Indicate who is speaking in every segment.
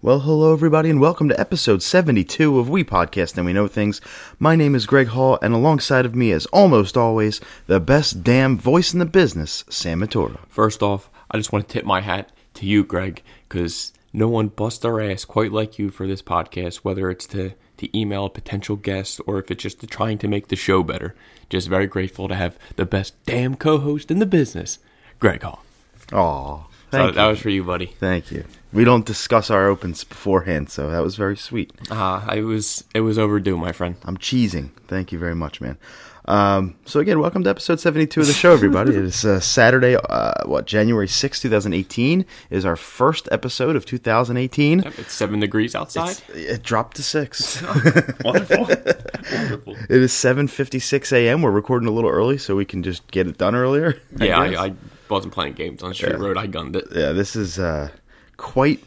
Speaker 1: Well, hello everybody, and welcome to episode 72 of We Podcast and We Know Things. My name is Greg Hall, and alongside of me, as almost always, the best damn voice in the business, Sam Matura.
Speaker 2: First off, I just want to tip my hat to you, Greg, because no one busts their ass quite like you for this podcast, whether it's to, to email a potential guest or if it's just to trying to make the show better. Just very grateful to have the best damn co host in the business, Greg Hall.
Speaker 1: Aw,
Speaker 2: So
Speaker 1: thank
Speaker 2: that
Speaker 1: you.
Speaker 2: was for you, buddy.
Speaker 1: Thank you. We don't discuss our opens beforehand, so that was very sweet.
Speaker 2: Uh, I was it was overdue, my friend.
Speaker 1: I'm cheesing. Thank you very much, man. Um, so again, welcome to episode 72 of the show, everybody. it is uh, Saturday, uh, what January 6th, 2018 It is our first episode of 2018.
Speaker 2: Yep, It's seven degrees outside.
Speaker 1: It dropped to six.
Speaker 2: Wonderful. Wonderful.
Speaker 1: it is 7:56 a.m. We're recording a little early, so we can just get it done earlier. I
Speaker 2: Yeah,
Speaker 1: guess.
Speaker 2: I, I wasn't playing games on Street Road. I gunned it.
Speaker 1: yeah. This is uh, quite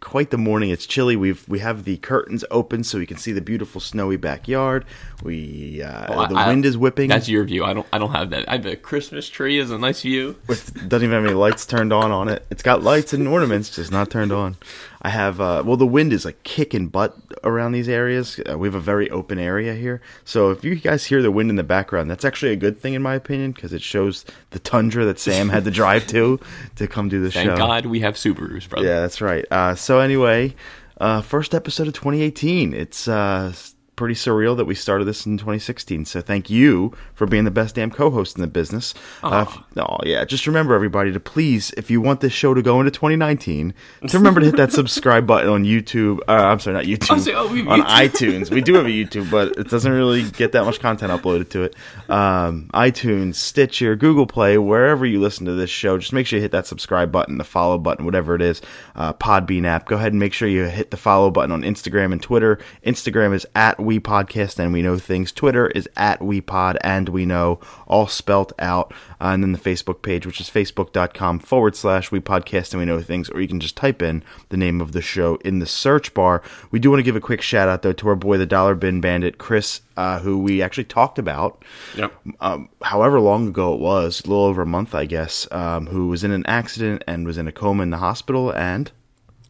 Speaker 1: quite the morning. It's chilly. We've we have the curtains open so we can see the beautiful snowy backyard. We uh, the
Speaker 2: Oh, I- I-
Speaker 1: wind is whipping.
Speaker 2: That's your view. I don't. I don't have that. I have a Christmas tree is a nice view.
Speaker 1: with doesn't even have any lights turned on on it. It's got lights and ornaments, just not turned on. I have uh, well, the wind is like kicking butt around these areas. Uh, we have a very open area here, so if you guys hear the wind in the background, that's actually a good thing in my opinion because it shows the tundra that Sam had to drive to to come do the
Speaker 2: Thank
Speaker 1: show.
Speaker 2: God we have Subarus, brother.
Speaker 1: Yeah, that's right. Uh, so anyway, uh, first episode of 2018. It's uh, s- pretty surreal that we started this in 2016. So thank you for being the best damn co-host in the business. Uh, if- oh yeah, just remember everybody to please, if you want this show to go into 2019, to remember to hit that subscribe button on YouTube. Uh, I'm sorry, not YouTube.
Speaker 2: was like, oh, we have
Speaker 1: on
Speaker 2: YouTube.
Speaker 1: iTunes. We do have a YouTube, but it doesn't really get that much content uploaded to it. Um, iTunes, Stitcher, Google Play, wherever you listen to this show, just make sure you hit that subscribe button, the follow button, whatever it is. Uh, Podbean app. Go ahead and make sure you hit the follow button on Instagram and Twitter. Instagram is at We Podcast and We Know Things. Twitter is at We Pod and We Know, all spelt out. Uh, and then the Facebook page, which is facebook.com forward slash We Podcast and We Know Things, or you can just type in the name of the show in the search bar. We do want to give a quick shout out, though, to our boy, the Dollar Bin Bandit, Chris, uh, who we actually talked about
Speaker 2: Yep.
Speaker 1: um, however long ago it was, a little over a month, I guess, um, who was in an accident and was in a coma in the hospital. And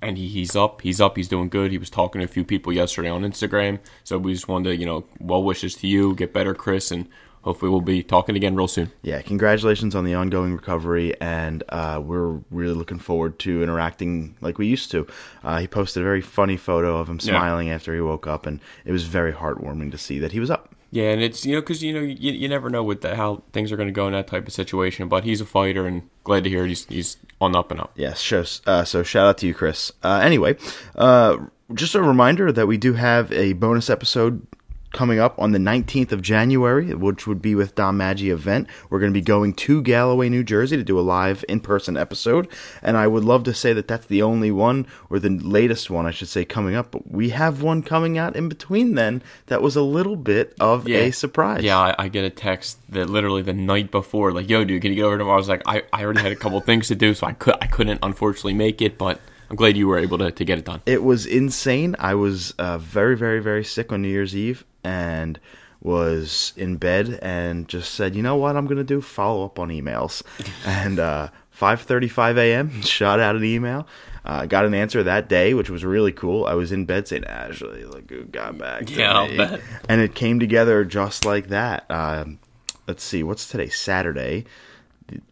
Speaker 2: and he, he's up. He's up. He's doing good. He was talking to a few people yesterday on Instagram. So we just wanted to, you know, well wishes to you. Get better, Chris, and hopefully we'll be talking again real soon.
Speaker 1: yeah, congratulations on the ongoing recovery. And uh, we're really looking forward to interacting like we used to. Uh, he posted a very funny photo of him
Speaker 2: Yeah.
Speaker 1: smiling after he woke up, and it was very heartwarming to see that he was up.
Speaker 2: Yeah, and it's you know because you know you, you never know with the, how things are going to go in that type of situation. But he's a fighter, and glad to hear he's he's on the up and up.
Speaker 1: Yes, shows. Uh, so shout out to you, Chris. Uh, anyway, uh, just a reminder that we do have a bonus episode coming up on the 19th of January, which would be with Dom Maggi event. We're going to be going to Galloway, New Jersey to do a live in-person episode. And I would love to say that that's the only one or the latest one, I should say, coming up. But we have one coming out in between then that was a little bit of a surprise.
Speaker 2: Yeah, I, I get a text that literally the night before, like, "Yo, dude, can you get over tomorrow?" I was like, "I, I already had a couple things to do, so I could I couldn't unfortunately make it, but I'm glad you were able to, to get it done."
Speaker 1: It was insane. I was uh, very, very, very sick on New Year's Eve and was in bed and just said, you know what, I'm gonna do follow up on emails. and uh, 5:35 a.m. shot out an email. Uh, got an answer that day, which was really cool. I was in bed saying, "Ashley, like, who got back to
Speaker 2: Yeah, I'll
Speaker 1: me?"
Speaker 2: bet.
Speaker 1: and it came together just like that. Um, let's see, what's today? Saturday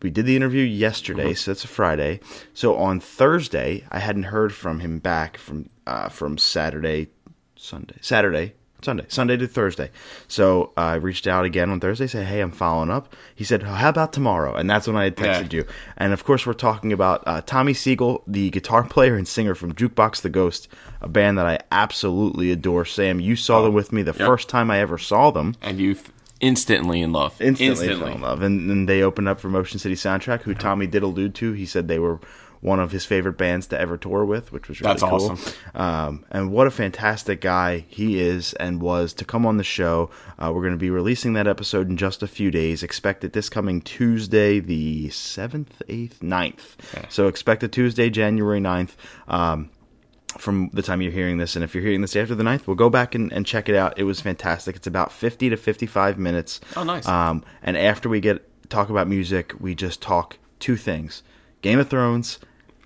Speaker 1: we did the interview yesterday, so that's a Friday. So on Thursday, I hadn't heard from him back from uh, from Saturday, Sunday, Saturday, Sunday, Sunday to Thursday. So I reached out again on Thursday, say, "Hey, I'm following up." He said, "Oh, "How about tomorrow?" And that's when I had texted
Speaker 2: Yeah.
Speaker 1: you. And of course, we're talking about uh, Tommy Siegel, the guitar player and singer from Jukebox the Ghost, a band that I absolutely adore. Sam, you saw them with me the first time I ever saw them
Speaker 2: And you f- instantly in love,
Speaker 1: instantly, fell in love. And then they opened up for Motion City Soundtrack, who Tommy did allude to. He said they were one of his favorite bands to ever tour with, which was really
Speaker 2: That's
Speaker 1: cool.
Speaker 2: awesome.
Speaker 1: Um, and what a fantastic guy he is and was to come on the show. Uh, we're going to be releasing that episode in just a few days. Expect it this coming Tuesday, the 7th, 8th, 9th. So expect it Tuesday, January 9th. Um, from the time you're hearing this. And if you're hearing this after the 9th, well, go back and, and check it out. It was fantastic. It's about 50 to 55 minutes.
Speaker 2: Oh, nice.
Speaker 1: Um, and after we get talk about music, we just talk two things Game of Thrones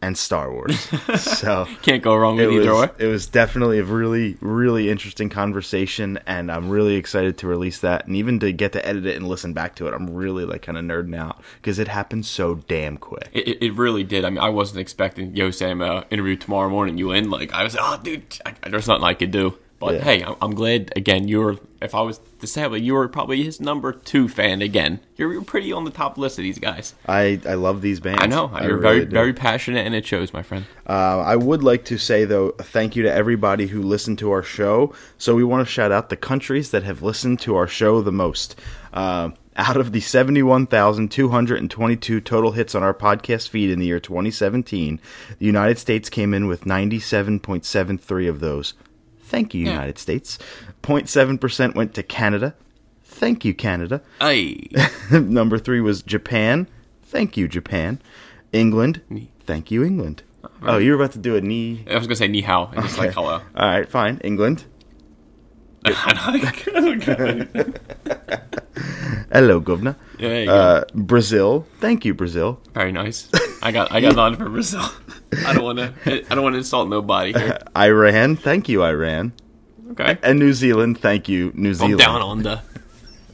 Speaker 1: and Star Wars. so
Speaker 2: Can't go wrong
Speaker 1: it
Speaker 2: with either
Speaker 1: was,
Speaker 2: way.
Speaker 1: it was definitely a really, really interesting conversation, and I'm really excited to release that, and even to get to edit it and listen back to it. I'm really like kind of nerding out because it happened so damn quick.
Speaker 2: It, it- it really did. I mean, I wasn't expecting Yo Sam uh, interview tomorrow morning. You in? Like, I was, oh, dude, I, there's nothing I could do. But
Speaker 1: Yeah.
Speaker 2: hey, I'm, I'm glad again. You were, if I was to say, it, you were probably his number two fan again. You're, you're pretty on the top list of these guys.
Speaker 1: I I love these bands.
Speaker 2: I know you're
Speaker 1: really
Speaker 2: very,
Speaker 1: do.
Speaker 2: very passionate, and it shows, my friend.
Speaker 1: Uh, I would like to say though, thank you to everybody who listened to our show. So we want to shout out the countries that have listened to our show the most. Uh, out of the 71,222 total hits on our podcast feed in the year 2017, the United States came in with 97.73 of those. Thank you, United States. 0.7% went to Canada. Thank you, Canada.
Speaker 2: Hey,
Speaker 1: Number three was Japan. Thank you, Japan. England. Thank you, England. Oh, you were about to do a knee.
Speaker 2: I was gonna say ni hao, and just like
Speaker 1: Okay.
Speaker 2: hello.
Speaker 1: All right, fine. England. Hello, governor.
Speaker 2: There you go.
Speaker 1: Uh, Brazil. Thank you, Brazil.
Speaker 2: Very nice. I got, I got none for Brazil. I don't want to, I don't want to insult nobody here.
Speaker 1: Iran. Thank you, Iran.
Speaker 2: Okay.
Speaker 1: And New Zealand. Thank you, New
Speaker 2: I'm
Speaker 1: Zealand.
Speaker 2: down under.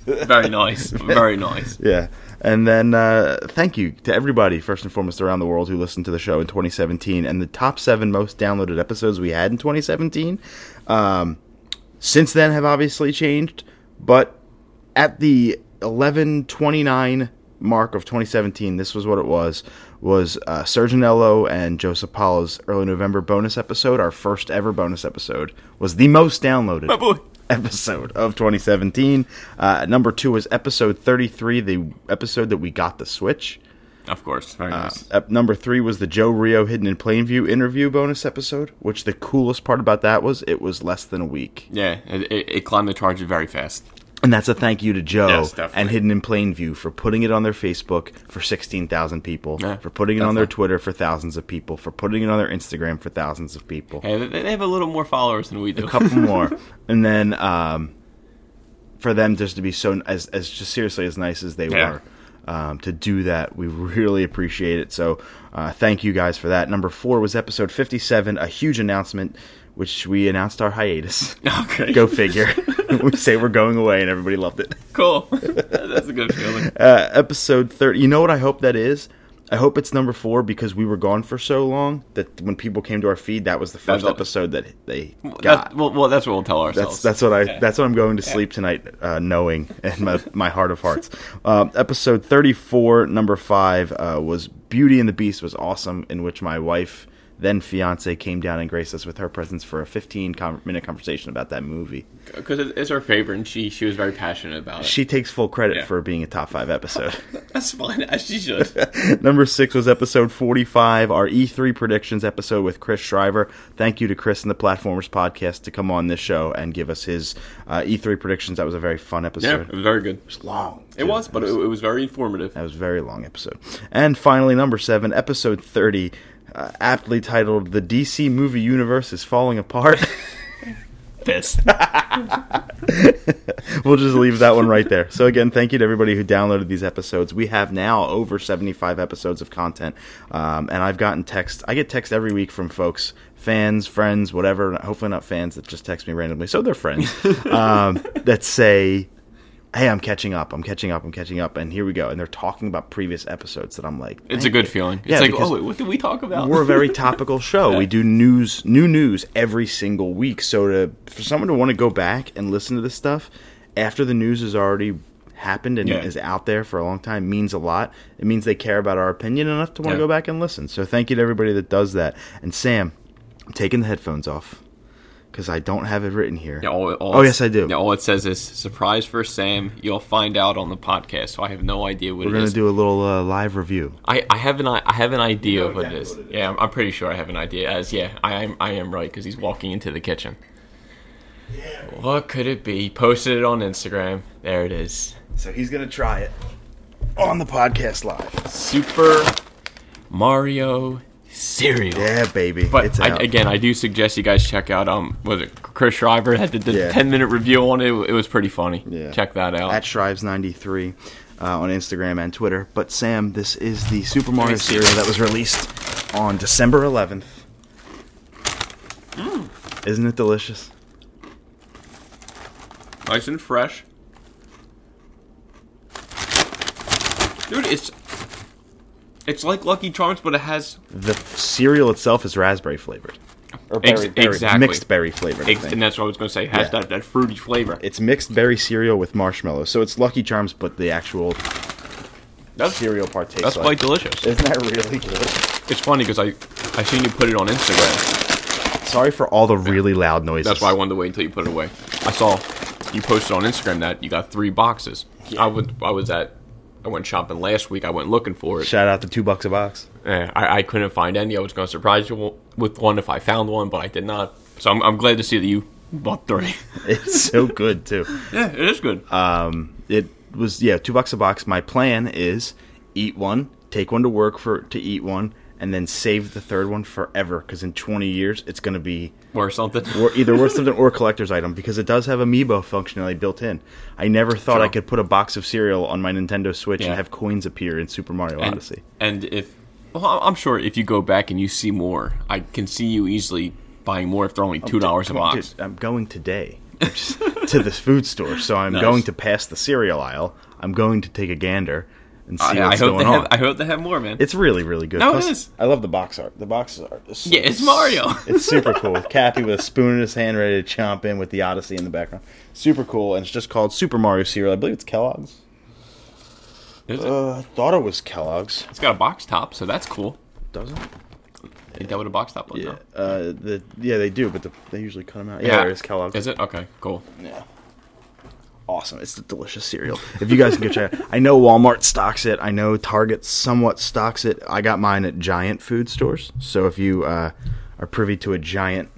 Speaker 2: Very nice. Very nice.
Speaker 1: Yeah. And then uh, thank you to everybody, first and foremost, around the world who listened to the show in 2017 and the top seven most downloaded episodes we had in 2017. Um, since then have obviously changed, but at the 1129 mark of 2017, this was what it was, was uh, Serginello and Joseph Paolo's early November bonus episode, our first ever bonus episode, was the most downloaded
Speaker 2: boy.
Speaker 1: episode of 2017. Uh, number two was episode 33, the episode that we got the Switch.
Speaker 2: Of course. Very
Speaker 1: Uh,
Speaker 2: nice.
Speaker 1: Ep- number three was the Joe Rio Hidden in Plain View interview bonus episode, which the coolest part about that was it was less than a week.
Speaker 2: Yeah, it, it, it climbed the charge very fast.
Speaker 1: And that's a thank you to Joe
Speaker 2: Yes, definitely.
Speaker 1: and Hidden in Plain View for putting it on their Facebook for 16,000 people,
Speaker 2: Yeah,
Speaker 1: for putting it on their Twitter for thousands of people, for putting it on their Instagram for thousands of people.
Speaker 2: Hey, they, they have a little more followers than we do.
Speaker 1: A couple more. And then um, for them just to be so, as, as just seriously as nice as they
Speaker 2: Yeah.
Speaker 1: were. Um, to do that, we really appreciate it. So, uh, thank you guys for that. Number four was episode 57, a huge announcement, which we announced our hiatus.
Speaker 2: okay.
Speaker 1: Go figure. we say we're going away, and everybody loved it.
Speaker 2: Cool. That's a good feeling.
Speaker 1: uh, episode 30. You know what I hope that is? I hope it's number four because we were gone for so long that when people came to our feed, that was the first
Speaker 2: That's-
Speaker 1: episode that they
Speaker 2: That,
Speaker 1: got.
Speaker 2: well, well, that's what we'll tell ourselves.
Speaker 1: That's that's what I that's what I'm going to sleep tonight uh, knowing in my, my heart of hearts. Um, episode 34, number five uh, was Beauty and the Beast was awesome, in which my wife then fiance came down and graced us with her presence for a 15 con- minute conversation about that movie.
Speaker 2: because it's her favorite, and she she was very passionate about it.
Speaker 1: She takes full credit
Speaker 2: Yeah.
Speaker 1: for being a top five episode.
Speaker 2: That's fine, as she should.
Speaker 1: Number six was episode 45, our E3 predictions episode with Chris Shriver. Thank you to Chris and the Platformers podcast to come on this show and give us his uh, E3 predictions. That was a very fun
Speaker 2: yeah,
Speaker 1: episode.
Speaker 2: it was very good.
Speaker 1: It was long.
Speaker 2: It was, but it, it was very informative.
Speaker 1: That was a very long episode. And finally, number seven, episode 30, uh, aptly titled The DC Movie Universe is Falling Apart.
Speaker 2: Pissed.
Speaker 1: we'll just leave that one right there. So again, thank you to everybody who downloaded these episodes. We have now over 75 episodes of content, um, and I've gotten text. I get text every week from folks, fans, friends, whatever. Hopefully not fans that just text me randomly. So they're friends um, that say. Hey, I'm catching up. I'm catching up. I'm catching up. And here we go. And they're talking about previous episodes that I'm like,
Speaker 2: It's a
Speaker 1: "Thank
Speaker 2: good
Speaker 1: you."
Speaker 2: feeling. It's
Speaker 1: Yeah,
Speaker 2: like,
Speaker 1: because-
Speaker 2: oh, wait, what did we talk about?
Speaker 1: we're a very topical show. We do news, new news every single week. So to for someone to want to go back and listen to this stuff after the news has already happened and
Speaker 2: Yeah.
Speaker 1: is out there for a long time means a lot. It means they care about our opinion enough to want to
Speaker 2: Yeah.
Speaker 1: go back and listen. So thank you to everybody that does that. And Sam, I'm taking the headphones off because I don't have it written here.
Speaker 2: Yeah, all, all
Speaker 1: Oh,
Speaker 2: it's-
Speaker 1: yes, I do.
Speaker 2: Yeah, all it says is surprise for Sam. You'll find out on the podcast. So I have no idea what
Speaker 1: We're
Speaker 2: it
Speaker 1: gonna
Speaker 2: is.
Speaker 1: do a little uh, live review.
Speaker 2: I, I have an I I have an idea of what it is. Yeah, I'm, I'm pretty sure I have an idea. As yeah, I am I am right because he's walking into the kitchen. What could it be? He posted it on Instagram. There it is.
Speaker 1: So he's gonna try it on the podcast live.
Speaker 2: Super Mario cereal.
Speaker 1: Yeah, baby.
Speaker 2: But
Speaker 1: it's
Speaker 2: I,
Speaker 1: out.
Speaker 2: again, I do suggest you guys check out. Um, was it Chris Schreiber had the, the
Speaker 1: Yeah.
Speaker 2: ten minute review on it? It was pretty funny.
Speaker 1: Yeah.
Speaker 2: Check that out.
Speaker 1: at Shrives93 uh, on Instagram and Twitter. But Sam, this is the Super Mario
Speaker 2: see.
Speaker 1: cereal that was released on December 11th.
Speaker 2: Mm.
Speaker 1: Isn't it delicious?
Speaker 2: Nice and fresh. Dude, it's it's like Lucky Charms, but it has
Speaker 1: The cereal itself is raspberry flavored. Or
Speaker 2: Ex- exactly.
Speaker 1: mixed berry flavored. I
Speaker 2: eggs,
Speaker 1: think.
Speaker 2: and that's what I was gonna say. It has
Speaker 1: Yeah.
Speaker 2: that, that fruity flavor.
Speaker 1: it's mixed berry cereal with marshmallow. So it's Lucky Charms, but the actual
Speaker 2: That's
Speaker 1: cereal part tastes
Speaker 2: that's
Speaker 1: like.
Speaker 2: quite delicious.
Speaker 1: Isn't that really good?
Speaker 2: It's funny because I I seen you put it on Instagram.
Speaker 1: Sorry for all the really loud noises.
Speaker 2: That's why I wanted to wait until you put it away. I saw you posted on Instagram that you got three boxes. I would I was at I went shopping last week. I went looking for it.
Speaker 1: Shout out to two bucks a box.
Speaker 2: Eh, I, I couldn't find any. I was going to surprise you with one if I found one, but I did not. So I'm, I'm glad to see that you bought three.
Speaker 1: It's so good too.
Speaker 2: yeah, it is good.
Speaker 1: Uh, it was yeah two bucks a box my plan is eat one take one to work for to eat one and then save the third one forever because in 20 years it's going to be
Speaker 2: or something.
Speaker 1: or either worth something or a collector's item because it does have amiibo functionality built in i never thought i
Speaker 2: True.
Speaker 1: could put a box of cereal on my nintendo switch
Speaker 2: Yeah.
Speaker 1: and have coins appear in super mario odyssey
Speaker 2: And, and if, well, I- I'm sure if you go back and you see more, I can see you easily buying more if they're only two dollars a
Speaker 1: Come on,
Speaker 2: box.
Speaker 1: dude, i'm going today to this food store so i'm
Speaker 2: Nice.
Speaker 1: going to pass the cereal aisle i'm going to take a gander and see
Speaker 2: I, I
Speaker 1: what's
Speaker 2: hope
Speaker 1: going
Speaker 2: they
Speaker 1: on
Speaker 2: have. I hope they have more, man.
Speaker 1: It's really, really good.
Speaker 2: No, it is.
Speaker 1: I love the box art. The box art. Is so-
Speaker 2: Yeah, it's Mario.
Speaker 1: it's super cool. With Cappy with a spoon in his hand, ready to chomp in with the Odyssey in the background. Super cool, and it's just called Super Mario cereal. I believe it's Kellogg's.
Speaker 2: Is it?
Speaker 1: Uh, I thought it was Kellogg's.
Speaker 2: it's got a box top, so that's cool.
Speaker 1: Does it?
Speaker 2: I think that would a box top look.
Speaker 1: Yeah.
Speaker 2: now.
Speaker 1: Uh, the yeah they do, but the, they usually cut them out. Yeah, it's Kellogg's.
Speaker 2: Is it okay? Cool.
Speaker 1: Yeah. Awesome. It's a delicious cereal. If you guys can go check it out. I know Walmart stocks it. I know Target somewhat stocks it. I got mine at giant food stores. So if you uh, are privy to a giant.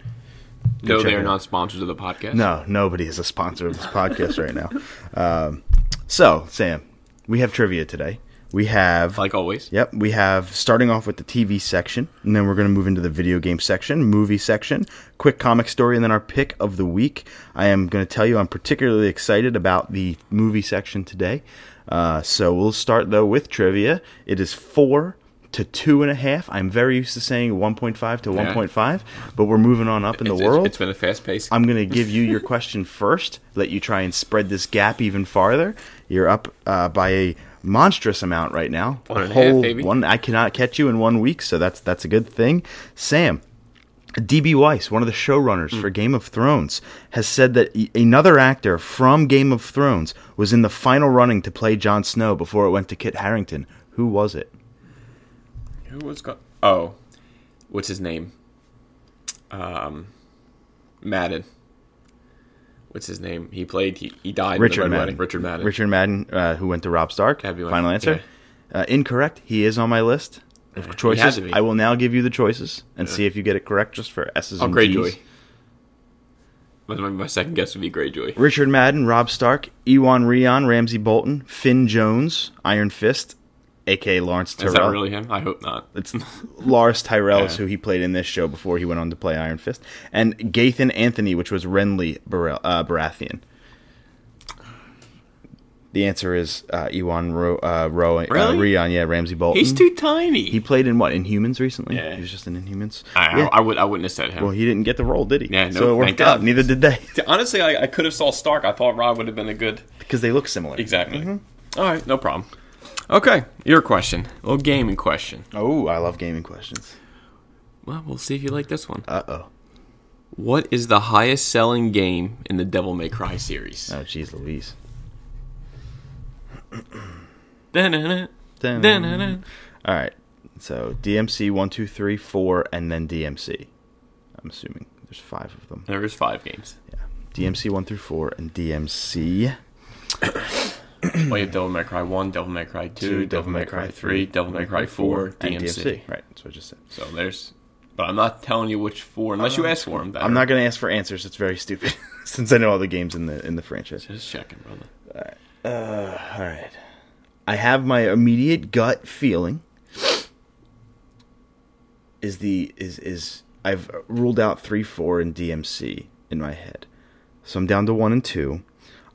Speaker 1: go
Speaker 2: No,
Speaker 1: check
Speaker 2: they are
Speaker 1: it out.
Speaker 2: not sponsors of the podcast.
Speaker 1: No, nobody is a sponsor of this podcast right now. Um, so, Sam, we have trivia today. We have.
Speaker 2: like always.
Speaker 1: Yep, we have starting off with the TV section, and then we're going to move into the video game section, movie section, quick comic story, and then our pick of the week. I am going to tell you I'm particularly excited about the movie section today. Uh, so we'll start though with trivia. It is four to two and a half. I'm very used to saying 1.5 to 1.5, but we're moving on up in the
Speaker 2: It's- it's-
Speaker 1: world.
Speaker 2: it's been a fast pace.
Speaker 1: I'm going to give you your question first, let you try and spread this gap even farther. You're up uh, by a monstrous amount right now.
Speaker 2: One and a half,
Speaker 1: whole,
Speaker 2: baby.
Speaker 1: One, I cannot catch you in one week, so that's that's a good thing. Sam, DB Weiss, one of the showrunners
Speaker 2: Mm.
Speaker 1: for Game of Thrones, has said that e- another actor from Game of Thrones was in the final running to play Jon Snow before it went to Kit Harrington. Who was it?
Speaker 2: Who was go- Oh, what's his name? Um, Madden. What's his name? He played. He, he died.
Speaker 1: Richard
Speaker 2: in the
Speaker 1: Madden.
Speaker 2: Red Wedding. Richard Madden.
Speaker 1: Richard Madden, uh, who went to Rob Stark.
Speaker 2: That'd be one.
Speaker 1: Final answer. Uh, incorrect. He is on my list of choices.
Speaker 2: to be.
Speaker 1: I will now give you the choices and see if you get it correct just for S's
Speaker 2: Oh,
Speaker 1: and
Speaker 2: Greyjoy.
Speaker 1: G's.
Speaker 2: My, my- my second guess would be Greyjoy.
Speaker 1: Richard Madden, Rob Stark, Ewan Rion, Ramsey Bolton, Finn Jones, Iron Fist, a.k.a. Lawrence Tyrell.
Speaker 2: Is that really him? I hope not.
Speaker 1: It's Lars Tyrell is
Speaker 2: Yeah.
Speaker 1: who he played in this show before he went on to play Iron Fist. And Gathan Anthony, which was Renly Bar- uh, Baratheon. The answer is uh, Ewan Ro- uh, Ro- uh,
Speaker 2: Really?
Speaker 1: Rion. Yeah, Ramsey Bolton.
Speaker 2: He's too tiny.
Speaker 1: He played in what? Inhumans recently.
Speaker 2: Yeah.
Speaker 1: He was just in Inhumans.
Speaker 2: I,
Speaker 1: Yeah.
Speaker 2: I, I would. I wouldn't have said him.
Speaker 1: well, he didn't get the role, did he?
Speaker 2: Yeah, no,
Speaker 1: so it worked
Speaker 2: thank
Speaker 1: out.
Speaker 2: God.
Speaker 1: Neither did they,
Speaker 2: Honestly, I, I could have saw Stark. I thought Rob would have been a good.
Speaker 1: because they look similar.
Speaker 2: Exactly.
Speaker 1: Mm-hmm.
Speaker 2: All right, no problem. Okay, your question. Little gaming question.
Speaker 1: Oh, I love gaming questions.
Speaker 2: Well, we'll see if you like this one.
Speaker 1: Uh oh.
Speaker 2: What is the highest selling game in the Devil May Cry series?
Speaker 1: Oh, jeez, Louise.
Speaker 2: Dun-dun-dun,
Speaker 1: Dun. Mm.
Speaker 2: dun-dun-dun.
Speaker 1: All right. So DMC one, two, three, four, and then DMC. I'm assuming there's five of them.
Speaker 2: There was five games.
Speaker 1: Yeah. DMC one through four and DMC.
Speaker 2: Well, you have Devil May Cry 1, Devil May Cry 2, Devil May Cry 3, Devil May Cry 4,
Speaker 1: and
Speaker 2: DMC.
Speaker 1: Right. That's what I just said.
Speaker 2: So there's. But I'm not telling you which four unless you ask for them.
Speaker 1: I'm not gonna ask for answers. It's very stupid, since I know all the games in the in the franchise.
Speaker 2: Just checking, brother.
Speaker 1: Uh, All right. I have my immediate gut feeling. Is the is is I've ruled out three, four, and DMC in my head, so I'm down to one and two.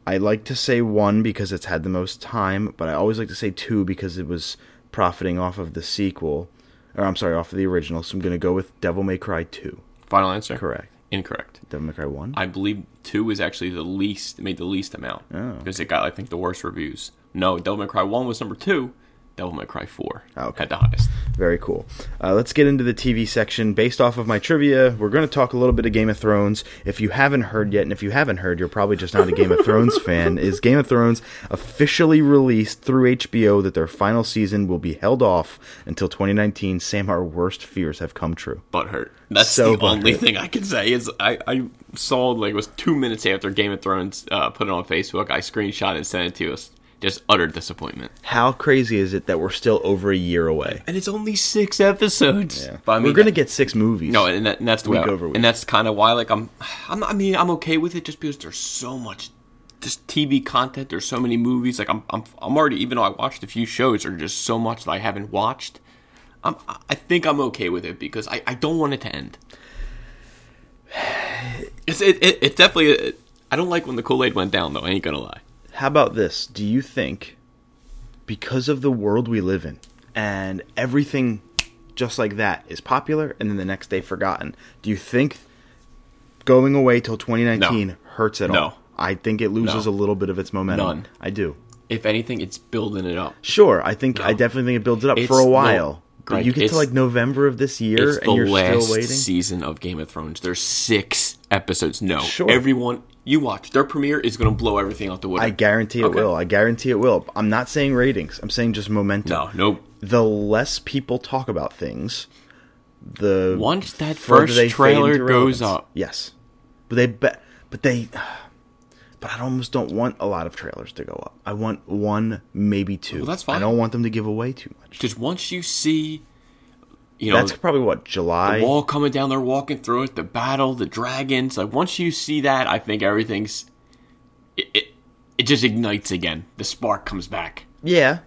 Speaker 1: I like to say one because it's had the most time, but I always like to say two because it was profiting off of the sequel, or I'm sorry, off of the original. So I'm going to go with Devil May Cry 2.
Speaker 2: Final answer?
Speaker 1: Correct.
Speaker 2: Incorrect.
Speaker 1: Devil May Cry 1?
Speaker 2: I believe two is actually the least made the least amount
Speaker 1: Oh.
Speaker 2: because it got I think the worst reviews. No, Devil May Cry one was number two. Devil May Cry four
Speaker 1: Oh, okay.
Speaker 2: had the highest.
Speaker 1: Very cool. Uh, let's get into the TV section. Based off of my trivia, we're going to talk a little bit of Game of Thrones. If you haven't heard yet, and if you haven't heard, you're probably just not a Game of Thrones fan, is Game of Thrones officially released through HBO that their final season will be held off until 2019. Sam, our worst fears have come true.
Speaker 2: Butthurt. That's
Speaker 1: So
Speaker 2: the only
Speaker 1: butthurt.
Speaker 2: thing I can say is I, I saw like it was two minutes after Game of Thrones uh, put it on Facebook. I screenshot and sent it to us. Just utter disappointment.
Speaker 1: How crazy is it that we're still over a year away?
Speaker 2: And it's only six episodes. But I mean,
Speaker 1: we're going to get six movies.
Speaker 2: No, and, that, and that's the
Speaker 1: Week
Speaker 2: way I-
Speaker 1: over week.
Speaker 2: and that's kind of why like I'm, I'm I mean I'm okay with it just because there's so much just TV content. There's so many movies. Like I'm I'm, I'm already even though I watched a few shows, there's just so much that I haven't watched. I'm I think I'm okay with it because I, I don't want it to end. It's it, it, it definitely I don't like when the Kool Aid went down though. I ain't gonna lie.
Speaker 1: How about this? Do you think, because of the world we live in, and everything just like that is popular and then the next day forgotten, do you think going away till 2019 hurts at
Speaker 2: No.
Speaker 1: all? I think it loses
Speaker 2: No.
Speaker 1: a little bit of its momentum.
Speaker 2: None.
Speaker 1: I do.
Speaker 2: If anything, it's building it up.
Speaker 1: Sure, I think I definitely think it builds it up
Speaker 2: It's
Speaker 1: for a
Speaker 2: the-
Speaker 1: while. but
Speaker 2: Greg,
Speaker 1: you get to
Speaker 2: it's-
Speaker 1: like November of this year
Speaker 2: It's the
Speaker 1: and you're
Speaker 2: last
Speaker 1: still waiting.
Speaker 2: season of Game of Thrones. There's six episodes. No,
Speaker 1: Sure.
Speaker 2: everyone you watch their premiere is going to blow everything out the water.
Speaker 1: I guarantee it
Speaker 2: Okay.
Speaker 1: will. I guarantee it will. I'm not saying ratings. I'm saying just momentum.
Speaker 2: no, no.
Speaker 1: the less people talk about things, the
Speaker 2: Once that
Speaker 1: further
Speaker 2: first
Speaker 1: they fade
Speaker 2: trailer
Speaker 1: into relevance.
Speaker 2: goes up.
Speaker 1: Yes, but they but, but they but I almost don't want a lot of trailers to go up. I want one, maybe two.
Speaker 2: Well, that's
Speaker 1: I
Speaker 2: fine.
Speaker 1: don't want them to give away too much.
Speaker 2: Just once you see, you know,
Speaker 1: That's probably what July.
Speaker 2: the wall coming down, they're walking through it, the battle, the dragons. Like once you see that, I think everything's it. it it just ignites again. The spark comes back.
Speaker 1: yeah,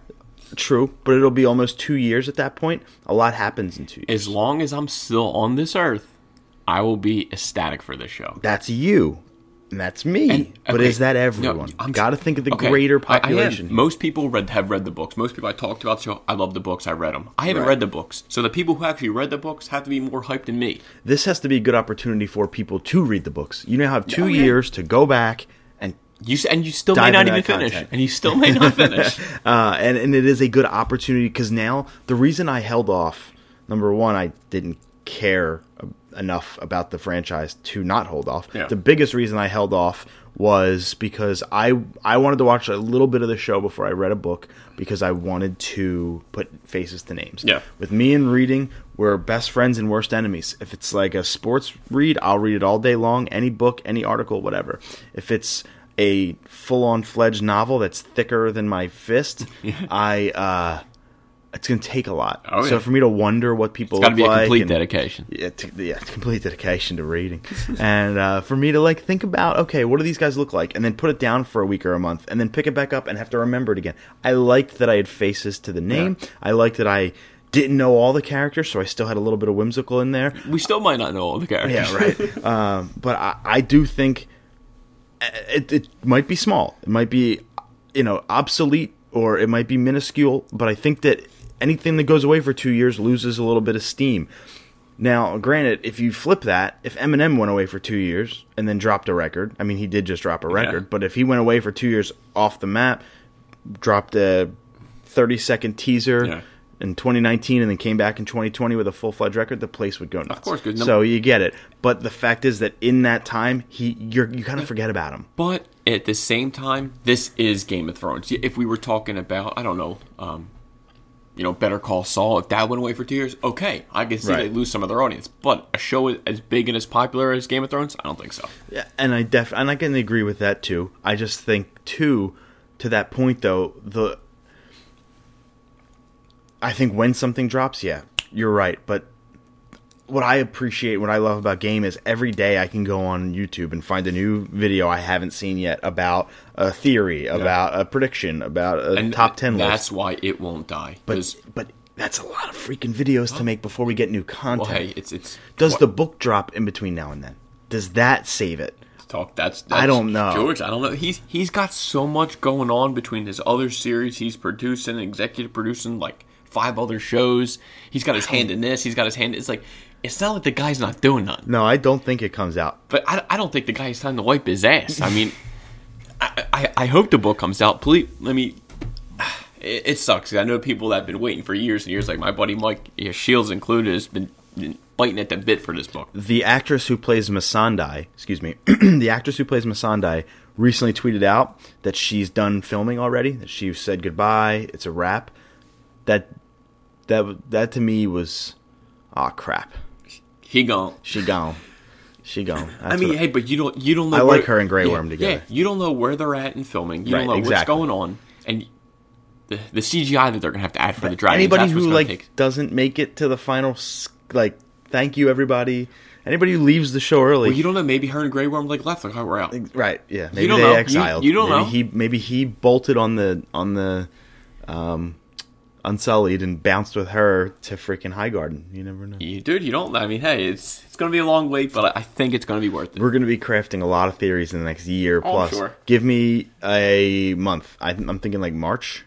Speaker 1: true, but it'll be almost two years at that point. A lot happens in two years.
Speaker 2: As long as I'm still on this earth, I will be ecstatic for this show.
Speaker 1: That's you. And that's me,
Speaker 2: And-
Speaker 1: but
Speaker 2: okay,
Speaker 1: is that
Speaker 2: no,
Speaker 1: everyone?
Speaker 2: I'm-
Speaker 1: Got to think of the
Speaker 2: Okay,
Speaker 1: greater
Speaker 2: I- I am.
Speaker 1: population.
Speaker 2: Most people read have read the books. Most people I talked about, so I love the books. I read them. I haven't
Speaker 1: Right.
Speaker 2: read the books, so the people who actually read the books have to be more hyped than me.
Speaker 1: this has to be a good opportunity for people to read the books. You now have two
Speaker 2: Oh, yeah.
Speaker 1: years to go back and
Speaker 2: You s- and you still
Speaker 1: Dive
Speaker 2: may not
Speaker 1: into
Speaker 2: even
Speaker 1: that
Speaker 2: finish,
Speaker 1: content.
Speaker 2: and you still may not finish.
Speaker 1: uh, and and it is a good opportunity because now the reason I held off number one I didn't care a- enough about the franchise to not hold off.
Speaker 2: Yeah.
Speaker 1: The biggest reason I held off was because I I wanted to watch a little bit of the show before I read a book because I wanted to put faces to names.
Speaker 2: Yeah.
Speaker 1: With me and reading, we're best friends and worst enemies. If it's like a sports read, I'll read it all day long, any book, any article, whatever. If it's a full-on fledged novel that's thicker than my fist, I uh it's going to take a lot.
Speaker 2: Oh,
Speaker 1: So
Speaker 2: yeah.
Speaker 1: for me to wonder what people
Speaker 2: Got to be a
Speaker 1: look like
Speaker 2: complete
Speaker 1: and-
Speaker 2: dedication.
Speaker 1: yeah, t- yeah, complete dedication to reading, and uh, for me to like think about, okay, what do these guys look like, and then put it down for a week or a month, and then pick it back up and have to remember it again. I liked that I had faces to the name. I liked that I didn't know all the characters, so I still had a little bit of whimsical in there.
Speaker 2: We still might not know all the characters.
Speaker 1: Yeah, right. um, but I, I do think uh, it, it might be small. It might be, you know, obsolete or it might be minuscule. But I think that anything that goes away for two years loses a little bit of steam. Now, granted, if you flip that, if Eminem went away for two years and then dropped a record, I mean, he did just drop a record, but if he went away for two years off the map, dropped a 30 second teaser
Speaker 2: Yeah.
Speaker 1: in 2019 and then came back in 2020 with a full fledged record, the place would go nuts. Of
Speaker 2: course, 'cause
Speaker 1: So you get it. But the fact is that in that time, he you're, you kind of forget about him.
Speaker 2: But at the same time, this is Game of Thrones. If we were talking about, I don't know, um, you know, Better Call Saul, if that went away for two years, okay, I can see
Speaker 1: Right.
Speaker 2: they lose some of their audience. But a show as big and as popular as Game of Thrones, I don't think so.
Speaker 1: Yeah, and I def and I can agree with that too. I just think too, to that point though, the I think when something drops, yeah, you're right. But what I appreciate, what I love about game is every day I can go on YouTube and find a new video I haven't seen yet about a theory, about a prediction, about a top ten list.
Speaker 2: That's why it won't die.
Speaker 1: But
Speaker 2: Because
Speaker 1: but that's a lot of freaking videos to make before we get new content.
Speaker 2: well, hey, it's it's
Speaker 1: Does
Speaker 2: what-
Speaker 1: the book drop in between now and then? Does that save it?
Speaker 2: talk that's, that's
Speaker 1: don't know.
Speaker 2: George. I don't know. He's he's got so much going on between his other series he's producing, executive producing, like five other shows. He's got his hand in this. He's got his hand. It's like it's not like the guy's not doing nothing.
Speaker 1: No, I don't think it comes out.
Speaker 2: But I, I don't think the guy's time to wipe his ass. I mean, I, I I hope the book comes out. Please let me. It, it sucks. I know people that have been waiting for years and years. Like my buddy Mike yeah, Shields included has been been biting at the bit for this book.
Speaker 1: The actress who plays Masandai, excuse me, the actress who plays Masandai recently tweeted out that she's done filming already. That she said goodbye. It's a wrap. That that that to me was, ah crap.
Speaker 2: He gone.
Speaker 1: She gone. She gone.
Speaker 2: I
Speaker 1: That's
Speaker 2: mean,
Speaker 1: what
Speaker 2: hey, but you don't you don't know.
Speaker 1: I like her and Grey Worm together.
Speaker 2: Yeah, you don't know where they're at in filming. You
Speaker 1: Right,
Speaker 2: don't know
Speaker 1: exactly.
Speaker 2: what's going on, and the the CGI that they're gonna have to add for the dragons.
Speaker 1: anybody
Speaker 2: that's what's
Speaker 1: who
Speaker 2: gonna
Speaker 1: like
Speaker 2: take-
Speaker 1: doesn't make it to the final, s- like thank you everybody. Anybody who leaves the show early,
Speaker 2: well, you don't know. Maybe her and Grey Worm like left. Like, oh, we're out.
Speaker 1: right? Yeah, maybe
Speaker 2: don't
Speaker 1: they
Speaker 2: know. You-
Speaker 1: exiled.
Speaker 2: you don't
Speaker 1: maybe
Speaker 2: know.
Speaker 1: He maybe he bolted on the on the, um, Unsullied and bounced with her to freaking High Garden. You never know.
Speaker 2: You, dude, you don't. I mean, hey, it's it's gonna be a long wait, but I, I think it's gonna be worth it.
Speaker 1: We're going to be crafting a lot of theories in the next year plus.
Speaker 2: Oh, sure.
Speaker 1: Give me a month. I, I'm thinking like March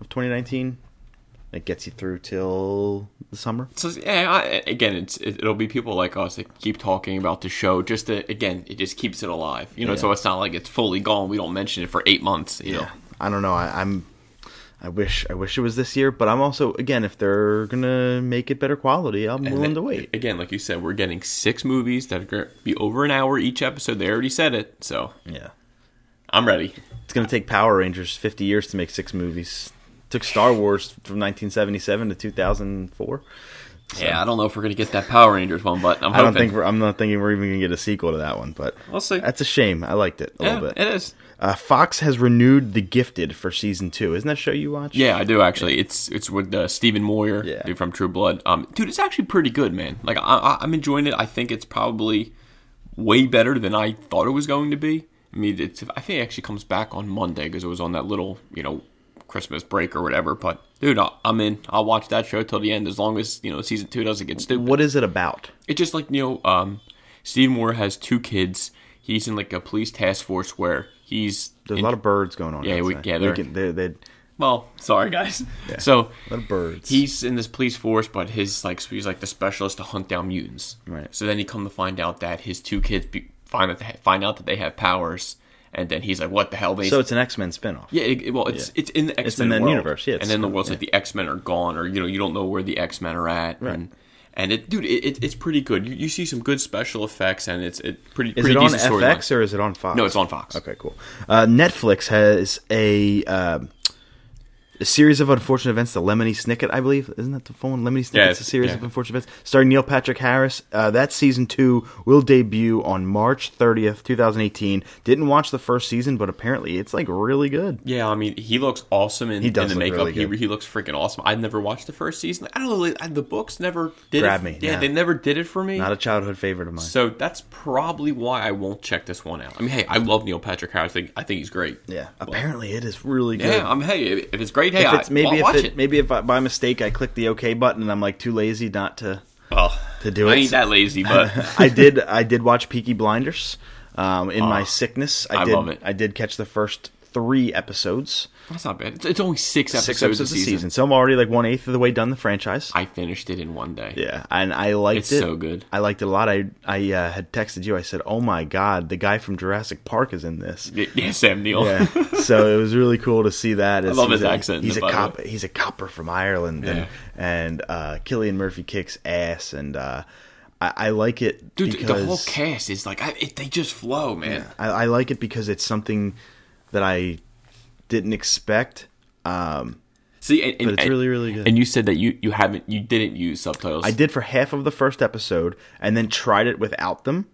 Speaker 1: of 2019. It gets you through till the summer.
Speaker 2: So yeah, I, again, it's it, it'll be people like us that keep talking about the show. Just to, again, it just keeps it alive. You know,
Speaker 1: Yeah.
Speaker 2: so it's not like it's fully gone. We don't mention it for eight months. You know.
Speaker 1: I don't know. I, I'm. I wish. I wish it was this year, but I'm also again. If they're gonna make it better quality, I'm willing to wait.
Speaker 2: Again, like you said, we're getting six movies that are going to be over an hour each episode. They already said it, so
Speaker 1: Yeah.
Speaker 2: I'm ready.
Speaker 1: It's gonna take Power Rangers 50 years to make six movies. took Star Wars from 1977 to 2004.
Speaker 2: Yeah, I don't know if we're going to get that Power Rangers one, but I'm
Speaker 1: I don't
Speaker 2: hoping.
Speaker 1: think we're, I'm not thinking we're even gonna get a sequel to that one, but
Speaker 2: We'll see.
Speaker 1: That's a shame. I liked it a
Speaker 2: yeah,
Speaker 1: little bit.
Speaker 2: it is.
Speaker 1: Uh, Fox has renewed The Gifted for season two. Isn't that a show you watch?
Speaker 2: Yeah, I do actually. It's it's with uh, Stephen Moyer,
Speaker 1: Yeah.
Speaker 2: dude from True Blood. Um, dude, it's actually pretty good, man. Like I, I, I'm enjoying it. I think it's probably way better than I thought it was going to be. I mean, it's I think it actually comes back on Monday because it was on that little you know Christmas break or whatever. But dude, I, I'm in. I'll watch that show till the end as long as you know season two doesn't get stupid.
Speaker 1: What is it about?
Speaker 2: It's just like you know, um, Steve Moore has two kids. He's in like a police task force where he's
Speaker 1: There's
Speaker 2: in-
Speaker 1: a lot of birds going on.
Speaker 2: Yeah, we-
Speaker 1: outside.
Speaker 2: yeah, they're-
Speaker 1: can, they're, they're,
Speaker 2: well, sorry guys. So
Speaker 1: a lot of birds.
Speaker 2: he's in this police force, but his like he's like the specialist to hunt down mutants.
Speaker 1: Right.
Speaker 2: So then he come to find out that his two kids be, find that they- find out that they have powers, and then he's like, "What the hell?" They
Speaker 1: so it's an X Men spinoff.
Speaker 2: yeah, it, it- well, it's it's in the X Men
Speaker 1: that
Speaker 2: world.
Speaker 1: universe, yeah, it's-
Speaker 2: and then the world's like the X Men are gone, or you know, you don't know where the X Men are at, and and it, dude, it, it, it's pretty good. You, you see some good special effects, and it's it pretty
Speaker 1: Is
Speaker 2: pretty
Speaker 1: it on
Speaker 2: decent storyline.
Speaker 1: FX or is it on Fox?
Speaker 2: No, it's on Fox.
Speaker 1: Okay, cool. Uh, Netflix has a um, a series of unfortunate events. The Lemony Snicket, I believe, isn't that the phone? Lemony Snicket's
Speaker 2: Yeah,
Speaker 1: a series
Speaker 2: yeah.
Speaker 1: of unfortunate events starring Neil Patrick Harris. Uh, that season two will debut on March thirtieth, two thousand eighteen. Didn't watch the first season, but apparently it's like really good.
Speaker 2: Yeah, I mean, he looks awesome in,
Speaker 1: He does
Speaker 2: in the
Speaker 1: look
Speaker 2: makeup.
Speaker 1: really good.
Speaker 2: he, he looks freaking awesome. I've never watched the first season. I don't know. like, I- The books never did
Speaker 1: Grab
Speaker 2: it.
Speaker 1: me,
Speaker 2: Yeah,
Speaker 1: nah.
Speaker 2: they never did it for me.
Speaker 1: Not a childhood favorite of mine.
Speaker 2: so that's probably why I won't check this one out. I mean, hey, I love Neil Patrick Harris. I think, I think he's great.
Speaker 1: yeah, apparently it is really good.
Speaker 2: Yeah, I'm hey, if if it's great, hey,
Speaker 1: If it's,
Speaker 2: I,
Speaker 1: maybe
Speaker 2: I'll
Speaker 1: if
Speaker 2: watch
Speaker 1: it,
Speaker 2: it.
Speaker 1: maybe if I, by mistake I click the OK button and I'm like too lazy not to
Speaker 2: well,
Speaker 1: to do
Speaker 2: Oh, I
Speaker 1: it.
Speaker 2: ain't that lazy, but
Speaker 1: I did. I did watch Peaky Blinders. Um, in my sickness, I,
Speaker 2: Oh, I
Speaker 1: did.
Speaker 2: love it.
Speaker 1: I did catch the first three episodes,
Speaker 2: that's not bad. It's, it's only six episodes,
Speaker 1: six episodes
Speaker 2: a
Speaker 1: of the
Speaker 2: season.
Speaker 1: season. So I'm already like one eighth of the way done the franchise.
Speaker 2: I finished it in one day.
Speaker 1: yeah, and I liked
Speaker 2: It's
Speaker 1: it.
Speaker 2: so good.
Speaker 1: I liked it a lot. I I uh, had texted you. I said, "Oh my god, the guy from Jurassic Park is in this."
Speaker 2: Yeah, yeah, Sam Neill.
Speaker 1: Yeah. so it was really cool to see that. I
Speaker 2: love his accent in
Speaker 1: He's
Speaker 2: the
Speaker 1: a
Speaker 2: Bible.
Speaker 1: cop. He's a copper from Ireland,
Speaker 2: Yeah.
Speaker 1: and and uh, Killian Murphy kicks ass, and uh, I, I like it
Speaker 2: Dude, the-
Speaker 1: because
Speaker 2: the whole cast is like, I, it, they just flow, man.
Speaker 1: I, I like it because it's something that I didn't expect. Um,
Speaker 2: See, and, and,
Speaker 1: it's
Speaker 2: and-
Speaker 1: really, really good.
Speaker 2: And you said that you, you haven't, you didn't use subtitles.
Speaker 1: I did for half of the first episode, and then tried it without them.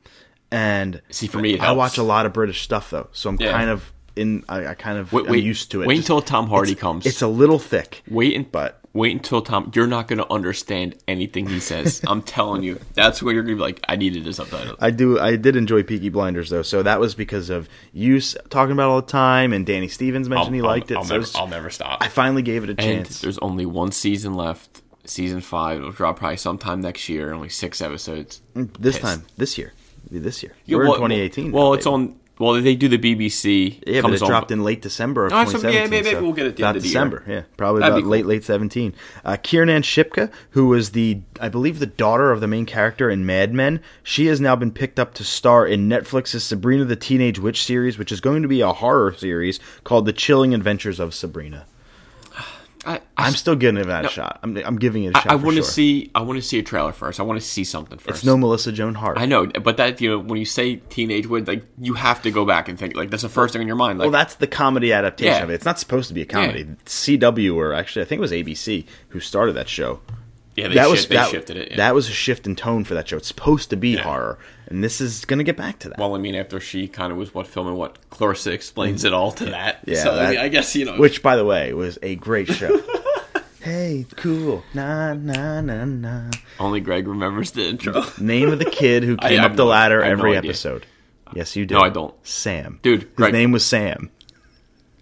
Speaker 1: And
Speaker 2: See, for me, it
Speaker 1: I
Speaker 2: helps.
Speaker 1: watch a lot of British stuff though, so I'm
Speaker 2: Yeah.
Speaker 1: kind of in. I, I kind of
Speaker 2: Wait,
Speaker 1: am
Speaker 2: wait,
Speaker 1: used to it.
Speaker 2: Wait
Speaker 1: Just-
Speaker 2: until Tom Hardy
Speaker 1: it's-
Speaker 2: comes.
Speaker 1: It's a little thick.
Speaker 2: wait, and,
Speaker 1: but-
Speaker 2: wait until Tom. You're not going to understand anything he says. I'm telling you, that's where you're going to be like, I needed a subtitle.
Speaker 1: I do. I did enjoy Peaky Blinders though, so that was because of you s- talking about it all the time, and Danny Stevens mentioned he liked it.
Speaker 2: I'll,
Speaker 1: so
Speaker 2: never,
Speaker 1: it's-
Speaker 2: I'll never stop.
Speaker 1: I finally gave it a
Speaker 2: and
Speaker 1: chance.
Speaker 2: there's only one season left. Season five will drop probably sometime next year. Only six episodes.
Speaker 1: This time, this year, It'll be this year.
Speaker 2: Yeah,
Speaker 1: Mm, We're
Speaker 2: well-
Speaker 1: in 2018.
Speaker 2: Well,
Speaker 1: now,
Speaker 2: it's
Speaker 1: baby.
Speaker 2: on. Well, they do the BBC.
Speaker 1: Yeah, but
Speaker 2: comes
Speaker 1: it
Speaker 2: on-
Speaker 1: dropped in late December of
Speaker 2: Oh, so-
Speaker 1: 2017.
Speaker 2: yeah, maybe- maybe
Speaker 1: so
Speaker 2: we'll get it at the
Speaker 1: about
Speaker 2: end of the year.
Speaker 1: December. Yeah, probably
Speaker 2: That'd be
Speaker 1: about
Speaker 2: cool.
Speaker 1: late late 17. Uh, Kiernan Shipka, who was the I believe the daughter of the main character in Mad Men, she has now been picked up to star in Netflix's Sabrina the Teenage Witch series, which is going to be a horror series called The Chilling Adventures of Sabrina.
Speaker 2: I, I,
Speaker 1: I'm still giving it that shot. I'm, I'm giving it a shot.
Speaker 2: I
Speaker 1: for
Speaker 2: want to
Speaker 1: sure.
Speaker 2: see. I want to see a trailer first. I want to see something first.
Speaker 1: It's no Melissa Joan Hart.
Speaker 2: I know, but that you know, when you say teenage wood, like you have to go back and think. Like that's the first thing in your mind. Like
Speaker 1: Well, that's the comedy adaptation
Speaker 2: Yeah.
Speaker 1: of it. It's not supposed to be a comedy. CW or actually, I think it was ABC who started that show.
Speaker 2: yeah, they,
Speaker 1: that
Speaker 2: shi-
Speaker 1: was
Speaker 2: they
Speaker 1: that,
Speaker 2: shifted it. Yeah.
Speaker 1: that was a shift in tone for that show. It's supposed to be horror, and this is going to get back to that.
Speaker 2: well, I mean, after she kind of was what filming what Clarissa explains it all to that.
Speaker 1: Yeah,
Speaker 2: so I, mean,
Speaker 1: that-
Speaker 2: I guess you know.
Speaker 1: Which, by the way, was a great show. hey, cool, na na na na.
Speaker 2: only Greg remembers the intro.
Speaker 1: Name of the kid who
Speaker 2: I-
Speaker 1: came
Speaker 2: I
Speaker 1: up
Speaker 2: have
Speaker 1: the
Speaker 2: no-
Speaker 1: ladder
Speaker 2: I have no
Speaker 1: every
Speaker 2: idea.
Speaker 1: episode. Yes, you did.
Speaker 2: No, I don't.
Speaker 1: Sam,
Speaker 2: Dude,
Speaker 1: his
Speaker 2: Greg.
Speaker 1: name was Sam.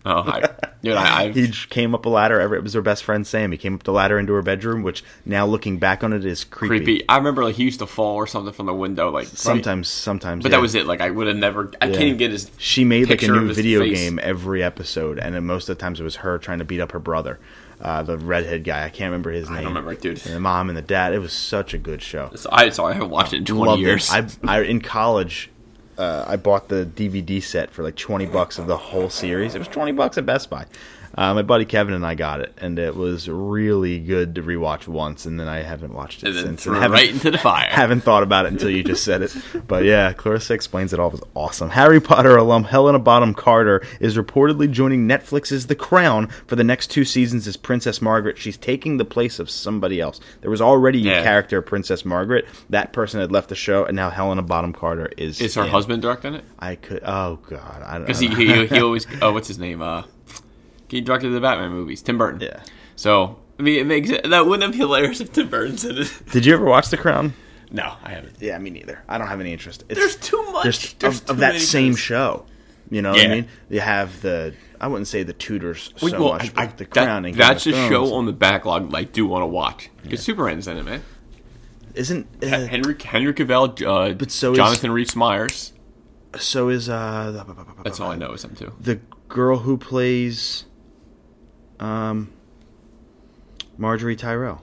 Speaker 2: oh, hi, dude. I, I've,
Speaker 1: He j- came up a ladder. Every, it was her best friend Sam. He came up the ladder into her bedroom, which now looking back on it is creepy.
Speaker 2: creepy. I remember like he used to fall or something from the window. Like right?
Speaker 1: Sometimes, sometimes.
Speaker 2: But that was it. Like I would have never. I can't even get his.
Speaker 1: She made like a
Speaker 2: picture of
Speaker 1: new
Speaker 2: his
Speaker 1: video
Speaker 2: face.
Speaker 1: game every episode, and then most of the times it was her trying to beat up her brother, uh, the redhead guy. I can't remember his name.
Speaker 2: I don't remember, dude.
Speaker 1: And the mom and the dad. It was such a good show.
Speaker 2: So I sorry, I haven't watched it in twenty
Speaker 1: Loved it.
Speaker 2: years.
Speaker 1: I, I in college. Uh, I bought the DVD set for like twenty bucks of the whole series. It was twenty bucks at Best Buy. Uh, my buddy Kevin and I got it, and it was really good to rewatch once, and then I haven't watched it
Speaker 2: and then
Speaker 1: since.
Speaker 2: threw it
Speaker 1: haven't-
Speaker 2: right into the fire.
Speaker 1: haven't thought about it until you just said it. But yeah, Clarissa Explains It All was awesome. Harry Potter alum Helena Bonham Carter is reportedly joining Netflix's The Crown for the next two seasons as Princess Margaret. She's taking the place of somebody else. There was already a
Speaker 2: Yeah.
Speaker 1: character, Princess Margaret. That person had left the show, and now Helena Bonham Carter is.
Speaker 2: Is her
Speaker 1: in.
Speaker 2: husband directing it?
Speaker 1: I could. Oh, God. I don't know.
Speaker 2: Because he, he, he always oh what's his name uh he directed the Batman movies Tim Burton
Speaker 1: Yeah.
Speaker 2: so I mean it makes it that wouldn't be hilarious if Tim Burton said it
Speaker 1: Did you ever watch The Crown?
Speaker 2: no I haven't
Speaker 1: Yeah, me neither. I don't have any interest. It's,
Speaker 2: There's too much.
Speaker 1: there's-
Speaker 2: There's
Speaker 1: of,
Speaker 2: too
Speaker 1: of that
Speaker 2: many
Speaker 1: same
Speaker 2: things.
Speaker 1: show. You know what I
Speaker 2: Yeah.
Speaker 1: mean? You have the I wouldn't say the Tudors so
Speaker 2: Wait, well,
Speaker 1: much,
Speaker 2: I- I-
Speaker 1: but the
Speaker 2: that-
Speaker 1: Crown and Game
Speaker 2: that's
Speaker 1: of
Speaker 2: a show
Speaker 1: Thrones.
Speaker 2: on the backlog that I do want to watch because Superman's in it man
Speaker 1: Isn't
Speaker 2: Henry
Speaker 1: uh,
Speaker 2: Henry Cavill uh,
Speaker 1: But so is-
Speaker 2: Jonathan Rhys Myers
Speaker 1: so is uh the-
Speaker 2: that's all I know is him too
Speaker 1: the girl who plays um Marjorie Tyrell.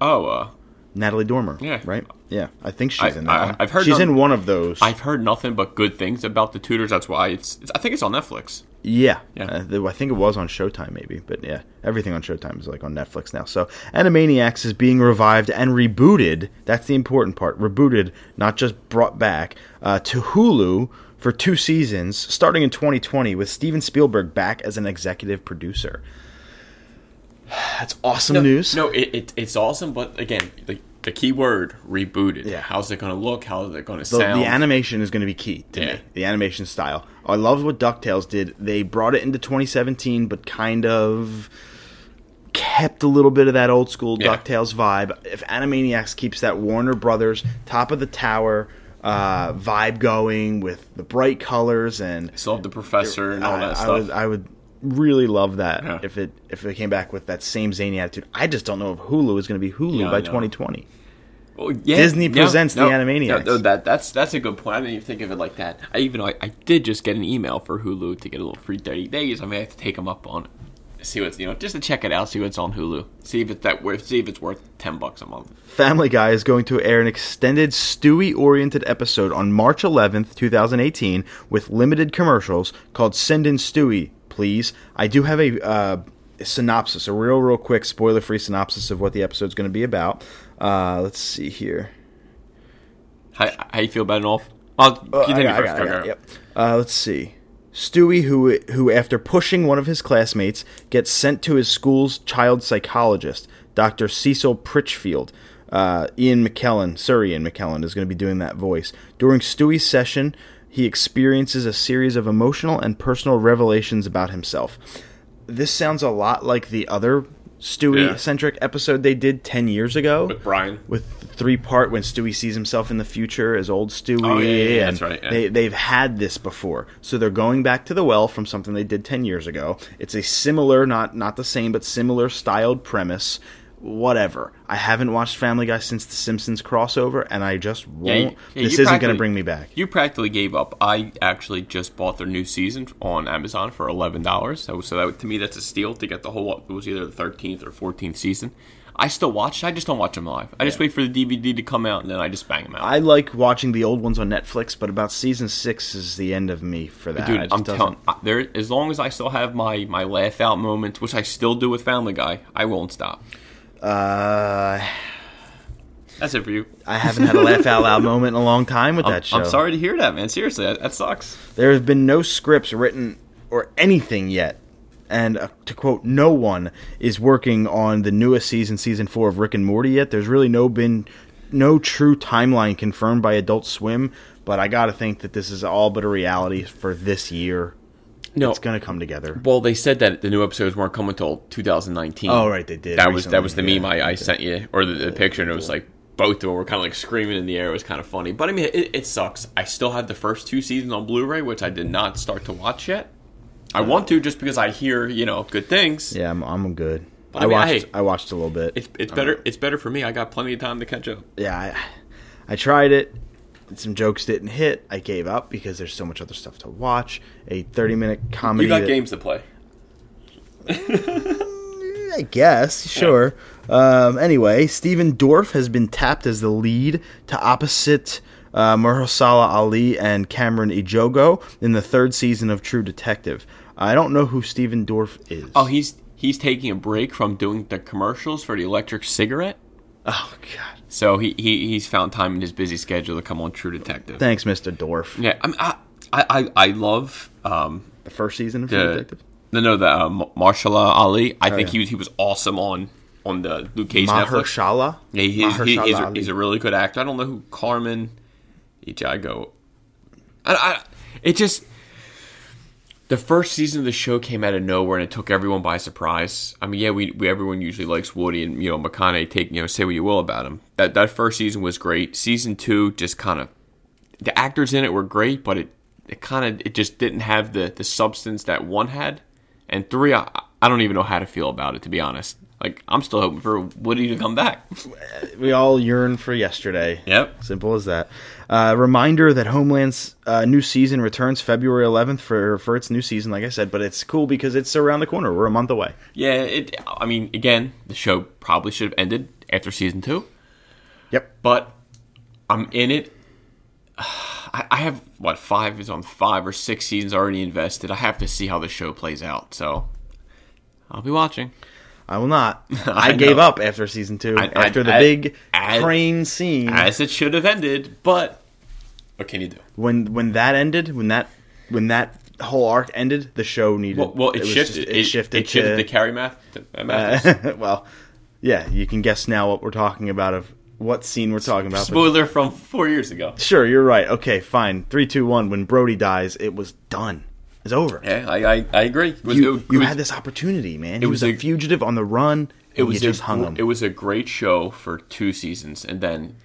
Speaker 2: oh uh
Speaker 1: Natalie Dormer.
Speaker 2: Yeah.
Speaker 1: Right? Yeah. I think she's
Speaker 2: I-
Speaker 1: in that
Speaker 2: I-
Speaker 1: one.
Speaker 2: I've heard
Speaker 1: she's
Speaker 2: none-
Speaker 1: in one of those.
Speaker 2: I've heard nothing but good things about the Tudors that's why it's, it's I think it's on Netflix
Speaker 1: Yeah,
Speaker 2: Yeah.
Speaker 1: Uh, the- I think it was on Showtime, maybe, but yeah, everything on Showtime is like on Netflix now. So, Animaniacs is being revived and rebooted. That's the important part. Rebooted, not just brought back uh, to Hulu for two seasons, starting in 2020, with Steven Spielberg back as an executive producer. That's awesome news.
Speaker 2: No, it, it, it's awesome, but again, the, the key word rebooted.
Speaker 1: Yeah.
Speaker 2: How's it going to look? How's it going to
Speaker 1: the,
Speaker 2: sound?
Speaker 1: the animation is going to be key to
Speaker 2: Yeah.
Speaker 1: me. The animation style. I love what DuckTales did. They brought it into 2017, but kind of kept a little bit of that old school
Speaker 2: Yeah.
Speaker 1: DuckTales vibe. If Animaniacs keeps that Warner Brothers top of the tower uh, vibe going with the bright colors and
Speaker 2: Still have the professor and all
Speaker 1: I,
Speaker 2: that
Speaker 1: I uh,
Speaker 2: stuff.
Speaker 1: would, I would really love that
Speaker 2: Yeah.
Speaker 1: if it if it came back with that same zany attitude. I just don't know if Hulu is going to be Hulu
Speaker 2: Yeah, I
Speaker 1: by
Speaker 2: know.
Speaker 1: 2020.
Speaker 2: Oh, yeah,
Speaker 1: Disney presents the Animaniacs.
Speaker 2: No, no, that, that's, that's a good point. I didn't even think of it like that. I even I, I did just get an email for Hulu to get a little free 30 days. I may have to take them up on it. See what's you know just to check it out. See what's on Hulu. See if it's that worth. See if it's worth ten bucks a month.
Speaker 1: Family Guy is going to air an extended Stewie oriented episode on March 11th, 2018, with limited commercials called Send in Stewie, Please. I do have a uh, synopsis, a real, real quick spoiler free synopsis of what the episode's going to be about. Uh, let's see here.
Speaker 2: How, how you feel about it off? Well,
Speaker 1: Oh, I
Speaker 2: continue
Speaker 1: got- I got-
Speaker 2: first.
Speaker 1: I got-
Speaker 2: Tucker.
Speaker 1: yep. Uh, let's see. Stewie, who who after pushing one of his classmates, gets sent to his school's child psychologist, Dr. Cecil Pritchfield. Uh, Ian McKellen, Sir Ian McKellen, is going to be doing that voice during Stewie's session. He experiences a series of emotional and personal revelations about himself. This sounds a lot like the other
Speaker 2: Yeah.
Speaker 1: Stewie-centric episode they did ten years ago
Speaker 2: With Brian.
Speaker 1: with the three part when Stewie sees himself in the future as old Stewie.
Speaker 2: Oh, yeah, yeah, yeah,
Speaker 1: and
Speaker 2: that's right, yeah.
Speaker 1: They, they've had this before, so they're going back to the well from something they did ten years ago. It's a similar, not not the same, but similar styled premise. whatever. I haven't watched Family Guy since the Simpsons crossover, and I just won't.
Speaker 2: you-
Speaker 1: this
Speaker 2: yeah, you
Speaker 1: isn't going
Speaker 2: practically-
Speaker 1: to bring me back.
Speaker 2: You practically gave up. I actually just bought their new season on Amazon for eleven dollars. So, so that to me, that's a steal to get the whole. It was either the thirteenth or fourteenth season. I still watch. I just don't watch them live. I just wait for the DVD to come out and then I just bang them out.
Speaker 1: I like watching the old ones on Netflix, but about season six is the end of me for that. I
Speaker 2: Dude,
Speaker 1: just
Speaker 2: I'm
Speaker 1: doesn't-
Speaker 2: telling I- there. As long as I still have my my laugh out moments, which I still do with Family Guy, I won't stop.
Speaker 1: Uh,
Speaker 2: That's it for you.
Speaker 1: I haven't had a laugh out loud moment in a long time with
Speaker 2: I'm,
Speaker 1: that show.
Speaker 2: I'm sorry to hear that, man. Seriously, that, that sucks.
Speaker 1: There have been no scripts written or anything yet. And uh, to quote, no one is working on the newest season, season four of Rick and Morty yet. There's really no been no true timeline confirmed by Adult Swim, but I gotta think that this is all but a reality for this year.
Speaker 2: No,
Speaker 1: It's gonna come together.
Speaker 2: Well, they said that the new episodes weren't coming until 2019.
Speaker 1: Oh, right, they did
Speaker 2: That was that was the
Speaker 1: recently,
Speaker 2: meme I, I sent you, or the, the picture, and it was like both of them were kind of like screaming in the air. It was kind of funny, but I mean, it, it sucks. I still have the first two seasons on Blu-ray, which I did not start to watch yet. I want to just because I hear you know good things.
Speaker 1: Yeah, I'm I'm good.
Speaker 2: I
Speaker 1: I,
Speaker 2: mean,
Speaker 1: watched
Speaker 2: hey,
Speaker 1: I, watched a little bit.
Speaker 2: It's, it's
Speaker 1: Uh-huh.
Speaker 2: better. It's better for me. I got plenty of time to catch up.
Speaker 1: yeah, I, I tried it. Some jokes didn't hit. I gave up because there's so much other stuff to watch. A 30 minute comedy.
Speaker 2: You got
Speaker 1: that-
Speaker 2: games to play.
Speaker 1: I guess, sure. Um, anyway, Steven Dorff has been tapped as the lead to opposite uh, Mahershala Ali and Cameron Ejogo in the third season of True Detective. I don't know who Steven Dorff is.
Speaker 2: Oh, he's he's taking a break from doing the commercials for the electric cigarette.
Speaker 1: oh God!
Speaker 2: So he, he he's found time in his busy schedule to come on True Detective.
Speaker 1: Thanks, Mr. Dorff.
Speaker 2: Yeah, I'm, I, I, I- I love um,
Speaker 1: The first season of True
Speaker 2: the
Speaker 1: Detective.
Speaker 2: no, no, the uh, Ma- Marshala Ali. I think
Speaker 1: yeah.
Speaker 2: he was he was awesome on on the Luke Cage Netflix.
Speaker 1: Mahershala.
Speaker 2: Yeah, he, he- he's,
Speaker 1: Mahershala
Speaker 2: a,
Speaker 1: Ali.
Speaker 2: he's a really good actor. I don't know who Carmen Ichigo. I, I it just the first season of the show came out of nowhere and it took everyone by surprise. I mean, yeah, we, we everyone usually likes Woody and you know McConaughey. Take you know say what you will about him. That that first season was great. Season two just kind of the actors in it were great, but it it kind of it just didn't have the the substance that one had. And three, I, I don't even know how to feel about it to be honest. Like I'm still hoping for Woody to come back.
Speaker 1: we all yearn for yesterday.
Speaker 2: Yep.
Speaker 1: Simple as that. Uh, reminder that Homeland's uh, new season returns February 11th for, for its new season, like I said, but it's cool because it's around the corner. We're a month away.
Speaker 2: Yeah, it. I mean, again, the show probably should have ended after season two,
Speaker 1: Yep.
Speaker 2: but I'm in it. I, I have what five is on five or six seasons already invested. I have to see how the show plays out, so I'll be watching.
Speaker 1: I will not.
Speaker 2: I
Speaker 1: I, gave
Speaker 2: know.
Speaker 1: up after season two,
Speaker 2: I- I-
Speaker 1: after the
Speaker 2: I-
Speaker 1: big
Speaker 2: I-
Speaker 1: crane scene.
Speaker 2: As it should have ended, but what can you do?
Speaker 1: when when that ended, when that when that whole arc ended, the show needed.
Speaker 2: Well, well it,
Speaker 1: was
Speaker 2: shifted.
Speaker 1: just-
Speaker 2: it, shifted. It shifted
Speaker 1: to-
Speaker 2: to Carrie Math. uh, Mathis.
Speaker 1: well, yeah, you can guess now what we're talking about of what scene we're talking about. but-
Speaker 2: Spoiler from four years ago.
Speaker 1: Sure, you're right. Okay, fine. Three, two, one. When Brody dies, it was done. It's over.
Speaker 2: Yeah, I I, I agree. It was-
Speaker 1: You,
Speaker 2: it
Speaker 1: you
Speaker 2: was-
Speaker 1: had this opportunity, man. He
Speaker 2: was
Speaker 1: was, a,
Speaker 2: a-
Speaker 1: fugitive on the run.
Speaker 2: it was
Speaker 1: you just
Speaker 2: a,
Speaker 1: hung him.
Speaker 2: It was a great show for two seasons, and then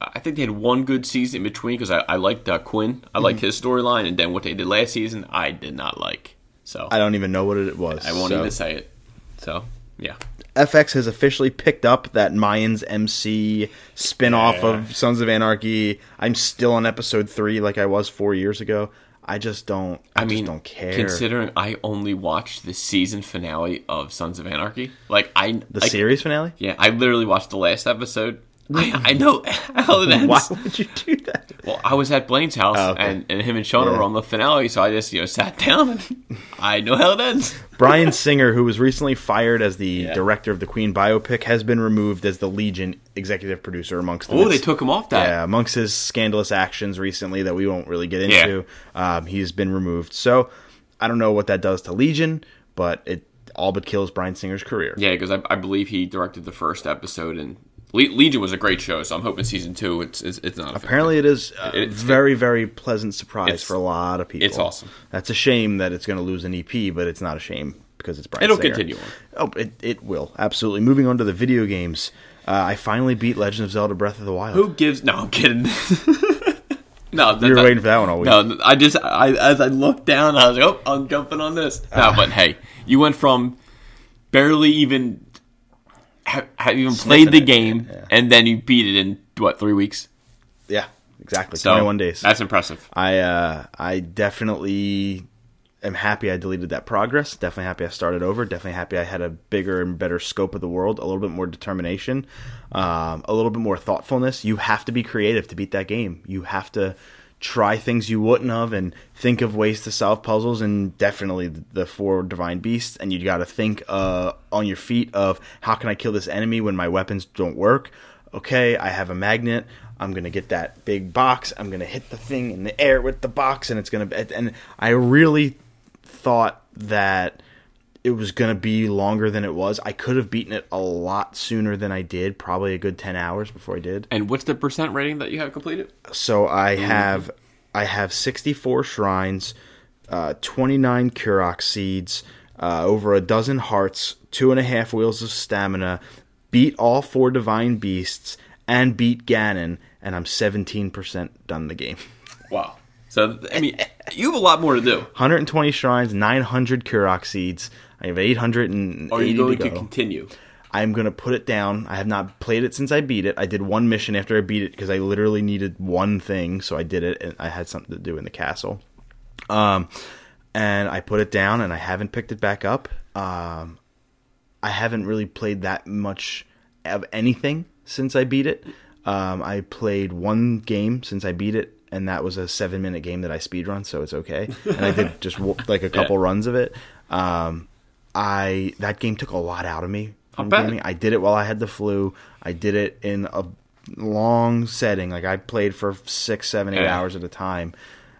Speaker 2: I think they had one good season in between because I, I liked uh, Quinn, I
Speaker 1: Mm-hmm.
Speaker 2: liked his storyline, and then what they did last season, I did not like. So
Speaker 1: I
Speaker 2: I,
Speaker 1: don't even know what it was. I
Speaker 2: won't
Speaker 1: so.
Speaker 2: even say it. So yeah,
Speaker 1: FX has officially picked up that Mayans MC spin-off
Speaker 2: Yeah.
Speaker 1: of Sons of Anarchy. I'm still on episode three, like I was four years ago. I just don't. I,
Speaker 2: I
Speaker 1: just
Speaker 2: mean,
Speaker 1: don't care.
Speaker 2: Considering I only watched the season finale of Sons of Anarchy, like I
Speaker 1: the
Speaker 2: like,
Speaker 1: series finale.
Speaker 2: yeah, I literally watched the last episode. I, I know how it ends.
Speaker 1: Why would you do that?
Speaker 2: Well, I was at Blaine's house,
Speaker 1: Oh, okay.
Speaker 2: and, and him and Shauna
Speaker 1: Yeah.
Speaker 2: were on the finale, so I just you know sat down. and I know how it ends.
Speaker 1: Brian Singer, who was recently fired as the director of the Queen biopic, has been removed as the Legion executive producer amongst.
Speaker 2: Oh, they
Speaker 1: its-
Speaker 2: took him off that.
Speaker 1: Yeah, amongst his scandalous actions recently that we won't really get into, um, he's been removed. So I don't know what that does to Legion, but it all but kills Brian Singer's career.
Speaker 2: Yeah, because I, I believe he directed the first episode, and Le- Legion was a great show. So I'm hoping season two, it's it's, it's not affected.
Speaker 1: Apparently, it is a
Speaker 2: It's-
Speaker 1: very, very pleasant surprise
Speaker 2: It's-
Speaker 1: for a lot of people.
Speaker 2: it's awesome.
Speaker 1: That's a shame that it's going to lose an EP, but it's not a shame because it's Brian
Speaker 2: It'll
Speaker 1: Singer.
Speaker 2: continue on.
Speaker 1: Oh, it, it will. Absolutely. Moving on to the video games. Uh, I finally beat Legend of Zelda Breath of the Wild.
Speaker 2: Who gives? No, I'm kidding. no,
Speaker 1: You were waiting for that one all week.
Speaker 2: No, I just I as I looked down, I was like, oh, I'm
Speaker 1: Ah.
Speaker 2: jumping on this. No, but hey, you went from barely even have, have even played the game, and then you beat it in what three weeks?
Speaker 1: Yeah, exactly.
Speaker 2: So,
Speaker 1: 21 days.
Speaker 2: That's impressive.
Speaker 1: I uh, I definitely am happy I deleted that progress. Definitely happy I started over. Definitely happy I had a bigger and better scope of the world. A little bit more determination. Um, a little bit more thoughtfulness. You have to be creative to beat that game. You have to try things you wouldn't have and think of ways to solve puzzles and definitely the four divine beasts and you got to think uh, on your feet of how can i kill this enemy when my weapons don't work okay, I have a magnet. I'm gonna get that big box. I'm gonna hit the thing in the air with the box, and it's gonna. And I really thought that it was gonna be longer than it was. I could have beaten it a lot sooner than I did. Probably a good ten hours before I did.
Speaker 2: And what's the percent rating that you have completed?
Speaker 1: So I have I have 64 shrines, uh, 29 Kurok seeds, uh, over a dozen hearts, two and a half wheels of stamina, beat all four divine beasts, and beat Ganon, and I'm 17% done the game.
Speaker 2: Wow. So I mean, you have a lot more to do.
Speaker 1: 120 shrines, 900 Kurok seeds. I have 880
Speaker 2: Are you
Speaker 1: to
Speaker 2: going
Speaker 1: go.
Speaker 2: to continue?
Speaker 1: I'm gonna put it down. I have not played it since I beat it. I did one mission after I beat it because I literally needed one thing, so I did it, and I had something to do in the castle. Um, and I put it down, and I haven't picked it back up. Um, I haven't really played that much of anything since I beat it. Um, I played one game since I beat it, and that was a seven minute game that I speedrun, so it's okay. And I did just wo- like a couple runs of it. Um, I that game took a lot out of me. From
Speaker 2: bet.
Speaker 1: gaming. I did it while I had the flu. I did it in a long setting. Like I played for six, seven, eight
Speaker 2: Yeah.
Speaker 1: hours at a time,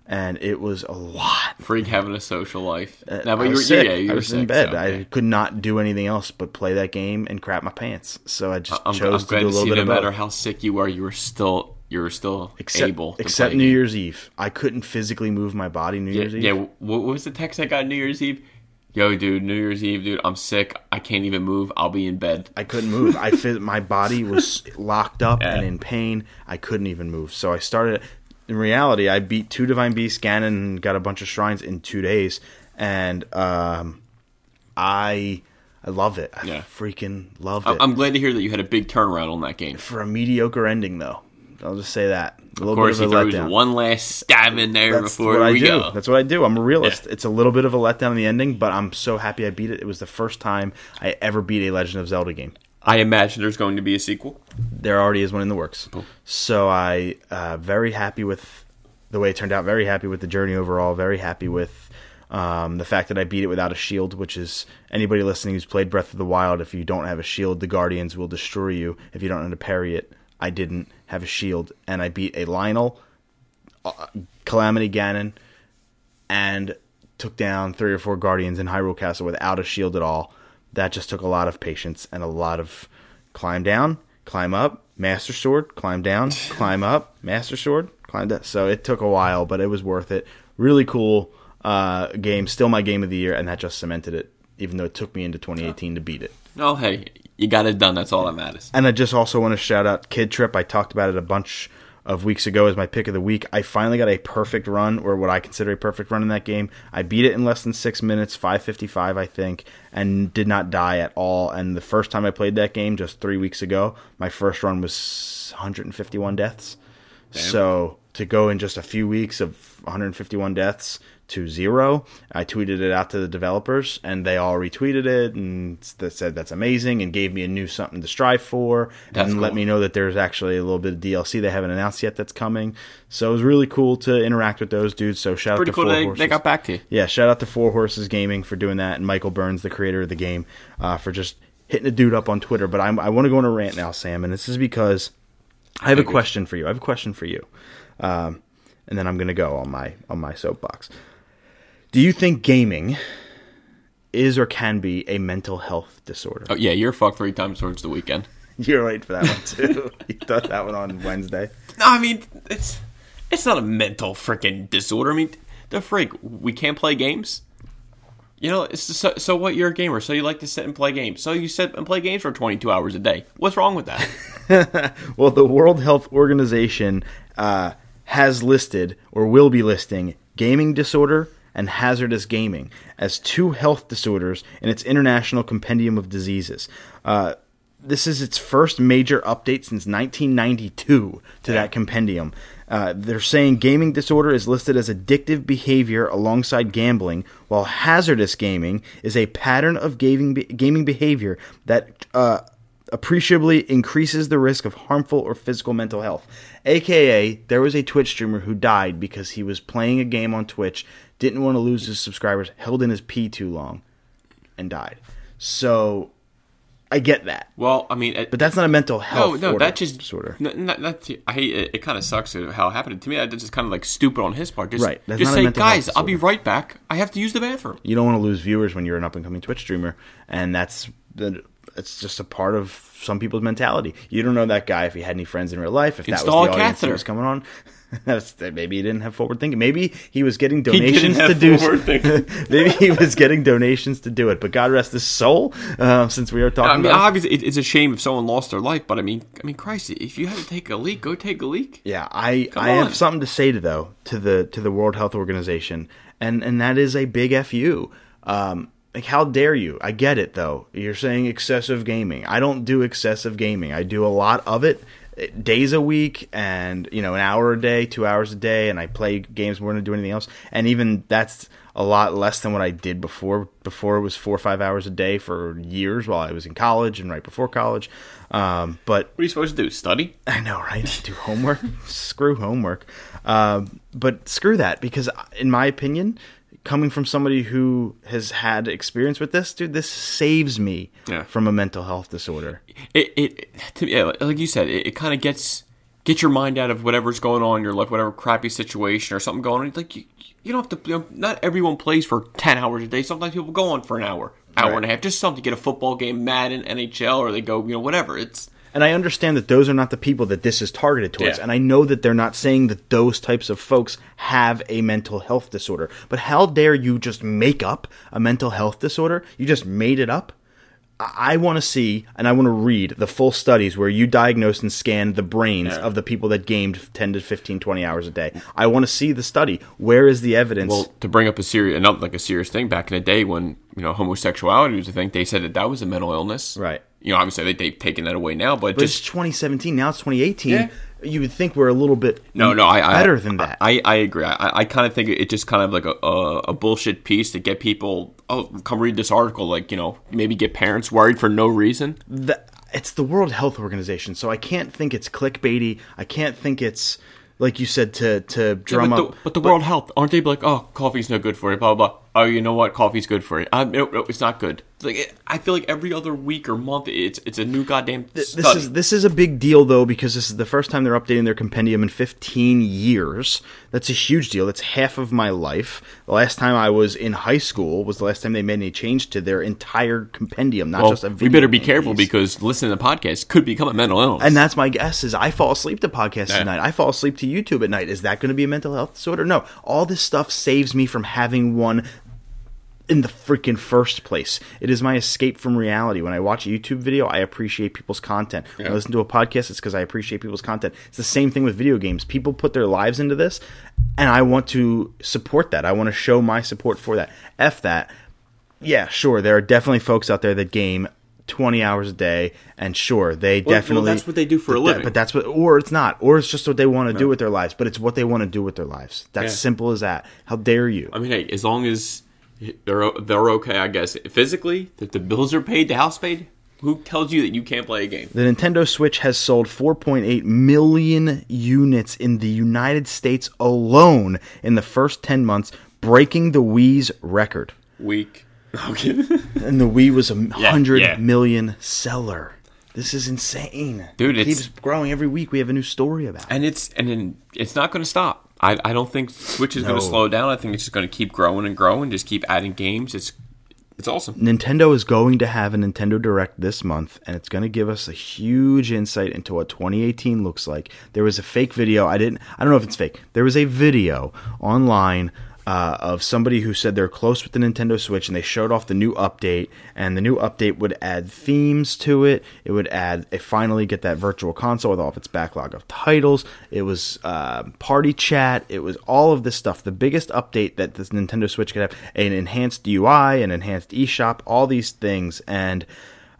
Speaker 1: and it was a lot.
Speaker 2: Freak having a social life. Uh,
Speaker 1: I was sick. I was in bed. I
Speaker 2: I,
Speaker 1: could not do anything else but play that game and crap my pants. So I just
Speaker 2: am
Speaker 1: chose to
Speaker 2: glad
Speaker 1: do a
Speaker 2: to
Speaker 1: little
Speaker 2: see.
Speaker 1: bit
Speaker 2: No
Speaker 1: of
Speaker 2: matter
Speaker 1: both.
Speaker 2: how sick you are, you were still you were still
Speaker 1: Except,
Speaker 2: able. To
Speaker 1: except
Speaker 2: play
Speaker 1: New
Speaker 2: a game.
Speaker 1: Year's Eve, I couldn't physically move my body. New Year's Eve.
Speaker 2: Yeah, wh- what was the text I got New Year's Eve? Yo, dude, New Year's Eve, dude, I'm sick. I can't even move. I'll be in bed.
Speaker 1: I couldn't move. I fit, my body was locked up and
Speaker 2: Yeah.
Speaker 1: in pain. I couldn't even move. So I started. In reality, I beat two divine beasts, Ganon, and got a bunch of shrines in two days, and um, I I love it. I
Speaker 2: Yeah.
Speaker 1: freaking loved it.
Speaker 2: I- I'm glad to hear that you had a big turnaround on that game.
Speaker 1: For a mediocre ending, though, I'll just say that. A little
Speaker 2: Of course,
Speaker 1: bit
Speaker 2: he
Speaker 1: of a
Speaker 2: throws
Speaker 1: letdown.
Speaker 2: one last stab in there
Speaker 1: That's
Speaker 2: before
Speaker 1: what I
Speaker 2: we
Speaker 1: do.
Speaker 2: go.
Speaker 1: That's what I do. I'm a realist. It's a little bit of a letdown in the ending, but I'm so happy I beat it. It was the first time I ever beat a Legend of Zelda game.
Speaker 2: I imagine there's going to be a sequel.
Speaker 1: There already is one in the works. So I uh, very happy with the way it turned out. Very happy with the journey overall. Very happy with um, the fact that I beat it without a shield, which is anybody listening who's played Breath of the Wild. If you don't have a shield, the Guardians will destroy you. If you don't know how to parry it, I didn't have a shield, and I beat a Lionel, uh, Calamity Ganon, and took down three or four guardians in Hyrule Castle without a shield at all. That just took a lot of patience and a lot of climb down, climb up, master sword, climb down, climb up, master sword, climb down. So it took a while, but it was worth it. Really cool uh, game, still my game of the year, and that just cemented it. Even though it took me into 2018 to beat it.
Speaker 2: Oh, hey, you got it done. That's all that matters.
Speaker 1: And I just also want to shout out Kid Trip. I talked about it a bunch of weeks ago as my pick of the week. I finally got a perfect run, or what I consider a perfect run in that game. I beat it in less than six minutes, five fifty five, I think, and did not die at all. And the first time I played that game, just three weeks ago, my first run was 151 deaths. So to go in just a few weeks of 151 deaths to zero, I tweeted it out to the developers, and they all retweeted it and s- that said that's amazing and gave me a new something to strive for
Speaker 2: That's
Speaker 1: and let
Speaker 2: cool.
Speaker 1: me know that there's actually a little bit of DLC they haven't announced yet that's coming. So it was really cool to interact with those dudes. So shout out
Speaker 2: Pretty
Speaker 1: to
Speaker 2: cool
Speaker 1: Four
Speaker 2: that they,
Speaker 1: Horses.
Speaker 2: they got back to you.
Speaker 1: Yeah, shout out to Four Horses Gaming for doing that, and Michael Burns, the creator of the game, uh, for just hitting a dude up on Twitter. But I'm, I want to go on a rant now, Sam, and this is because I have a question for you. I have a question for you, um, and then I'm going to go on my on my soapbox. Do you think gaming is or can be a mental health disorder?
Speaker 2: Oh, yeah, you're fucked three times towards the weekend.
Speaker 1: You're late for that one too. you thought that one on Wednesday.
Speaker 2: No, I mean it's it's not a mental freaking disorder. I mean the freak we can't play games. You know, it's so, so what? You're a gamer, so you like to sit and play games. So you sit and play games for 22 hours a day. What's wrong with that?
Speaker 1: Well, the World Health Organization uh, has listed or will be listing gaming disorder and hazardous gaming as two health disorders in its international compendium of diseases. Uh, this is its first major update since 1992 to that compendium. Uh, they're saying gaming disorder is listed as addictive behavior alongside gambling, while hazardous gaming is a pattern of gaming be- gaming behavior that uh, appreciably increases the risk of harmful or physical mental health. AKA, there was a Twitch streamer who died because he was playing a game on Twitch, didn't want to lose his subscribers, held in his pee too long, and died. So I get that,
Speaker 2: Well, I mean, it,
Speaker 1: but that's not a mental health.
Speaker 2: no, Oh, no,
Speaker 1: order-
Speaker 2: that just
Speaker 1: disorder.
Speaker 2: N- not, not to- I hate it. It kind of sucks how it happened to me. That just kind of like stupid on his part. Just,
Speaker 1: Right, that's
Speaker 2: just
Speaker 1: not a
Speaker 2: say,
Speaker 1: mental health
Speaker 2: guys, I'll be right back. I have to use the bathroom.
Speaker 1: You don't want to lose viewers when you're an up and coming Twitch streamer, and that's the. It's just a part of some people's mentality. You don't know that guy if he had any friends in real life. If
Speaker 2: Install a
Speaker 1: that was the audience that
Speaker 2: catheter.
Speaker 1: was coming on, that's, that maybe he didn't have forward thinking. Maybe he was getting
Speaker 2: didn't
Speaker 1: donations
Speaker 2: have
Speaker 1: to do.
Speaker 2: forward thinking.
Speaker 1: maybe he was getting donations to do it. But God rest his soul. Uh, since we are talking
Speaker 2: I mean,
Speaker 1: about
Speaker 2: obviously, it, it's a shame if someone lost their life, but I mean, I mean, Christ, if you had to take a leak, go take a leak.
Speaker 1: Yeah, I I have
Speaker 2: on.
Speaker 1: something to say to though to the to the World Health Organization, and and that is a big fu. Um, like how dare you? I get it though. You're saying excessive gaming. I don't do excessive gaming. I do a lot of it, eh, days a week, and you know an hour a day, two hours a day, and I play games more than I do anything else. And even that's a lot less than what I did before. Before it was four or five hours a day for years while I was in college and right before college. Um, but
Speaker 2: What are you supposed to do? Study?
Speaker 1: I know, right? Do homework? screw homework. Um, but screw that, because in my opinion, coming from somebody who has had experience with this, dude, this saves me
Speaker 2: Yeah.
Speaker 1: from a mental health disorder.
Speaker 2: It, it to me, yeah, like you said, it, it kind of gets get your mind out of whatever's going on in your life, whatever crappy situation or something going on. Like you, you don't have to. You know, not everyone plays for ten hours a day. Sometimes people go on for an hour, hour and a half, just something. Get a football game, Madden, NHL, or they go, you know, whatever. It's
Speaker 1: And I understand that those are not the people that this is targeted towards.
Speaker 2: Yeah.
Speaker 1: And I know that they're not saying that those types of folks have a mental health disorder. But how dare you just make up a mental health disorder? You just made it up? I want to see and I want to read the full studies where you diagnosed and scanned the brains of the people that gamed 10 to 15, 20 hours a day. I want to see the study. Where is the evidence?
Speaker 2: Well, to bring up a serious, another like a serious thing. Back in the day when you know homosexuality was a thing, they said that that was a mental illness.
Speaker 1: Right.
Speaker 2: You know, obviously they, they've taken that away now, but,
Speaker 1: But
Speaker 2: just
Speaker 1: it's 2017, now it's 2018.
Speaker 2: Yeah.
Speaker 1: You would think we're a little bit
Speaker 2: no, no, I, I
Speaker 1: better than that.
Speaker 2: I, I agree. I, I kind of think it just kind of like a, a a bullshit piece to get people. Oh, come read this article. Like you know, maybe get parents worried for no reason.
Speaker 1: the, it's the World Health Organization, so I can't think it's clickbaity. I can't think it's like you said to to drum
Speaker 2: but,
Speaker 1: up.
Speaker 2: the, but the World Health aren't they like, oh, coffee's no good for you, blah blah. blah. Oh, you know what? Coffee's good for you. Um, no, no, it's not good. It's like it, I feel like every other week or month, it's it's a new goddamn.
Speaker 1: this
Speaker 2: study.
Speaker 1: is this is a big deal though because this is the first time they're updating their compendium in 15 years. That's a huge deal. That's half of my life. The last time I was in high school was the last time they made any change to their entire compendium, not
Speaker 2: Well,
Speaker 1: just a.
Speaker 2: we
Speaker 1: Video
Speaker 2: better be
Speaker 1: game
Speaker 2: careful
Speaker 1: piece.
Speaker 2: because listening to podcasts could become a mental illness.
Speaker 1: And that's my guess is I fall asleep to podcasts
Speaker 2: Yeah.
Speaker 1: at night. I fall asleep to YouTube at night. Is that going to be a mental health disorder? No. All this stuff saves me from having one in the freaking first place. It is my escape from reality. When I watch a YouTube video, I appreciate people's content. When I listen to a podcast, it's because I appreciate people's content. It's the same thing with video games. People put their lives into this, and I want to support that. I want to show my support for that. F that yeah, sure. There are definitely folks out there that game twenty hours a day, and sure, they
Speaker 2: well,
Speaker 1: definitely
Speaker 2: that's what they do for a
Speaker 1: but that-
Speaker 2: living.
Speaker 1: But that's what, or it's not, or it's just what they want to do with their lives. But it's what they want to do with their lives. That's
Speaker 2: Yeah.
Speaker 1: simple as that. How dare you?
Speaker 2: I mean, hey, as long as they're o- they're okay, I guess physically, that the bills are paid, the house paid. Who tells you that you can't play a game?
Speaker 1: The Nintendo Switch has sold 4.8 million units in the United States alone in the first ten months, breaking the Wii's record.
Speaker 2: Weak. Okay,
Speaker 1: And the Wii was a hundred million
Speaker 2: yeah.
Speaker 1: seller. This is insane,
Speaker 2: Dude,
Speaker 1: It
Speaker 2: it's-
Speaker 1: keeps growing every week. We have a new story about. it.
Speaker 2: and it's and then it's not going to stop. I, I don't think Switch is going
Speaker 1: No.
Speaker 2: to slow down. I think it's just going to keep growing and growing. Just keep adding games. It's it's awesome.
Speaker 1: Nintendo is going to have a Nintendo Direct this month, and it's going to give us a huge insight into what 2018 looks like. There was a fake video. I didn't. I don't know if it's fake. There was a video online uh, of somebody who said they're close with the Nintendo Switch, and they showed off the new update. And the new update would add themes to it. It would add. It finally get that virtual console with all of its backlog of titles. It was uh, party chat. It was all of this stuff. The biggest update that this Nintendo Switch could have an enhanced UI, an enhanced eShop, all these things. And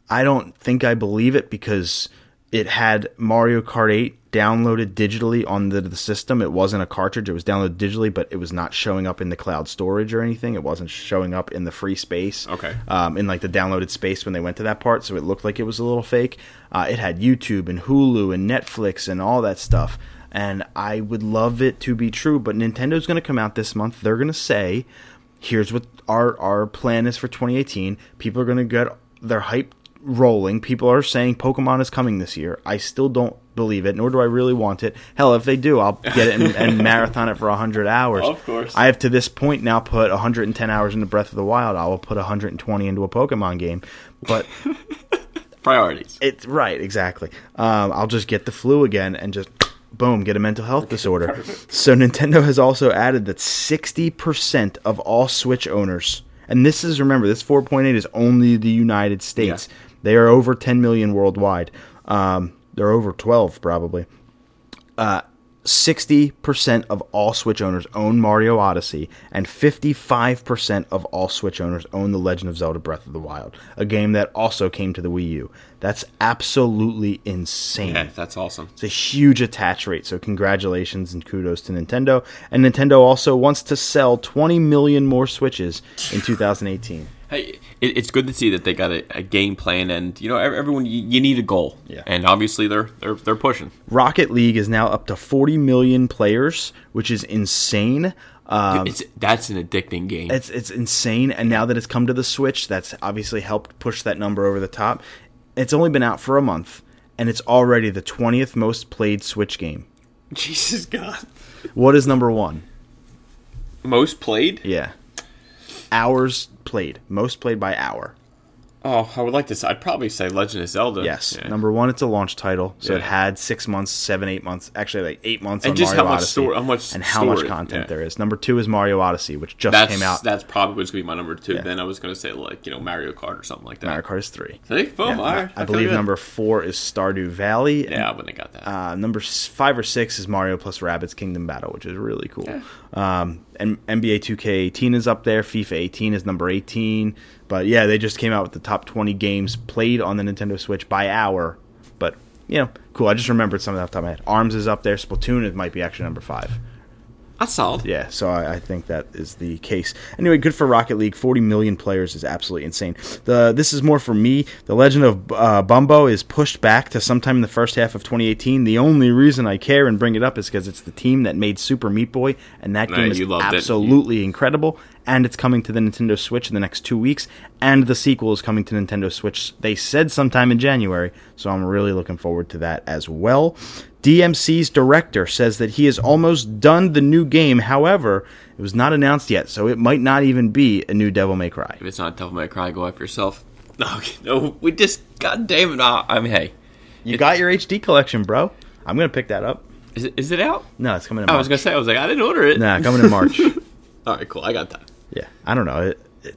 Speaker 1: I don't think I believe it because it had Mario Kart 8 downloaded digitally on the, the system. It wasn't a cartridge. It was downloaded digitally, but it was not showing up in the cloud storage or anything. It wasn't showing up in the free space.
Speaker 2: Okay.
Speaker 1: Um, in like the downloaded space when they went to that part, so it looked like it was a little fake. Uh, it had YouTube and Hulu and Netflix and all that stuff. And I would love it to be true, but Nintendo's going to come out this month. They're going to say, here's what our our plan is for 2018. People are going to get their hype rolling. People are saying Pokemon is coming this year. I still don't believe it, nor do I really want it. Hell, if they do, I'll get it and, and marathon it for 100 hours.
Speaker 2: Of course.
Speaker 1: I have to this point now put 110 hours into Breath of the Wild. I will put 120 into a Pokemon game. But
Speaker 2: Priorities.
Speaker 1: it's right, exactly. Um, I'll just get the flu again and just boom, get a mental health disorder. So Nintendo has also added that 60% of all Switch owners, and this is remember, this 4.8 is only the United States. They are over 10 million worldwide. Um, they're over 12 probably. Sixty percent of all Switch owners own Mario Odyssey, and fifty-five percent of all Switch owners own The Legend of Zelda: Breath of the Wild, a game that also came to the Wii U. That's absolutely insane.
Speaker 2: Yeah, that's awesome.
Speaker 1: It's a huge attach rate, so congratulations and kudos to Nintendo. And Nintendo also wants to sell 20 million more Switches in 2018.
Speaker 2: Hey, it, it's good to see that they got a, a game plan, and you know, ev- everyone you, you need a goal.
Speaker 1: Yeah.
Speaker 2: And obviously, they're they're they're pushing.
Speaker 1: Rocket League is now up to 40 million players, which is insane. Um,
Speaker 2: it's that's an addicting game.
Speaker 1: It's it's insane, and now that it's come to the Switch, that's obviously helped push that number over the top. It's only been out for a month, and it's already the twentieth most played Switch game.
Speaker 2: Jesus God.
Speaker 1: What is number one?
Speaker 2: Most played.
Speaker 1: Yeah, hours played, most played by hour.
Speaker 2: Oh, I would like to. Say, I'd probably say Legend of Zelda.
Speaker 1: Yes,
Speaker 2: Yeah.
Speaker 1: number one. It's a launch title, so it
Speaker 2: Yeah.
Speaker 1: had six months, seven, eight months. Actually, like eight months.
Speaker 2: And
Speaker 1: on
Speaker 2: just
Speaker 1: Mario
Speaker 2: how much
Speaker 1: Odyssey,
Speaker 2: stor- how much
Speaker 1: and how much
Speaker 2: storage,
Speaker 1: content
Speaker 2: yeah.
Speaker 1: there is. Number two is Mario Odyssey, which just
Speaker 2: That's
Speaker 1: came out.
Speaker 2: that's probably what's gonna be my number two. Then I was gonna say like you know Mario Kart or something like that.
Speaker 1: Mario Kart is three.
Speaker 2: See, boom. all right.
Speaker 1: I
Speaker 2: Okay,
Speaker 1: believe
Speaker 2: good.
Speaker 1: number four is Stardew Valley, and
Speaker 2: Yeah, I wouldn't have got that.
Speaker 1: Uh, number s- five or six is Mario plus Rabbits Kingdom Battle, which is really cool. Um, and NBA 2K18 is up there. FIFA 18 is number 18. But yeah, they just came out with the top 20 games played on the Nintendo Switch by hour. But you know, cool. I just remembered something off the top of my head. Arms is up there. Splatoon it might be actually number five.
Speaker 2: that's solid.
Speaker 1: Yeah, so I, I think that is the case. Anyway, good for Rocket League. Forty million players is absolutely insane. The this is more for me. The Legend of uh, Bumbo is pushed back to sometime in the first half of 2018. The only reason I care and bring it up is because it's the team that made Super Meat Boy, and that
Speaker 2: Right,
Speaker 1: game is
Speaker 2: you loved it.
Speaker 1: absolutely incredible. And it's coming to the Nintendo Switch in the next two weeks, and the sequel is coming to Nintendo Switch. They said sometime in January, so I'm really looking forward to that as well. DMC's director says that he has almost done the new game. However, it was not announced yet, so it might not even be a new Devil May Cry.
Speaker 2: If it's not Devil May Cry, go after yourself. No, no, we just, god damn it, I, I mean, hey,
Speaker 1: You got your HD collection, bro. I'm gonna pick that up.
Speaker 2: is it, is it out?
Speaker 1: No, it's coming in
Speaker 2: I
Speaker 1: March.
Speaker 2: was gonna say, I was like, I didn't order it.
Speaker 1: Nah, coming in March.
Speaker 2: All right, cool, I got that.
Speaker 1: yeah, I don't know. It, it,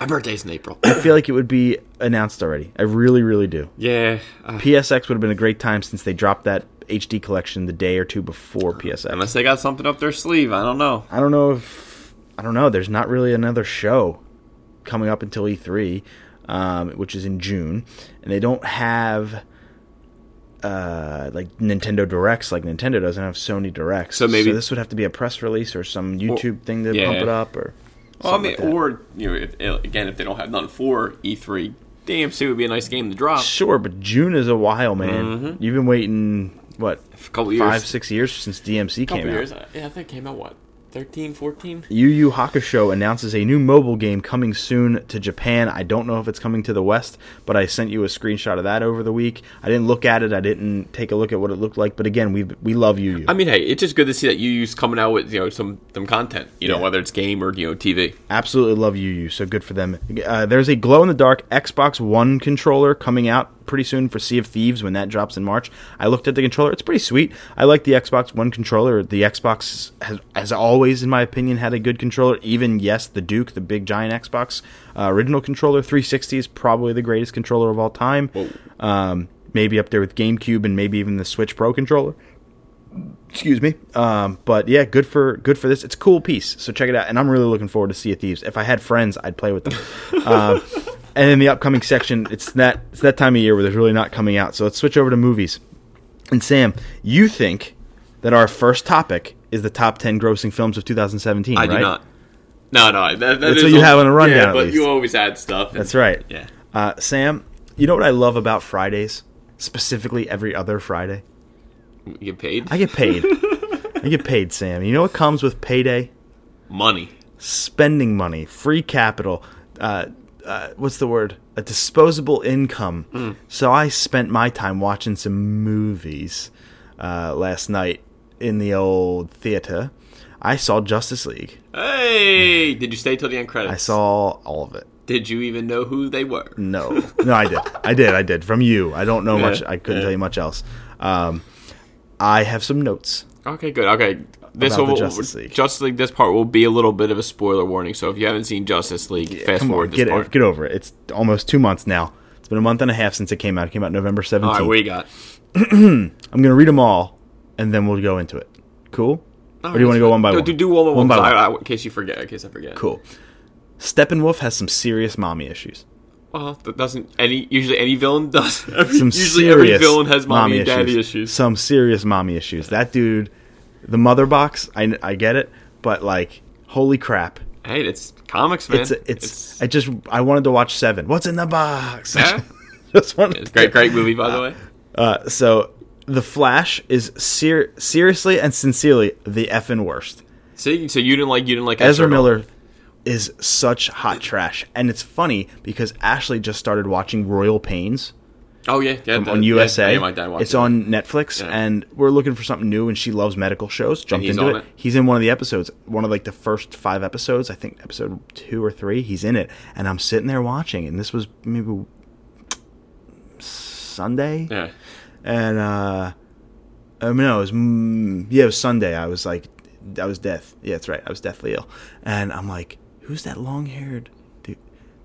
Speaker 2: My birthday's in April.
Speaker 1: I feel like it would be announced already. I really, really do.
Speaker 2: yeah, uh,
Speaker 1: PSX would have been a great time since they dropped that HD collection the day or two before PSX.
Speaker 2: unless they got something up their sleeve, I don't know.
Speaker 1: I don't know if I don't know. There's not really another show coming up until E3, um, which is in June, and they don't have uh, like Nintendo Directs like Nintendo doesn't have Sony Directs.
Speaker 2: So maybe-
Speaker 1: this would have to be a press release or some YouTube thing to
Speaker 2: yeah.
Speaker 1: pump it up or.
Speaker 2: Well, I
Speaker 1: something
Speaker 2: mean,
Speaker 1: like that.
Speaker 2: or you know, if, again, if they don't have none E for E3, DMC would be a nice game to drop.
Speaker 1: sure, but June is a while, man. You've been waiting what
Speaker 2: For Mm-hmm. a couple years,
Speaker 1: five, six years since DMC
Speaker 2: couple
Speaker 1: came out.
Speaker 2: years. Yeah, I think it came out what 13, 14?
Speaker 1: Yu Yu Hakusho announces a new mobile game coming soon to Japan. I don't know if it's coming to the West, but I sent you a screenshot of that over the week. I didn't look at it. I didn't take a look at what it looked like. But again, we we love Yu Yu.
Speaker 2: I mean, hey, it's just good to see that you use coming out with you know some some content, you know,
Speaker 1: Yeah.
Speaker 2: whether it's game or you know TV.
Speaker 1: Absolutely love Yu Yu. So good for them. Uh, there's a glow in the dark Xbox One controller coming out pretty soon for Sea of Thieves when that drops in March. I looked at the controller. It's pretty sweet. I like the Xbox One controller. The Xbox has, has always, in my opinion, had a good controller. Even, yes, the Duke, the big giant Xbox uh, original controller. 360 is probably the greatest controller of all time. Um, maybe up there with GameCube and maybe even the Switch Pro controller excuse me um, but yeah good for good for this it's a cool piece so check it out and i'm really looking forward to sea of thieves if i had friends i'd play with them um, and in the upcoming section, it's that it's that time of year where there's really not coming out. So let's switch over to movies. And Sam, you think that our first topic is the top ten grossing films of 2017?
Speaker 2: I
Speaker 1: right?
Speaker 2: do not. No, no. That, that
Speaker 1: That's
Speaker 2: is
Speaker 1: what you
Speaker 2: all-
Speaker 1: have on a rundown,
Speaker 2: Yeah,
Speaker 1: at
Speaker 2: but
Speaker 1: least.
Speaker 2: you always add stuff. and-
Speaker 1: That's right.
Speaker 2: Yeah.
Speaker 1: Uh, Sam, you know what I love about Fridays, specifically every other Friday.
Speaker 2: You get paid.
Speaker 1: I get paid. I get paid, Sam. You know what comes with payday?
Speaker 2: money.
Speaker 1: Spending money, free capital. Uh, uh, what's the word? A disposable income.
Speaker 2: Mm.
Speaker 1: So I spent my time watching some movies uh, last night in the old theater. I saw Justice League.
Speaker 2: Hey, did you stay till the end credits?
Speaker 1: I saw Mm. all of it.
Speaker 2: Did you even know who they were?
Speaker 1: No, no, I did, I did, I did. From you, I don't know much. I couldn't
Speaker 2: yeah.
Speaker 1: tell you much else. Um, I have some notes.
Speaker 2: Okay, good. Okay, this
Speaker 1: About the
Speaker 2: will
Speaker 1: Justice League.
Speaker 2: Justice League. This part will be a little bit of a spoiler warning. So if you haven't seen Justice League, fast
Speaker 1: Come
Speaker 2: forward
Speaker 1: on,
Speaker 2: this
Speaker 1: get
Speaker 2: part.
Speaker 1: it, get over it. It's almost two months now. It's been a month and a half since it came out. It came out November
Speaker 2: All
Speaker 1: seventeenth.
Speaker 2: right, what do you got?
Speaker 1: I'm gonna read them all, and then we'll go into it. Cool.
Speaker 2: Oh,
Speaker 1: or do you want to go one by
Speaker 2: do,
Speaker 1: one?
Speaker 2: Do, do all the
Speaker 1: One
Speaker 2: ones.
Speaker 1: by
Speaker 2: I-
Speaker 1: one.
Speaker 2: I- in case you forget. In case I forget.
Speaker 1: Cool. Steppenwolf has some serious mommy issues.
Speaker 2: Well, that doesn't any usually any villain does. Every,
Speaker 1: Some
Speaker 2: usually
Speaker 1: serious
Speaker 2: every villain has mommy, and daddy issues.
Speaker 1: Some serious mommy issues. That dude, the mother box. I, I get it, but like, holy crap.
Speaker 2: Hey, it's comics, man.
Speaker 1: It's it's. I just I wanted to watch Seven. What's in the box?
Speaker 2: Yeah.
Speaker 1: Just wanted
Speaker 2: it's
Speaker 1: to-
Speaker 2: great, great movie by the way.
Speaker 1: Uh, so the Flash is ser- seriously and sincerely the effing worst.
Speaker 2: So, so you didn't like you didn't like
Speaker 1: Ezra
Speaker 2: Astronaut.
Speaker 1: Miller is such hot trash, and it's funny because Ashley just started watching Royal Pains
Speaker 2: Oh yeah, yeah
Speaker 1: on USA.
Speaker 2: Yeah, my dad watched
Speaker 1: it's
Speaker 2: it.
Speaker 1: on Netflix,
Speaker 2: Yeah.
Speaker 1: and we're looking for something new. And she loves medical shows. Jumped
Speaker 2: he's
Speaker 1: into
Speaker 2: on
Speaker 1: it.
Speaker 2: it?
Speaker 1: He's in one of the episodes, one of like the first five episodes. I think episode two or three. He's in it, and I'm sitting there watching. And this was maybe Sunday
Speaker 2: Yeah.
Speaker 1: and uh um, no, it was mm, yeah, it was Sunday. I was like, I was death. Yeah, that's right. I was deathly ill, and I'm like, who's that long haired dude?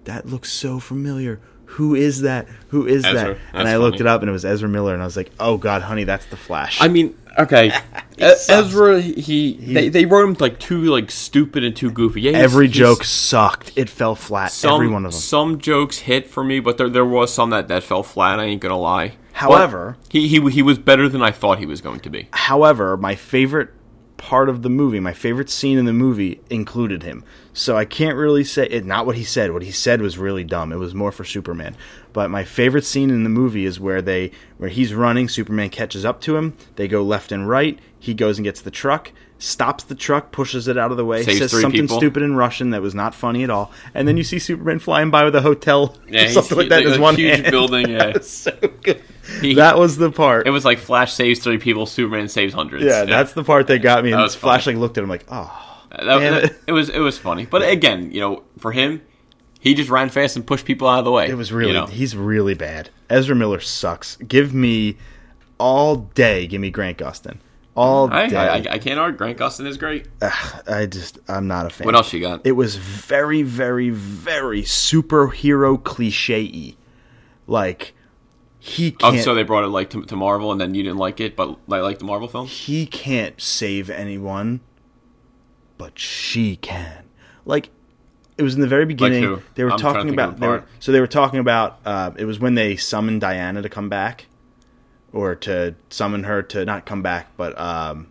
Speaker 1: That looks so familiar. Who is that? Who is
Speaker 2: Ezra.
Speaker 1: that?
Speaker 2: That's
Speaker 1: And I looked it
Speaker 2: funny.
Speaker 1: up, and it was Ezra Miller, and I was like, oh god, honey, that's the Flash.
Speaker 2: I mean, okay, E-
Speaker 1: sucks.
Speaker 2: Ezra. He they, they wrote him like too like stupid and too goofy. Yeah, he's-
Speaker 1: Every
Speaker 2: he's-
Speaker 1: joke sucked. It fell flat. Every one of them.
Speaker 2: Some jokes hit for me, but there there was some that, that fell flat. I ain't gonna lie. But
Speaker 1: However-
Speaker 2: he he he was better than I thought he was going to be.
Speaker 1: However, my favorite part of the movie, my favorite scene in the movie included him. So I can't really say it not what he said. What he said was really dumb. It was more for Superman. But my favorite scene in the movie is where they where he's running, Superman catches up to him, they go left and right, he goes and gets the truck, stops the truck, pushes it out of the way,
Speaker 2: Saves
Speaker 1: says
Speaker 2: three
Speaker 1: something
Speaker 2: people.
Speaker 1: stupid in Russian that was not funny at all, and then you see Superman flying by with a hotel
Speaker 2: Yeah,
Speaker 1: or
Speaker 2: he's-
Speaker 1: something like that in his
Speaker 2: a
Speaker 1: one
Speaker 2: huge
Speaker 1: hand.
Speaker 2: building. Yeah,
Speaker 1: so good.
Speaker 2: He-
Speaker 1: That was the part.
Speaker 2: it was like Flash saves three people, Superman saves hundreds.
Speaker 1: Yeah, that's the part that got me. And
Speaker 2: was
Speaker 1: Flash like looked at him like, oh,
Speaker 2: That- that-
Speaker 1: Damn it.
Speaker 2: it was it was funny. But again, you know, for him, he just ran fast and pushed people out of the way.
Speaker 1: it was really.
Speaker 2: You know?
Speaker 1: He's really bad. Ezra Miller sucks. Give me all day. Give me Grant Gustin all
Speaker 2: I,
Speaker 1: day.
Speaker 2: I, I, I can't argue. Grant Gustin is great.
Speaker 1: Ugh, I just I'm not a fan.
Speaker 2: What else you got?
Speaker 1: It was very, very, very superhero cliche-y. Like he
Speaker 2: Oh,
Speaker 1: can't.
Speaker 2: so they brought it like to, to Marvel, and then you didn't like it, but like like the Marvel film.
Speaker 1: he can't save anyone, but she can. Like it was in the very beginning.
Speaker 2: who?
Speaker 1: they were
Speaker 2: I'm trying to
Speaker 1: talking
Speaker 2: think of
Speaker 1: about.
Speaker 2: the
Speaker 1: they were,
Speaker 2: part.
Speaker 1: so they were talking about. Uh, it was when they summoned Diana to come back, or to summon her to not come back, but um,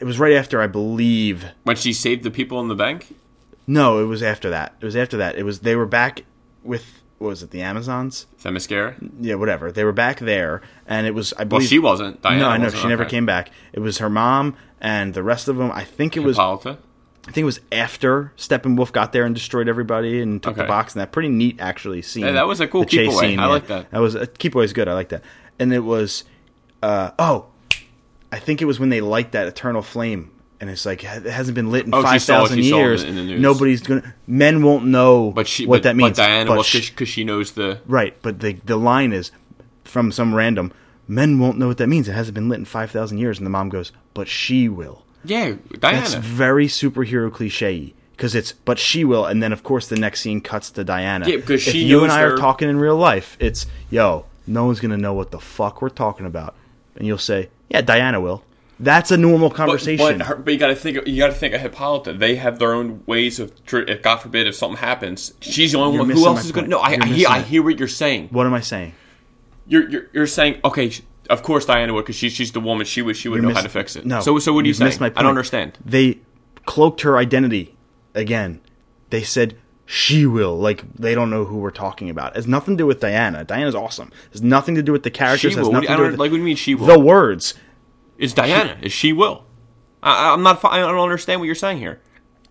Speaker 1: it was right after I believe.
Speaker 2: When she saved the people in the bank.
Speaker 1: No, it was after that. It was after that. It was they were back with what was it? The Amazons?
Speaker 2: Is that mascara?
Speaker 1: Yeah, whatever. They were back there, and it was I believe
Speaker 2: Well, she wasn't. Diana
Speaker 1: no, I know
Speaker 2: wasn't,
Speaker 1: she never
Speaker 2: okay.
Speaker 1: came back. It was her mom and the rest of them. I think it was.
Speaker 2: Hippolyta.
Speaker 1: I think it was after Steppenwolf got there and destroyed everybody and took the
Speaker 2: Okay.
Speaker 1: box. And that pretty neat actually scene.
Speaker 2: Yeah, that was a cool
Speaker 1: the chase
Speaker 2: keep away. I
Speaker 1: yeah.
Speaker 2: like that.
Speaker 1: That was a keep away's good. I like that. And it was. Uh, oh, I think it was when they light that eternal flame. And it's like it hasn't been lit in
Speaker 2: Oh, she
Speaker 1: five
Speaker 2: saw it.
Speaker 1: thousand
Speaker 2: She saw it
Speaker 1: years.
Speaker 2: in the news.
Speaker 1: Nobody's gonna. Men won't know
Speaker 2: But she.
Speaker 1: what
Speaker 2: but,
Speaker 1: that means.
Speaker 2: But Diana
Speaker 1: But
Speaker 2: was
Speaker 1: sh-
Speaker 2: because she knows the.
Speaker 1: Right, but the the line is from some random men won't know what that means. It hasn't been lit in five thousand years, and the mom goes, "But she will."
Speaker 2: Yeah, Diana.
Speaker 1: It's very superhero cliche because it's "but she will," and then of course the next scene cuts to Diana.
Speaker 2: Yeah, 'cause
Speaker 1: if
Speaker 2: she
Speaker 1: you and
Speaker 2: knows
Speaker 1: I are
Speaker 2: her-
Speaker 1: talking in real life, it's yo, no one's gonna know what the fuck we're talking about, and you'll say, "Yeah, Diana will." That's a normal
Speaker 2: But,
Speaker 1: conversation.
Speaker 2: but, her- but you got to think. You got to think of Hippolyta. They have their own ways of. tr- If God forbid, if something happens, she's the only
Speaker 1: You're
Speaker 2: one. Who
Speaker 1: missing my
Speaker 2: else is
Speaker 1: point.
Speaker 2: going to? No, I,
Speaker 1: You're
Speaker 2: I,
Speaker 1: missing
Speaker 2: hear, I
Speaker 1: it.
Speaker 2: hear what you're saying.
Speaker 1: what am I saying?
Speaker 2: You're you're, you're saying okay. sh- Of course, Diana would because she, she's the woman. She would she would know how
Speaker 1: miss-
Speaker 2: to fix it.
Speaker 1: No.
Speaker 2: So so what do you
Speaker 1: you've
Speaker 2: say?
Speaker 1: missed my
Speaker 2: I don't
Speaker 1: point.
Speaker 2: understand.
Speaker 1: They cloaked her identity again. They said she will. Like they don't know who we're talking about. It has nothing to do with Diana. Diana's awesome. It has nothing to do with the characters. It
Speaker 2: She
Speaker 1: has
Speaker 2: will. What do
Speaker 1: nothing
Speaker 2: you-
Speaker 1: to
Speaker 2: I
Speaker 1: do
Speaker 2: don't
Speaker 1: with
Speaker 2: like. What do you mean she will?
Speaker 1: the words.
Speaker 2: Is Diana? Is she will? I, I- I'm not. fi- I don't understand what you're saying here.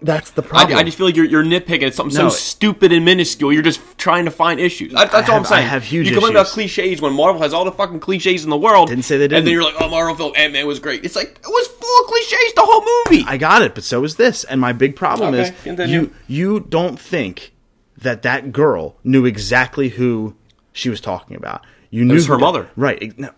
Speaker 1: That's the
Speaker 2: I,
Speaker 1: problem.
Speaker 2: I just feel like you're, you're nitpicking at something
Speaker 1: No.
Speaker 2: so stupid and minuscule. You're just trying to find issues. That- that's
Speaker 1: I
Speaker 2: all I'm
Speaker 1: have-
Speaker 2: saying.
Speaker 1: I have huge
Speaker 2: You complain about
Speaker 1: issues.
Speaker 2: cliches when Marvel has all the fucking cliches in the world.
Speaker 1: Didn't say they
Speaker 2: And
Speaker 1: didn't.
Speaker 2: then you're like, oh, Marvel film Ant Man was great. It's like it was full of cliches the whole movie.
Speaker 1: I got it, but so is this. And my big problem
Speaker 2: Okay,
Speaker 1: is
Speaker 2: continue.
Speaker 1: you you don't think that that girl knew exactly who she was talking about. You knew
Speaker 2: was
Speaker 1: who
Speaker 2: her
Speaker 1: the-
Speaker 2: mother.
Speaker 1: right? it- no.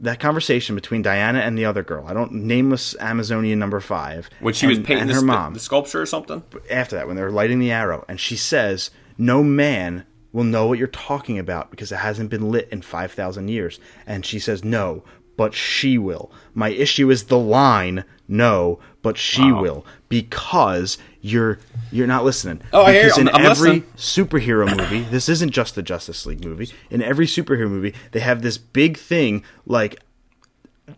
Speaker 1: That conversation between Diana and the other girl, I don't nameless Amazonian number five,
Speaker 2: when she was
Speaker 1: and-
Speaker 2: painting
Speaker 1: and
Speaker 2: this,
Speaker 1: her
Speaker 2: the-
Speaker 1: mom
Speaker 2: the sculpture or something.
Speaker 1: after that when they're lighting the arrow, and she says, "No man." Will know what you're talking about because it hasn't been lit in 5,000 years. And she says, No, but she will. My issue is the line, No, but she will. Because you're you're not listening.
Speaker 2: Oh, I hear
Speaker 1: because
Speaker 2: you.
Speaker 1: in
Speaker 2: I'm- I'm
Speaker 1: every
Speaker 2: listening.
Speaker 1: superhero movie, this isn't just the Justice League movie. In every superhero movie, they have this big thing like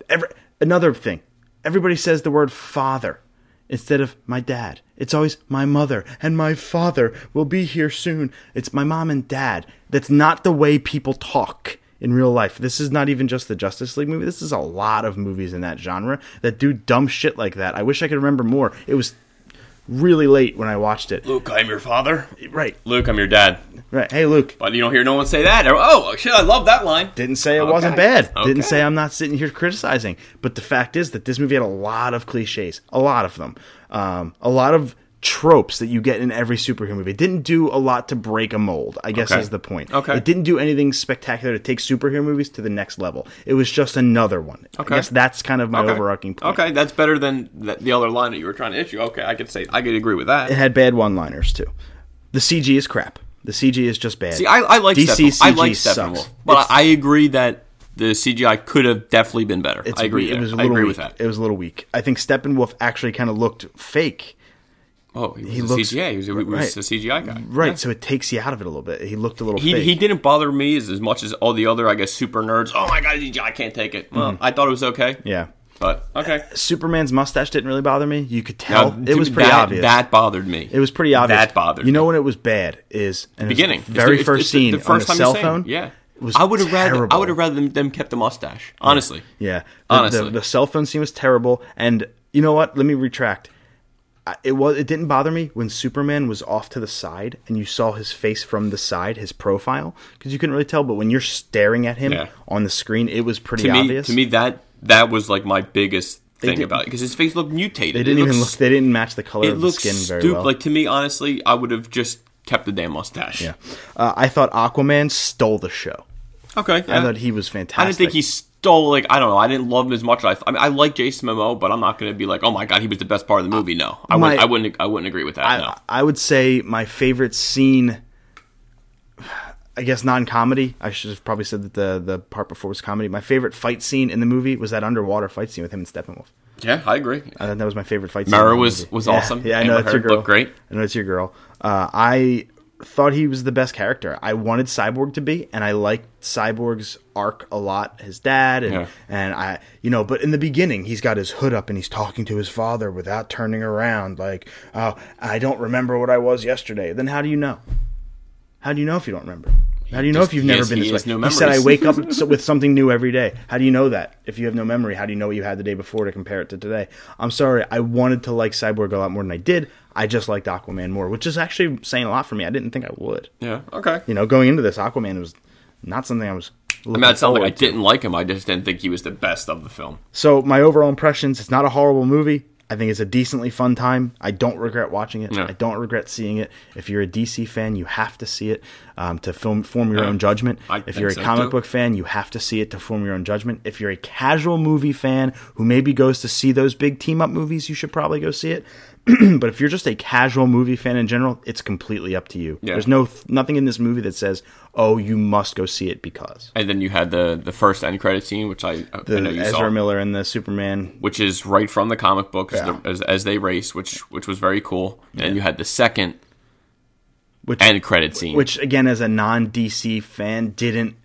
Speaker 1: every, another thing. Everybody says the word father instead of my dad. It's always my mother and my father will be here soon. It's my mom and dad. That's not the way people talk in real life. This is not even just the Justice League movie. This is a lot of movies in that genre that do dumb shit like that. I wish I could remember more. It was really late when I watched it.
Speaker 2: Luke, I'm your father.
Speaker 1: Right.
Speaker 2: Luke, I'm your dad.
Speaker 1: Right. Hey Luke,
Speaker 2: But you don't hear no one say that. Oh shit, I love that line.
Speaker 1: Didn't say it wasn't
Speaker 2: Okay.
Speaker 1: bad.
Speaker 2: Okay.
Speaker 1: Didn't say I'm not sitting here criticizing. But the fact is that this movie had a lot of cliches, a lot of them, um, a lot of tropes that you get in every superhero movie. It didn't do a lot to break a mold. I guess
Speaker 2: Okay.
Speaker 1: is the point.
Speaker 2: Okay.
Speaker 1: It didn't do anything spectacular to take superhero movies to the next level. It was just another one.
Speaker 2: Okay.
Speaker 1: I guess that's kind of my
Speaker 2: Okay.
Speaker 1: overarching point.
Speaker 2: Okay, that's better than the, the other line that you were trying to issue. Okay, I could say I could agree with that.
Speaker 1: It had bad one-liners too. The CG is crap. The CG is just bad.
Speaker 2: See, I, I like
Speaker 1: DC
Speaker 2: Steppenwolf. I like
Speaker 1: CG sucks.
Speaker 2: Steppenwolf, but I, I agree that the CGI could have definitely been better. I agree.
Speaker 1: It was a
Speaker 2: I
Speaker 1: little
Speaker 2: agree
Speaker 1: weak.
Speaker 2: with that.
Speaker 1: It was a little weak. I think Steppenwolf actually kind of looked fake.
Speaker 2: Oh, he was a
Speaker 1: looks-
Speaker 2: CGI. He was, he was
Speaker 1: right.
Speaker 2: a CGI guy.
Speaker 1: Right, so it takes you out of it a little bit. He looked a little
Speaker 2: He,
Speaker 1: fake.
Speaker 2: he didn't bother me as, as much as all the other, I guess, super nerds. Oh my god, CGI, I can't take it. Well, I thought it was okay.
Speaker 1: Mm-hmm. yeah.
Speaker 2: But okay.
Speaker 1: Superman's mustache didn't really bother me. You could
Speaker 2: Now,
Speaker 1: tell it was
Speaker 2: dude,
Speaker 1: pretty
Speaker 2: that,
Speaker 1: obvious.
Speaker 2: That bothered me.
Speaker 1: it was pretty obvious.
Speaker 2: That bothered
Speaker 1: You know when it was bad is and it was
Speaker 2: beginning.
Speaker 1: the very
Speaker 2: It's the-
Speaker 1: first
Speaker 2: it's the-
Speaker 1: scene
Speaker 2: the first
Speaker 1: on the
Speaker 2: time you
Speaker 1: cell
Speaker 2: say it.
Speaker 1: phone.
Speaker 2: Yeah.
Speaker 1: was
Speaker 2: I would have rather I
Speaker 1: terrible.
Speaker 2: would have rather them, them kept the mustache. Honestly.
Speaker 1: Yeah, the,
Speaker 2: Honestly.
Speaker 1: the, the cell phone scene was terrible. And you know what? Let me retract. I- It was. It didn't bother me when Superman was off to the side and you saw his face from the side, his profile, because you couldn't really tell. But when you're staring at him
Speaker 2: Yeah.
Speaker 1: on the screen, it was pretty
Speaker 2: to me,
Speaker 1: obvious.
Speaker 2: to me that that was like my biggest thing
Speaker 1: didn't-
Speaker 2: about it because his face looked mutated.
Speaker 1: they didn't
Speaker 2: it
Speaker 1: even
Speaker 2: looked
Speaker 1: look. They didn't match the color
Speaker 2: it
Speaker 1: of the
Speaker 2: looks
Speaker 1: skin very
Speaker 2: stupid.
Speaker 1: well.
Speaker 2: Like to me, honestly, I would have just kept the damn mustache.
Speaker 1: Yeah. Uh, I thought Aquaman stole the show.
Speaker 2: Okay.
Speaker 1: I
Speaker 2: yeah.
Speaker 1: thought he was fantastic.
Speaker 2: I didn't think he stole. Like I don't know. I didn't love him as much. as I th- I, mean, I like Jason Momoa, but I'm not going to be like, oh my god, he was the best part of the movie. No, I
Speaker 1: Uh, My-
Speaker 2: wouldn't. I wouldn't. I wouldn't agree with that. no.
Speaker 1: I, uh, I would say my favorite scene. I guess non-comedy. I should have probably said that the the part before was comedy. My favorite fight scene in the movie was that underwater fight scene with him and Steppenwolf.
Speaker 2: Yeah, I agree.
Speaker 1: I thought that was my favorite fight.
Speaker 2: Mara
Speaker 1: scene in the
Speaker 2: was-
Speaker 1: movie.
Speaker 2: was
Speaker 1: Yeah,
Speaker 2: awesome.
Speaker 1: Yeah, I
Speaker 2: Amber
Speaker 1: know it's your
Speaker 2: Heard
Speaker 1: girl.
Speaker 2: looked great.
Speaker 1: I know it's your girl. Uh, I thought he was the best character. I wanted Cyborg to be, and I liked Cyborg's arc a lot. His dad and
Speaker 2: Yeah.
Speaker 1: and I, you know, but in the beginning, he's got his hood up and he's talking to his father without turning around. Like, oh, I don't remember what I was yesterday. Then how do you know? How do you know if you don't remember? How do you know
Speaker 2: just-
Speaker 1: if you've
Speaker 2: he
Speaker 1: never
Speaker 2: has-
Speaker 1: been
Speaker 2: he
Speaker 1: this
Speaker 2: has
Speaker 1: way?
Speaker 2: no
Speaker 1: he said, "I
Speaker 2: memories."
Speaker 1: wake up s- with something new every day." How do you know that? If you have no memory, how do you know what you had the day before to compare it to today? I'm sorry, I wanted to like Cyborg a lot more than I did. I just liked Aquaman more, which is actually saying a lot for me. I didn't think I would.
Speaker 2: Yeah. Okay.
Speaker 1: You know, going into this, Aquaman was not something I was.
Speaker 2: I mean, it's not like I didn't like him. I just didn't think he was the best of the film.
Speaker 1: So my overall impressions: it's not a horrible movie. I think it's a decently fun time. I don't regret watching it.
Speaker 2: Yeah.
Speaker 1: I don't regret seeing it. If you're a DC fan, you have to see it um, to film, form your own judgment.
Speaker 2: I
Speaker 1: if
Speaker 2: think
Speaker 1: you're a
Speaker 2: so,
Speaker 1: comic
Speaker 2: too.
Speaker 1: book fan, you have to see it to form your own judgment. If you're a casual movie fan who maybe goes to see those big team up movies, you should probably go see it. but if you're just a casual movie fan in general, it's completely up to you. There's no nothing in this movie that says, oh, you must go see it because
Speaker 2: And then you had the the first end credit scene, which I, I
Speaker 1: the
Speaker 2: know you
Speaker 1: Ezra
Speaker 2: saw,
Speaker 1: Miller and the Superman.
Speaker 2: which is right from the comic book as,
Speaker 1: Yeah.
Speaker 2: the, as, as they race, which which was very cool. And then you had the second
Speaker 1: Which-
Speaker 2: end credit scene,
Speaker 1: Which again, as a non DC fan, didn't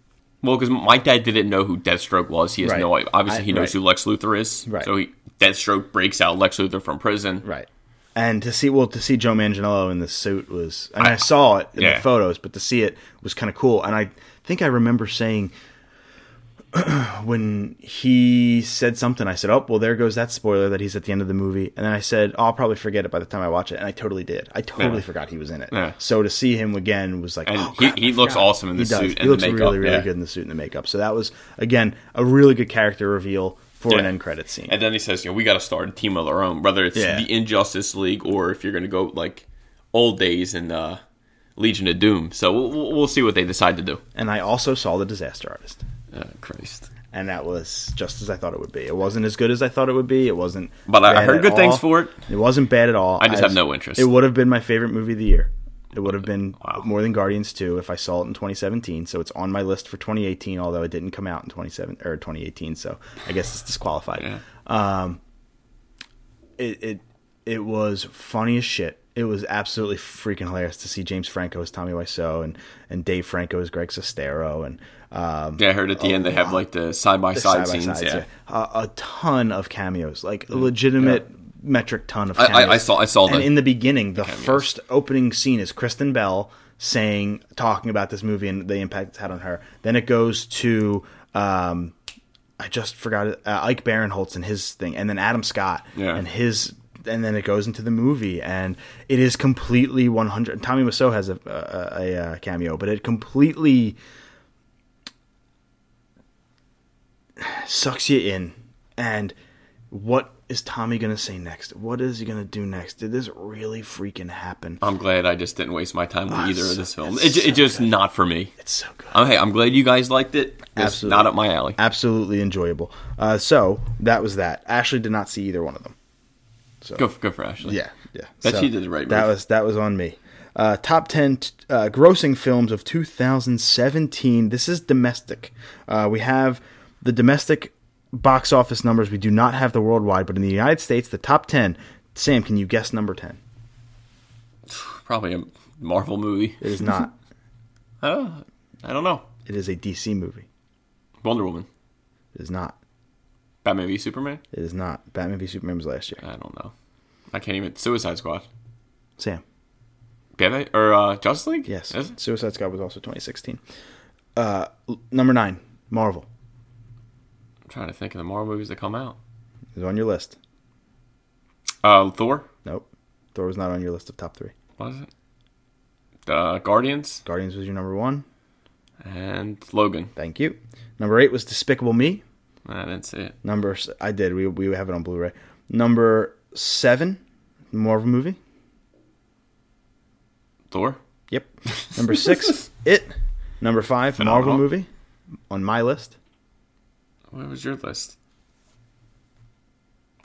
Speaker 2: Well, because my dad didn't know who Deathstroke was. He has
Speaker 1: Right.
Speaker 2: no idea. Obviously,
Speaker 1: I-
Speaker 2: he knows
Speaker 1: right.
Speaker 2: who Lex Luthor is.
Speaker 1: Right.
Speaker 2: So he, Deathstroke breaks out Lex Luthor from prison.
Speaker 1: Right. And to see well to see Joe Manganiello in the suit was I mean, I, saw it in
Speaker 2: yeah.
Speaker 1: the photos, but to see it was kind of cool. And I think I remember saying when he said something, I said, "Oh, well, there goes that spoiler that he's at the end of the movie." And then I said, oh, "I'll probably forget it by the time I watch it," and I totally did. I totally
Speaker 2: Yeah.
Speaker 1: forgot he was in it.
Speaker 2: Yeah.
Speaker 1: So to see him again was like,
Speaker 2: And
Speaker 1: oh,
Speaker 2: he-
Speaker 1: crap,
Speaker 2: he
Speaker 1: I
Speaker 2: looks
Speaker 1: forgot.
Speaker 2: awesome in the
Speaker 1: He does.
Speaker 2: suit
Speaker 1: He
Speaker 2: and the
Speaker 1: looks
Speaker 2: makeup,
Speaker 1: really, really
Speaker 2: yeah.
Speaker 1: good in the suit and the makeup. So that was again a really good character reveal for an
Speaker 2: Yeah.
Speaker 1: end credit scene.
Speaker 2: And then he says, you know, we got to start a team of our own, whether it's
Speaker 1: Yeah.
Speaker 2: the Injustice League or if you're going to go like old days and uh, Legion of Doom. So we'll- we'll, we'll see what they decide to do.
Speaker 1: and I also saw the Disaster Artist.
Speaker 2: Uh, Christ.
Speaker 1: and that was just as I thought it would be. It wasn't as good as I thought it would be. It wasn't.
Speaker 2: But I- I
Speaker 1: bad
Speaker 2: heard
Speaker 1: at
Speaker 2: good
Speaker 1: all.
Speaker 2: things for it.
Speaker 1: It wasn't bad at all.
Speaker 2: I just have no interest.
Speaker 1: It would have been my favorite movie of the year. It would have been
Speaker 2: Wow.
Speaker 1: more than Guardians Two if I saw it in 2017. So it's on my list for 2018, although it didn't come out in 27 or 2018. So I guess it's disqualified. Um,
Speaker 2: Yeah.
Speaker 1: It it it was funny as shit. It was absolutely freaking hilarious to see James Franco as Tommy Wiseau and and Dave Franco as Greg Sestero and um,
Speaker 2: Yeah, I heard at the end they have like the side by side scenes.
Speaker 1: side-by-sides,
Speaker 2: yeah. Hmm.
Speaker 1: yeah. A, a ton of cameos, like a legitimate metric ton of
Speaker 2: I-
Speaker 1: cameos.
Speaker 2: I saw- I saw
Speaker 1: And
Speaker 2: the-
Speaker 1: in the beginning, the first opening scene is Kristen Bell saying, talking about this movie and the impact it's had on her. Then it goes to, um, I just forgot it, uh, Ike Barinholtz and his thing, and then Adam Scott
Speaker 2: Yeah.
Speaker 1: and his. And then it goes into the movie, and it is completely 100. Tommy Wiseau has a, a, a, a cameo, but it completely sucks you in. And what is Tommy going to say next? What is he going to do next? Did this really freaking happen?
Speaker 2: I'm glad I just didn't waste my time with
Speaker 1: it's
Speaker 2: either of
Speaker 1: so-
Speaker 2: this film.
Speaker 1: it's
Speaker 2: It, ju-
Speaker 1: so
Speaker 2: it just not for me.
Speaker 1: It's so good.
Speaker 2: I'm, hey, I'm glad you guys liked it. It's
Speaker 1: Absolutely.
Speaker 2: not up my alley.
Speaker 1: Absolutely enjoyable. Uh, so that was that. Ashley did not see either one of them.
Speaker 2: Go, go for Ashley.
Speaker 1: Yeah, yeah.
Speaker 2: Bet you did the right
Speaker 1: That
Speaker 2: move.
Speaker 1: was that was on me. Uh, top ten t- uh, grossing films of 2017. This is domestic. Uh, we have the domestic box office numbers. We do not have the worldwide, but in the United States, the top ten. Sam, can you guess number ten?
Speaker 2: Probably a Marvel movie.
Speaker 1: It is not.
Speaker 2: Uh, I don't know.
Speaker 1: it is a DC movie.
Speaker 2: Wonder Woman.
Speaker 1: It is not.
Speaker 2: Batman v Superman?
Speaker 1: It is not. Batman v Superman was last year.
Speaker 2: I don't know. I can't even. Suicide Squad.
Speaker 1: Sam.
Speaker 2: Batman? Or uh, Justice League?
Speaker 1: Yes.
Speaker 2: Is it?
Speaker 1: Suicide Squad was also 2016. Uh, l- number nine, Marvel
Speaker 2: I'm trying to think of the Marvel movies that come out.
Speaker 1: is on your list.
Speaker 2: Uh, Thor?
Speaker 1: Nope. Thor was not on your list of top three.
Speaker 2: What is it? Uh, Guardians?
Speaker 1: Guardians was your number one.
Speaker 2: And Logan.
Speaker 1: Thank you. Number eight was Despicable Me.
Speaker 2: I didn't see it.
Speaker 1: Number s- I did. We we have it on Blu-ray. Number seven, Marvel movie.
Speaker 2: Thor?
Speaker 1: Yep. Number six, It. Number five, Marvel
Speaker 2: Phenomenal.
Speaker 1: movie. On my list.
Speaker 2: What was your list?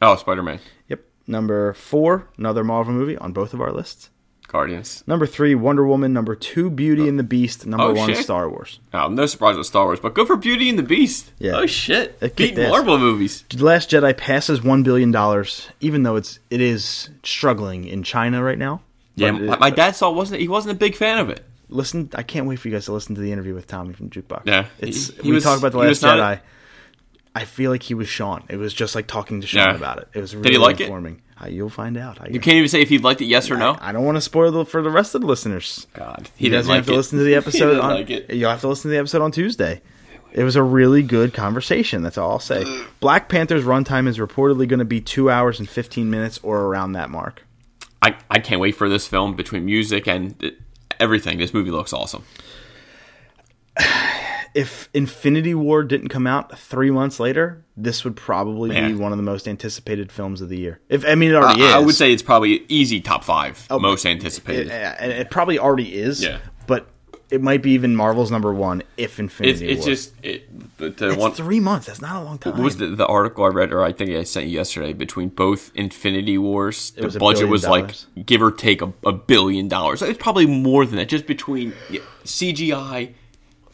Speaker 2: Oh, Spider Man.
Speaker 1: Yep. Number four, another Marvel movie on both of our lists.
Speaker 2: Guardians.
Speaker 1: Number three, Wonder Woman. Number two, Beauty and the Beast. Number
Speaker 2: Oh,
Speaker 1: one,
Speaker 2: shit.
Speaker 1: Star Wars.
Speaker 2: Oh, I'm no surprise with Star Wars, but go for Beauty and the Beast.
Speaker 1: Yeah.
Speaker 2: Oh, shit.
Speaker 1: It
Speaker 2: Beat
Speaker 1: kicked ass.
Speaker 2: Marvel movies.
Speaker 1: The Last Jedi passes one billion dollars, even though it's it is struggling in China right now.
Speaker 2: Yeah,
Speaker 1: But it-
Speaker 2: my, my dad saw it wasn't he wasn't a big fan of it.
Speaker 1: listen i can't wait for you guys to listen to the interview with tommy from jukebox
Speaker 2: Yeah.
Speaker 1: it's
Speaker 2: He- he
Speaker 1: we
Speaker 2: was-
Speaker 1: talked about the
Speaker 2: he
Speaker 1: last
Speaker 2: was
Speaker 1: jedi
Speaker 2: not a-
Speaker 1: I feel like he was sean it was just like talking to sean
Speaker 2: Yeah.
Speaker 1: about it it was really
Speaker 2: he like it?
Speaker 1: informing Uh, you'll find out I,
Speaker 2: You can't even say if he liked it, yes or no.
Speaker 1: I, I don't want to spoil the, for the rest of the listeners
Speaker 2: God,
Speaker 1: you
Speaker 2: he
Speaker 1: guys
Speaker 2: doesn't like
Speaker 1: have to
Speaker 2: it.
Speaker 1: listen to the
Speaker 2: He
Speaker 1: episode
Speaker 2: didn't
Speaker 1: on
Speaker 2: like it.
Speaker 1: you'll have to listen to the episode on tuesday it was a really good conversation that's all i'll say black panther's runtime is reportedly going to be two hours and 15 minutes or around that mark
Speaker 2: I, I can't wait for this film between music and uh, everything. This movie looks awesome.
Speaker 1: if Infinity War didn't come out three months later, this would probably
Speaker 2: Yeah.
Speaker 1: be one of the most anticipated films of the year. If I mean, it already is. Oh,
Speaker 2: I, I would say it's probably easy top five most anticipated.
Speaker 1: it, and it probably already is.
Speaker 2: Yeah.
Speaker 1: but it might be even Marvel's number one if
Speaker 2: it's
Speaker 1: Infinity
Speaker 2: it's
Speaker 1: War.
Speaker 2: just it, the, the
Speaker 1: it's
Speaker 2: one.
Speaker 1: three months. That's not a long time.
Speaker 2: what was the, the article I read, or I think I sent you yesterday, between both Infinity Wars, the
Speaker 1: was a
Speaker 2: budget
Speaker 1: billion
Speaker 2: was
Speaker 1: dollars.
Speaker 2: like give or take a, a billion dollars. It's probably more than that, just between yeah, CGI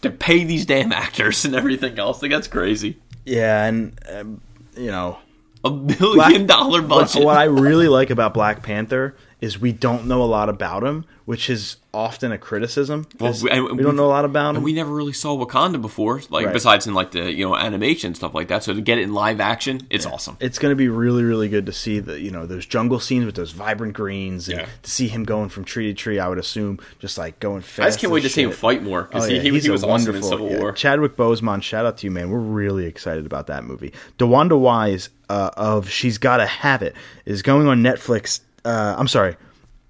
Speaker 2: to pay these damn actors and everything else. Like that's crazy.
Speaker 1: Yeah, and um, you know
Speaker 2: A billion dollar
Speaker 1: But
Speaker 2: budget.
Speaker 1: what I really like about Black Panther is we don't know a lot about him, which is often a criticism. 'cause
Speaker 2: Well, we- and
Speaker 1: we don't
Speaker 2: we-
Speaker 1: know a lot about him.
Speaker 2: we never really saw Wakanda before, like
Speaker 1: Right.
Speaker 2: besides in like the you know animation and stuff like that. So to get it in live action, it's awesome.
Speaker 1: it's going to be really, really good to see the you know those jungle scenes with those vibrant greens, and
Speaker 2: Yeah.
Speaker 1: to see him going from tree to tree. I would assume just like going fast.
Speaker 2: I just can't
Speaker 1: as
Speaker 2: wait to see him
Speaker 1: shit.
Speaker 2: fight more because
Speaker 1: Oh, yeah,
Speaker 2: he, he,
Speaker 1: he's
Speaker 2: he
Speaker 1: a
Speaker 2: was awesome in Civil
Speaker 1: yeah.
Speaker 2: War.
Speaker 1: Chadwick Boseman, shout out to you, man. We're really excited about that movie. DeWanda Wise uh, of She's Gotta Have It is going on Netflix. Uh, I'm sorry,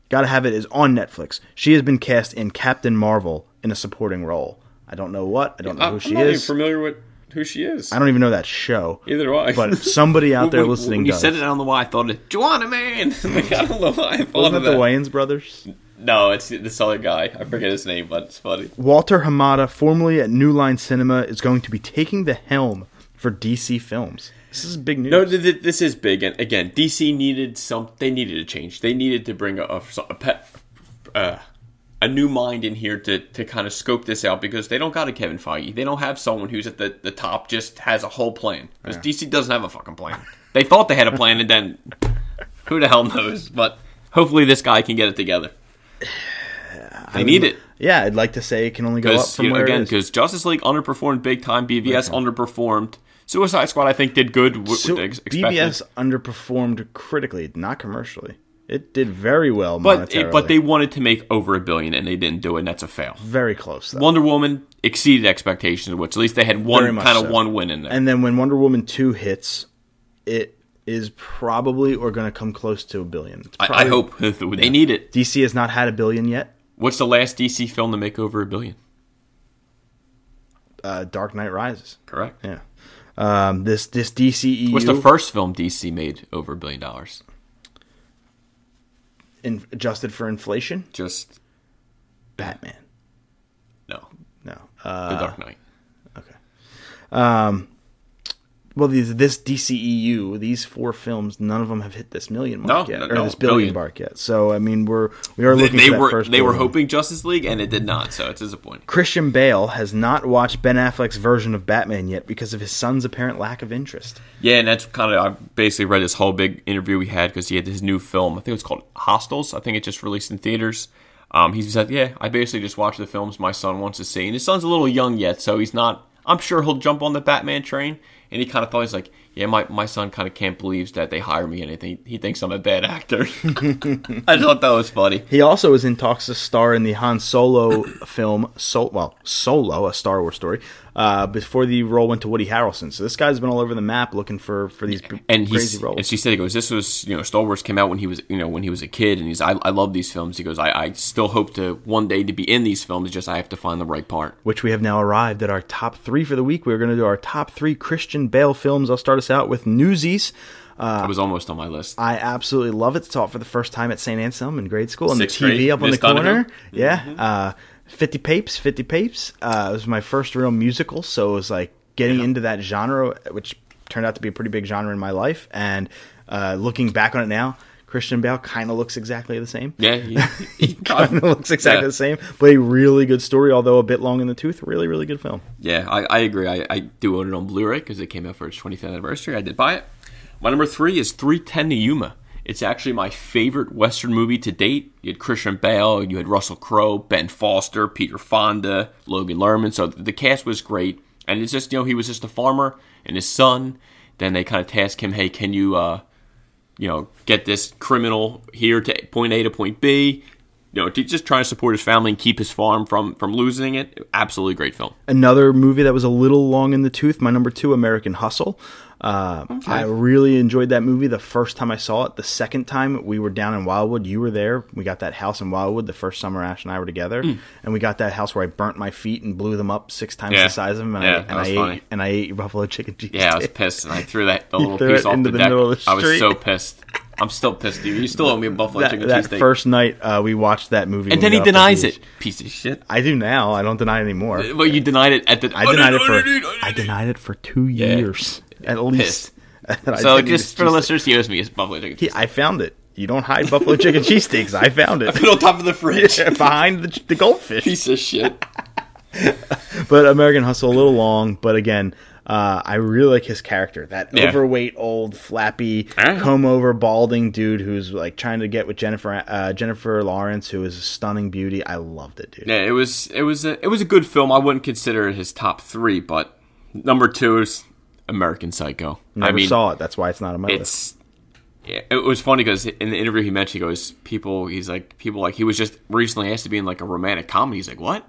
Speaker 1: Gotta Have It is on Netflix. She has been cast in Captain Marvel in a supporting role. I don't know what. I don't know
Speaker 2: I-
Speaker 1: who
Speaker 2: Uh, I'm
Speaker 1: she
Speaker 2: not even
Speaker 1: is.
Speaker 2: familiar with who she is.
Speaker 1: I don't even know that show.
Speaker 2: Either way,
Speaker 1: But somebody out there
Speaker 2: When-
Speaker 1: listening
Speaker 2: when you
Speaker 1: does.
Speaker 2: said it, I don't know why I thought it. Joanna Man. like, I don't know why I thought
Speaker 1: Wasn't
Speaker 2: of
Speaker 1: it the
Speaker 2: that.
Speaker 1: Wayans brothers?
Speaker 2: No, it's this other guy. I forget his name, but it's funny.
Speaker 1: Walter Hamada, formerly at New Line Cinema, is going to be taking the helm for DC films. This is big news.
Speaker 2: No, th- th- this is big, and again, DC needed some. They needed a change. They needed to bring a a, a, pet, uh, a new mind in here to, to kind of scope this out because they don't got a Kevin Feige. They don't have someone who's at the, the top just has a whole plan. 'Cause DC doesn't have a fucking plan. They thought they had a plan, and then who the hell knows? But hopefully, this guy can get it together. They need it.
Speaker 1: yeah, I'd like to say it can only go up
Speaker 2: Because
Speaker 1: from where
Speaker 2: again,
Speaker 1: it is.
Speaker 2: because Justice League underperformed big time. BVS underperformed. Suicide Squad, I think, did good. W-
Speaker 1: So,
Speaker 2: ex- expected.
Speaker 1: BBS underperformed critically, not commercially. It did very well
Speaker 2: but
Speaker 1: monetarily.
Speaker 2: it, but they wanted to make over a billion and they didn't do it. and That's a fail.
Speaker 1: very close though.
Speaker 2: Wonder Woman exceeded expectations, which at least they had
Speaker 1: Very
Speaker 2: one
Speaker 1: much
Speaker 2: kind of
Speaker 1: so.
Speaker 2: one win in there.
Speaker 1: and then when Wonder Woman two hits, it is probably or going to come close to a billion. It's
Speaker 2: I, I
Speaker 1: probably-
Speaker 2: hope they need it.
Speaker 1: DC has not had a billion yet.
Speaker 2: What's the last DC film to make over a billion?
Speaker 1: Uh, Dark Knight Rises.
Speaker 2: Correct.
Speaker 1: Yeah. Um, this this E DCEU
Speaker 2: What's the first film DC made over a billion dollars?
Speaker 1: in, adjusted for inflation.
Speaker 2: Just
Speaker 1: Batman.
Speaker 2: no,
Speaker 1: No. Uh,
Speaker 2: The Dark Knight.
Speaker 1: well, these this DCEU, these four films, none of them have hit this million mark
Speaker 2: No,
Speaker 1: yet,
Speaker 2: no,
Speaker 1: or
Speaker 2: no,
Speaker 1: this billion,
Speaker 2: billion.
Speaker 1: mark yet. So I mean, we're we are looking
Speaker 2: They
Speaker 1: for that
Speaker 2: were
Speaker 1: first.
Speaker 2: they were
Speaker 1: billion.
Speaker 2: hoping Justice League and it did not, so it's disappointing.
Speaker 1: Christian Bale has not watched Ben Affleck's version of Batman yet because of his son's apparent lack of interest.
Speaker 2: Yeah, and that's kind of I basically read this whole big interview we had because he had his new film. I think it was called Hostels. I think it just released in theaters. Um, he said, "Yeah, I basically just watch the films my son wants to see." And his son's a little young yet, so he's not. I'm sure he'll jump on the Batman train. And he kind of thought he's like, "Yeah, my, my son kind of can't believe that they hire me, and I think he thinks I'm a bad actor." I thought that was funny.
Speaker 1: He also is in talks to star in the Han Solo film, Sol- well, Solo, a Star Wars story, uh, before the role went to Woody Harrelson. So this guy's been all over the map looking for for these b-
Speaker 2: and
Speaker 1: crazy
Speaker 2: he's
Speaker 1: roles.
Speaker 2: and she said he goes this was you know Star Wars came out when he was you know when he was a kid and he's I, I love these films he goes I, I still hope to one day to be in these films just I have to find the right part
Speaker 1: which we have now arrived at our top three for the week. We're going to do our top three Christian Bale films. I'll start us out with Newsies.
Speaker 2: it was almost on my list
Speaker 1: I absolutely love it. Saw it for the first time at St. Anselm in grade school on
Speaker 2: Sixth
Speaker 1: the TV
Speaker 2: grade,
Speaker 1: up on
Speaker 2: Miss Mm-hmm.
Speaker 1: the corner.
Speaker 2: Donovan?
Speaker 1: Yeah. Uh, 50 Papes, 50 Papes. Uh, it was my first real musical. So it was like getting into that genre, which turned out to be a pretty big genre in my life. And uh, looking back on it now, Christian Bale kind of looks exactly the same.
Speaker 2: yeah he, he-
Speaker 1: Kind of looks exactly
Speaker 2: yeah.
Speaker 1: the same, but a really good story, although a bit long in the tooth. Really, really good film.
Speaker 2: Yeah, I, I agree. I, I do own it on Blu-ray because it came out for its 25th anniversary. I did buy it. My number three is 310 to Yuma. It's actually my favorite Western movie to date. You had Christian Bale, you had Russell Crowe, Ben Foster, Peter Fonda, Logan Lerman. So the cast was great. And it's just, you know, he was just a farmer and his son. Then they kind of tasked him, hey, can you, uh, you know, get this criminal here to point A to point B? You know, to just trying to support his family and keep his farm from from losing it. Absolutely great film.
Speaker 1: another movie that was a little long in the tooth. My number two, American Hustle. Uh, I really enjoyed that movie the first time I saw it. The second time we were down in Wildwood, you were there. We got that house in Wildwood the first summer Ash and I were together,
Speaker 2: Hmm.
Speaker 1: and we got that house where I burnt my feet and blew them up six times
Speaker 2: Yeah.
Speaker 1: the size of them, and,
Speaker 2: Yeah,
Speaker 1: I,
Speaker 2: that
Speaker 1: and I
Speaker 2: was funny.
Speaker 1: ate and I ate your buffalo chicken cheese.
Speaker 2: Yeah, I was
Speaker 1: dip.
Speaker 2: pissed, and I threw that the little
Speaker 1: threw
Speaker 2: piece
Speaker 1: it
Speaker 2: off
Speaker 1: into
Speaker 2: the,
Speaker 1: the
Speaker 2: deck.
Speaker 1: middle of the
Speaker 2: I was
Speaker 1: street.
Speaker 2: so pissed. I'm still pissed, dude. You still owe me a buffalo
Speaker 1: that,
Speaker 2: chicken
Speaker 1: that
Speaker 2: cheesesteak.
Speaker 1: first night uh, we watched that movie,
Speaker 2: and
Speaker 1: when
Speaker 2: then
Speaker 1: we
Speaker 2: he
Speaker 1: got off the
Speaker 2: denies
Speaker 1: beach.
Speaker 2: it. Piece of shit.
Speaker 1: I do now. I don't deny it anymore.
Speaker 2: Well, you denied it at the.
Speaker 1: I denied it for I denied it for two years at least. And I
Speaker 2: So
Speaker 1: didn't
Speaker 2: just
Speaker 1: eat cheese
Speaker 2: for the
Speaker 1: dip.
Speaker 2: listeners, he owes me his buffalo chicken.
Speaker 1: He-
Speaker 2: cheese.
Speaker 1: I found it. You don't hide buffalo chicken cheesesteaks. I found it
Speaker 2: Put it on top of the fridge.
Speaker 1: behind the, the goldfish.
Speaker 2: Piece of shit.
Speaker 1: but American Hustle a little long, but again, uh, I really like his character. That
Speaker 2: Yeah.
Speaker 1: overweight, old, flappy,
Speaker 2: Ah.
Speaker 1: comb over, balding dude who's like trying to get with Jennifer uh, Jennifer Lawrence, who is a stunning beauty. I loved it, dude.
Speaker 2: Yeah, it was it was a it was a good film. I wouldn't consider it his top three, but number two is American Psycho.
Speaker 1: Never
Speaker 2: I mean,
Speaker 1: saw it. That's why it's not on my list.
Speaker 2: it's yeah, it was funny because in the interview he mentioned he goes people he's like people like he was just recently asked to be in like a romantic comedy. He's like what?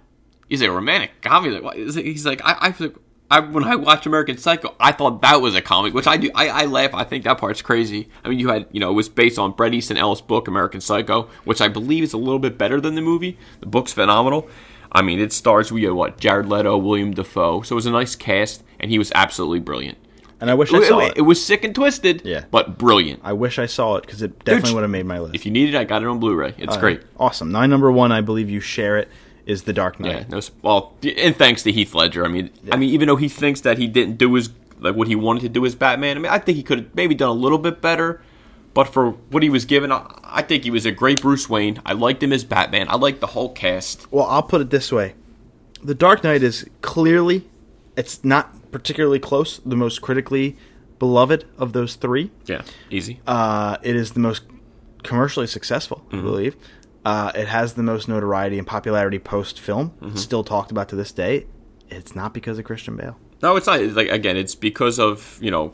Speaker 2: He's like romantic comedy. Like what? He's like- He's like I I, feel like- I when I watched American Psycho, I thought that was a comic, which I do. I, I laugh. I think that part's crazy. I mean, you had you know it was based on Bret Easton Ellis' book American Psycho, which I believe is a little bit better than the movie. The book's phenomenal. I mean, it stars we had what Jared Leto, William Defoe, so it was a nice cast, and he was absolutely brilliant.
Speaker 1: And I wish I
Speaker 2: It,
Speaker 1: saw
Speaker 2: it-
Speaker 1: it.
Speaker 2: it was sick and twisted,
Speaker 1: Yeah.
Speaker 2: but brilliant.
Speaker 1: I wish I saw it because it definitely would have made my list.
Speaker 2: If you need it, I got it on Blu-ray. It's great.
Speaker 1: Awesome. Nine number one, I believe you share it, is The Dark Knight.
Speaker 2: Yeah. No, s- well, and thanks to Heath Ledger. I mean, I mean, even though he thinks that he didn't do his like what he wanted to do as Batman, I mean, I think he could have maybe done a little bit better. But for what he was given, I, I think he was a great Bruce Wayne. I liked him as Batman. I liked the whole cast.
Speaker 1: Well, I'll put it this way: The Dark Knight is clearly, it's not particularly close, the most critically beloved of those three.
Speaker 2: Yeah. Easy.
Speaker 1: Uh, it is the most commercially successful,
Speaker 2: Mm-hmm.
Speaker 1: I believe. Uh, it has the most notoriety and popularity post film,
Speaker 2: Mm-hmm.
Speaker 1: still talked about to this day. It's not because of Christian Bale.
Speaker 2: no, it's not. It's Like again, it's because of you know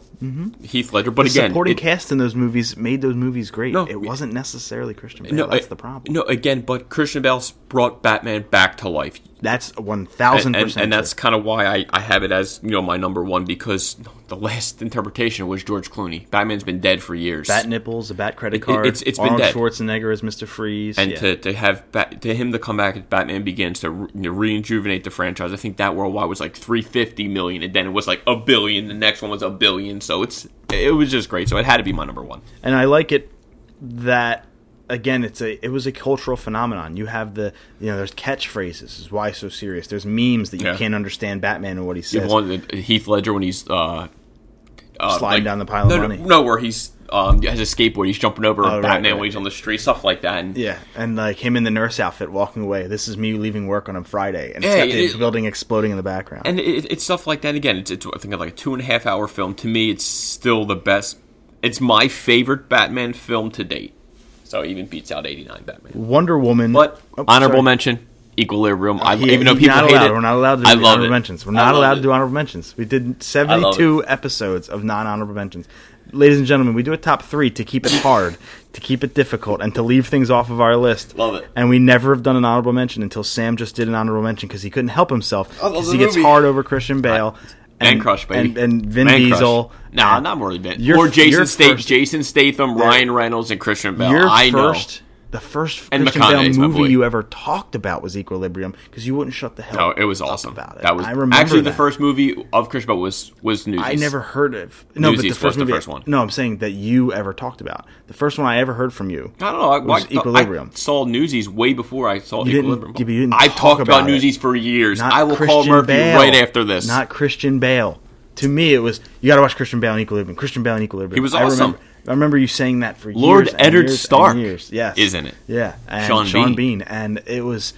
Speaker 2: Heath Ledger. But again,
Speaker 1: Mm-hmm. Supporting
Speaker 2: it-
Speaker 1: cast in those movies made those movies great.
Speaker 2: No,
Speaker 1: it
Speaker 2: we-
Speaker 1: wasn't necessarily Christian Bale.
Speaker 2: no,
Speaker 1: that's
Speaker 2: I-
Speaker 1: the problem.
Speaker 2: No, again, but Christian Bale brought Batman back to life.
Speaker 1: that's one thousand
Speaker 2: and, and,
Speaker 1: percent.
Speaker 2: and that's kind of why I, I have it as you know my number one because the last interpretation was George Clooney. Batman's been dead for years.
Speaker 1: bat nipples, a bat credit
Speaker 2: it-
Speaker 1: card.
Speaker 2: it's- it's been
Speaker 1: Arnold
Speaker 2: dead.
Speaker 1: Schwarzenegger as Mister Freeze,
Speaker 2: and uh,
Speaker 1: yeah.
Speaker 2: to, to have bat, to him to come back as Batman Begins to re- you know, reinvigorate the franchise, I think that worldwide was like three fifty million, and then it was like a billion. The next one was a billion, so it's it was just great. So it had to be my number one.
Speaker 1: and I like it that again it's a it was a cultural phenomenon. You have the you know there's catchphrases, is why so serious. There's memes that you
Speaker 2: Yeah.
Speaker 1: can't understand Batman and what he
Speaker 2: The
Speaker 1: says.
Speaker 2: one that Heath Ledger when he's uh, uh,
Speaker 1: Sliding down the pile of
Speaker 2: no,
Speaker 1: money. Oh,
Speaker 2: No, no, where he's um, has a skateboard, he's jumping over
Speaker 1: right,
Speaker 2: Batman
Speaker 1: right.
Speaker 2: when he's on the street, stuff like that. And
Speaker 1: yeah, and like him in the nurse outfit walking away. This is me leaving work on a Friday, and it's
Speaker 2: Yeah,
Speaker 1: got the
Speaker 2: it-
Speaker 1: building exploding in the background.
Speaker 2: and it, it's stuff like that. Again, it's, it's I think like a two and a half hour film. To me, it's still the best. It's my favorite Batman film to date. So it even beats out '89 Batman.
Speaker 1: Wonder Woman,
Speaker 2: But
Speaker 1: Oh,
Speaker 2: honorable
Speaker 1: sorry.
Speaker 2: mention, Equilibrium. I,
Speaker 1: He-
Speaker 2: even though
Speaker 1: he's
Speaker 2: people
Speaker 1: not
Speaker 2: hate
Speaker 1: allowed,
Speaker 2: it,
Speaker 1: we're not allowed to do
Speaker 2: I love
Speaker 1: honorable
Speaker 2: it.
Speaker 1: mentions. We're
Speaker 2: I
Speaker 1: not
Speaker 2: love
Speaker 1: allowed
Speaker 2: it.
Speaker 1: to do honorable mentions. We did seventy-two episodes of non-honorable mentions. Ladies and gentlemen, we do a top three to keep it hard, to keep it difficult, and to leave things off of our list.
Speaker 2: Love it.
Speaker 1: And we never have done an honorable mention until Sam just did an honorable mention because he couldn't help himself
Speaker 2: love
Speaker 1: because
Speaker 2: the
Speaker 1: he gets
Speaker 2: movie.
Speaker 1: hard over Christian Bale
Speaker 2: Man Crush, baby.
Speaker 1: and, and Vin
Speaker 2: Man Crush.
Speaker 1: Diesel.
Speaker 2: Nah,
Speaker 1: And
Speaker 2: not more than Vin.
Speaker 1: Your-
Speaker 2: or
Speaker 1: your
Speaker 2: Jason, State,
Speaker 1: first-
Speaker 2: Jason Statham, Ryan Reynolds, and Christian Bale.
Speaker 1: Your
Speaker 2: I know.
Speaker 1: first, the first
Speaker 2: And
Speaker 1: Christian Bale
Speaker 2: McConaughey's my boy.
Speaker 1: movie you ever talked about was Equilibrium because you wouldn't shut the hell.
Speaker 2: No, it was
Speaker 1: up
Speaker 2: awesome.
Speaker 1: about it.
Speaker 2: That was
Speaker 1: I remember
Speaker 2: actually the
Speaker 1: that.
Speaker 2: first movie of Christian Bale was was Newsies.
Speaker 1: I never heard of. No, but the
Speaker 2: Newsies
Speaker 1: first,
Speaker 2: was the
Speaker 1: movie-
Speaker 2: first one.
Speaker 1: No, I'm saying that you ever talked about the first one I ever heard from you.
Speaker 2: I don't know. I,
Speaker 1: was
Speaker 2: I thought-
Speaker 1: Equilibrium.
Speaker 2: I saw Newsies way before I saw
Speaker 1: didn't-
Speaker 2: Equilibrium.
Speaker 1: you didn't
Speaker 2: I've
Speaker 1: talk
Speaker 2: talked about,
Speaker 1: about it.
Speaker 2: Newsies for years.
Speaker 1: Not
Speaker 2: I will call
Speaker 1: Christian
Speaker 2: Murphy
Speaker 1: Bale.
Speaker 2: right after this.
Speaker 1: Not Christian Bale. To me, it was you got to watch Christian Bale in Equilibrium. Christian Bale in Equilibrium.
Speaker 2: He was
Speaker 1: I
Speaker 2: awesome.
Speaker 1: remember, I remember you saying that for
Speaker 2: Lord
Speaker 1: years. and
Speaker 2: Eddard
Speaker 1: years and
Speaker 2: Stark
Speaker 1: years. Yes.
Speaker 2: is in it.
Speaker 1: Yeah, and Sean,
Speaker 2: Sean
Speaker 1: Bean. and it was.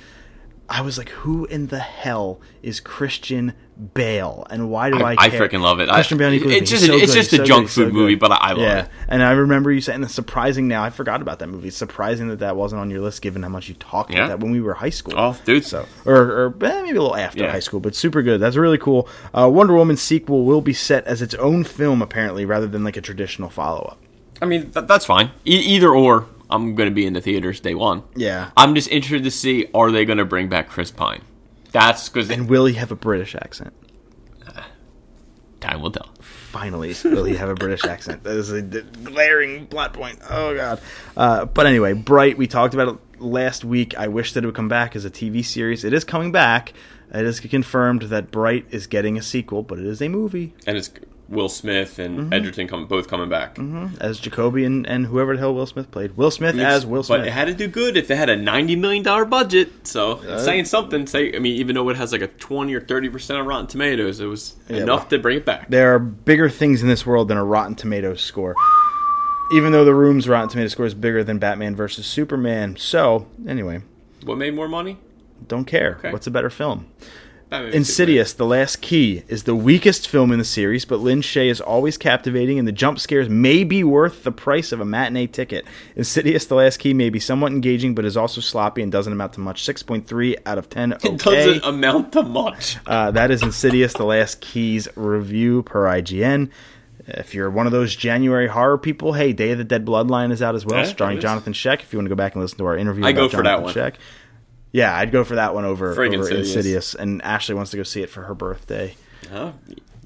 Speaker 1: I was like, "Who in the hell is Christian Bale, and why do I?"
Speaker 2: I
Speaker 1: care?
Speaker 2: freaking love it. I-
Speaker 1: Christian Bale, in
Speaker 2: it's
Speaker 1: Equilibrium.
Speaker 2: just-
Speaker 1: He's so
Speaker 2: it's
Speaker 1: good.
Speaker 2: just
Speaker 1: He's
Speaker 2: a
Speaker 1: so
Speaker 2: junk
Speaker 1: good. He's so
Speaker 2: food movie,
Speaker 1: good.
Speaker 2: but I- I love
Speaker 1: yeah.
Speaker 2: it.
Speaker 1: And I remember you saying, "It's surprising now." I forgot about that movie. It's surprising that that wasn't on your list, given how much you talked
Speaker 2: Yeah.
Speaker 1: about that when we were high school
Speaker 2: oh, dude.
Speaker 1: so or, or eh, maybe a little after
Speaker 2: Yeah.
Speaker 1: high school but super good that's really cool uh, wonder woman sequel will be set as its own film apparently rather than like a traditional follow-up
Speaker 2: I mean, th- that's fine. E- either or, I'm going to be in the theaters day one.
Speaker 1: Yeah.
Speaker 2: I'm just interested to see are they going to bring back Chris Pine? That's because
Speaker 1: and will he have a british accent
Speaker 2: time will tell.
Speaker 1: finally will he have a british accent that is a d- glaring plot point oh god uh, but anyway bright we talked about it last week i wish that it would come back as a tv series it is coming back it is confirmed that bright is getting a sequel but it is a movie
Speaker 2: And it's Will Smith and
Speaker 1: Mm-hmm.
Speaker 2: Edgerton come, both coming back.
Speaker 1: as jacoby and, and whoever the hell will smith played will smith as will smith
Speaker 2: But it had to do good if they had a ninety million dollar budget. So it's saying something. Say, I mean, even though it has like a twenty or thirty percent of Rotten Tomatoes, it was enough
Speaker 1: well-
Speaker 2: to bring it back.
Speaker 1: there are bigger things in this world than a Rotten Tomatoes score. Even though the room's Rotten Tomatoes score is bigger than Batman versus Superman. So, anyway,
Speaker 2: What made more money?
Speaker 1: don't care.
Speaker 2: Okay.
Speaker 1: What's a better film? Insidious, The Last Key is the weakest film in the series, but Lin Shay is always captivating, and the jump scares may be worth the price of a matinee ticket. Insidious, The Last Key may be somewhat engaging, but is also sloppy and doesn't amount to much. 6.3 out of 10. Okay.
Speaker 2: It doesn't amount to much.
Speaker 1: Uh, that is Insidious, The Last Keys review per IGN. If you're one of those January horror people, hey, Day of the Dead Bloodline is out as well,
Speaker 2: Yeah,
Speaker 1: starring
Speaker 2: it is.
Speaker 1: Jonathan Sheck. If you want to go back and listen to our interview,
Speaker 2: I
Speaker 1: about
Speaker 2: go for that
Speaker 1: Jonathan
Speaker 2: one.
Speaker 1: Sheck. Yeah, I'd go for that one over, over
Speaker 2: Friggin'
Speaker 1: Insidious.
Speaker 2: Insidious.
Speaker 1: And Ashley wants to go see it for her birthday.
Speaker 2: Huh?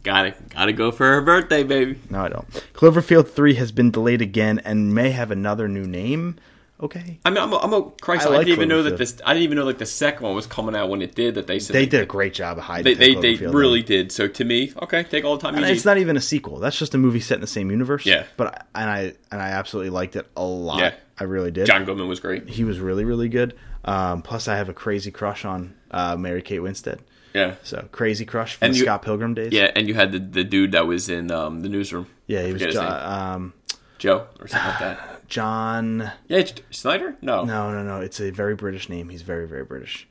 Speaker 2: Gotta gotta go for her birthday, baby.
Speaker 1: No, I don't. Cloverfield 3 has been delayed again and may have another new name. Okay.
Speaker 2: I mean, I'm a, I'm a Christ.
Speaker 1: I
Speaker 2: I,
Speaker 1: like
Speaker 2: didn't even know that
Speaker 1: Cloverfield.
Speaker 2: this. I didn't even know like the second one was coming out when it did. That they said
Speaker 1: They did a great job of hiding
Speaker 2: They they,
Speaker 1: that
Speaker 2: they
Speaker 1: Cloverfield
Speaker 2: really
Speaker 1: name.
Speaker 2: did. So to me, okay, take all the time you
Speaker 1: And
Speaker 2: need.
Speaker 1: it's not even a sequel. That's just a movie set in the same universe.
Speaker 2: Yeah.
Speaker 1: But I, and I and I absolutely liked it a lot.
Speaker 2: Yeah.
Speaker 1: I really did.
Speaker 2: John Goodman was great.
Speaker 1: he was really really good. Um, plus, I have a crazy crush on uh, Mary Kate Winstead.
Speaker 2: Yeah,
Speaker 1: So crazy crush from
Speaker 2: And
Speaker 1: the
Speaker 2: you-
Speaker 1: Scott Pilgrim days.
Speaker 2: yeah, and you had the, the dude that was in um, the newsroom.
Speaker 1: yeah.
Speaker 2: I
Speaker 1: He was
Speaker 2: forget his
Speaker 1: jo-
Speaker 2: name.
Speaker 1: um,
Speaker 2: Joe or something like that.
Speaker 1: John.
Speaker 2: Yeah, it's- Snyder. No,
Speaker 1: No, no, no. It's a very British name. He's very very British.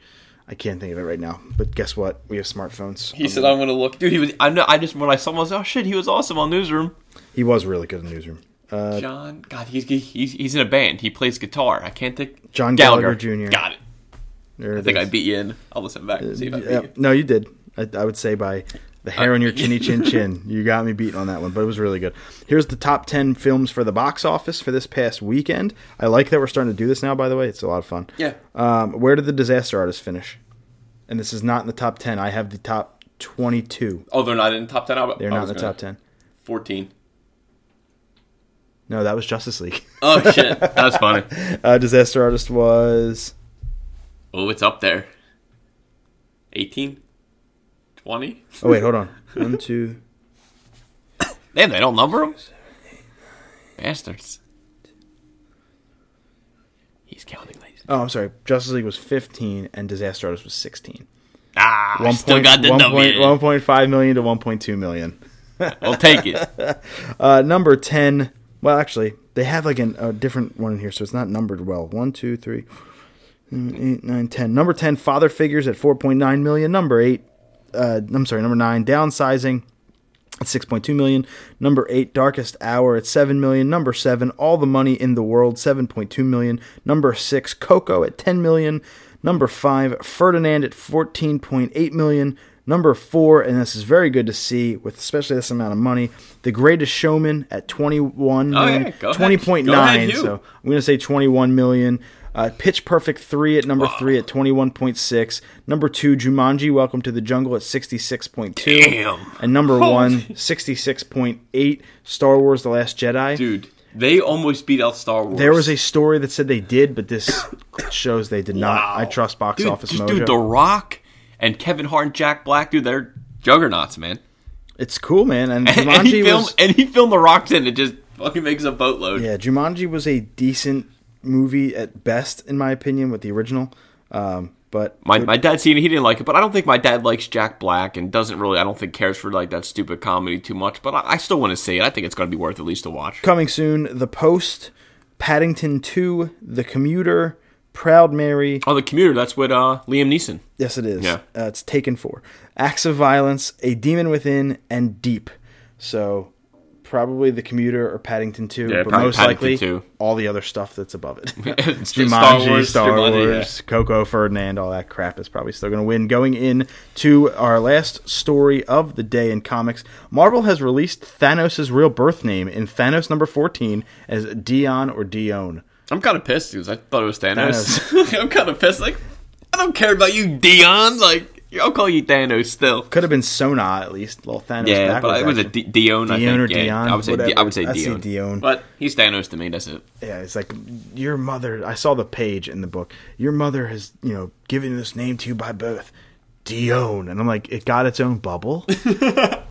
Speaker 1: I can't think of it right now. But guess what? We have smartphones.
Speaker 2: he said "Oh." I'm gonna look, dude. He was. I know. I just when I saw him, I was oh shit, he was awesome on newsroom.
Speaker 1: He was really good in the newsroom. Uh,
Speaker 2: John, God, he's he's he's in a band. He plays guitar. I can't think.
Speaker 1: John Gallagher Jr..
Speaker 2: Got it.
Speaker 1: there
Speaker 2: I think I beat you in. I'll listen back and see if I beat you.
Speaker 1: Uh, no, you did. I, I would say by the hair on your chinny chin chin. You got me beaten on that one, but it was really good. Here's the top 10 films for the box office for this past weekend. I like that we're starting to do this now, by the way. It's a lot of fun.
Speaker 2: Yeah.
Speaker 1: Um, where did the disaster artist finish? And this is not in the top 10. I have the top 22.
Speaker 2: Oh, they're not in the top ten. I,
Speaker 1: They're not in the top 10.
Speaker 2: Fourteen.
Speaker 1: No, that was Justice League.
Speaker 2: Oh shit, that's funny.
Speaker 1: Uh, disaster artist was.
Speaker 2: Oh, it's up there. 18? 20?
Speaker 1: Oh, wait, hold on. One, two.
Speaker 2: Damn, they don't number them? Bastards. He's counting, ladies.
Speaker 1: Oh, I'm sorry. Justice League was 15, and Disaster Artist was 16.
Speaker 2: Ah, I
Speaker 1: One
Speaker 2: still
Speaker 1: point-
Speaker 2: got the
Speaker 1: one
Speaker 2: W.
Speaker 1: point- 1.5 million to 1.2 million.
Speaker 2: I'll take it.
Speaker 1: Uh, number 10. Well, actually, they have like an, a different one in here, so it's not numbered well. 1, 2, 3, 8, 9, 10. Number 10, Father Figures at 4.9 million. Number 8, uh, I'm sorry, number 9, Downsizing at 6.2 million. Number 8, Darkest Hour at 7 million. Number 7, All the Money in the World, 7.2 million. Number 6, Coco at 10 million. Number 5, Ferdinand at 14.8 million. Number 4, and this is very good to see with especially this amount of money, The Greatest Showman at 21
Speaker 2: Oh,
Speaker 1: million.
Speaker 2: yeah, go ahead.
Speaker 1: 20.9,
Speaker 2: Go ahead, you.
Speaker 1: so I'm going to say 21 million. Uh, Pitch Perfect 3 at number 3 at 21.6. Number 2, Jumanji Welcome to the Jungle at 66.2.
Speaker 2: Damn.
Speaker 1: And number one, 66.8, Star Wars The Last Jedi.
Speaker 2: Dude, they almost beat out Star Wars.
Speaker 1: There was a story that said they did, but this shows they did
Speaker 2: Wow.
Speaker 1: not. I trust Box
Speaker 2: dude,
Speaker 1: Office
Speaker 2: just,
Speaker 1: Mojo.
Speaker 2: Dude, The Rock and Kevin Hart and Jack Black, dude, they're juggernauts, man.
Speaker 1: it's cool, man. And
Speaker 2: any,
Speaker 1: Jumanji
Speaker 2: film,
Speaker 1: was
Speaker 2: any film The Rock's in, it just fucking makes a boatload.
Speaker 1: yeah, Jumanji was a decent movie at best, in my opinion, with the original. Um, but
Speaker 2: My, my dad seen it, he didn't like it, but I don't think my dad likes Jack Black and doesn't really, I don't think cares for like that stupid comedy too much, but I, I still want to see it. I think it's going to be worth at least a watch.
Speaker 1: coming soon, The Post, Paddington Two, The Commuter, Proud Mary.
Speaker 2: Oh, The Commuter, that's with uh, Liam Neeson.
Speaker 1: Yes, it is.
Speaker 2: Yeah.
Speaker 1: Uh, it's Taken 4. Acts of Violence, A Demon Within, and Deep. So probably The Commuter or Paddington 2,
Speaker 2: Yeah,
Speaker 1: but
Speaker 2: probably
Speaker 1: most
Speaker 2: Paddington
Speaker 1: likely
Speaker 2: 2.
Speaker 1: all the other stuff that's above it. Jumanji,
Speaker 2: It's just
Speaker 1: Star Wars,
Speaker 2: Star Wars, Jumanji, yeah.
Speaker 1: Coco, Ferdinand, all that crap is probably still going to win. Going in to our last story of the day in comics, Marvel has released Thanos' real birth name in Thanos number 14 as Dion or Dion.
Speaker 2: I'm kind of pissed because I thought it was Thanos. I'm kind of pissed. Like, I don't care about you, Dion. Like, I'll call you Thanos still.
Speaker 1: Could have been Sona at least, little Thanos
Speaker 2: Yeah, but
Speaker 1: backwards
Speaker 2: it was a
Speaker 1: action.
Speaker 2: D- Dion, I
Speaker 1: Dion
Speaker 2: think.
Speaker 1: or
Speaker 2: yeah,
Speaker 1: Dion,
Speaker 2: I would say, Di-
Speaker 1: whatever.
Speaker 2: I would say
Speaker 1: I see
Speaker 2: Dion.
Speaker 1: Dion.
Speaker 2: But he's Thanos to me, that's it.
Speaker 1: yeah, it's like your mother. I saw the page in the book. Your mother has, you know, given this name to you by birth, Dion. And I'm like, it got its own bubble.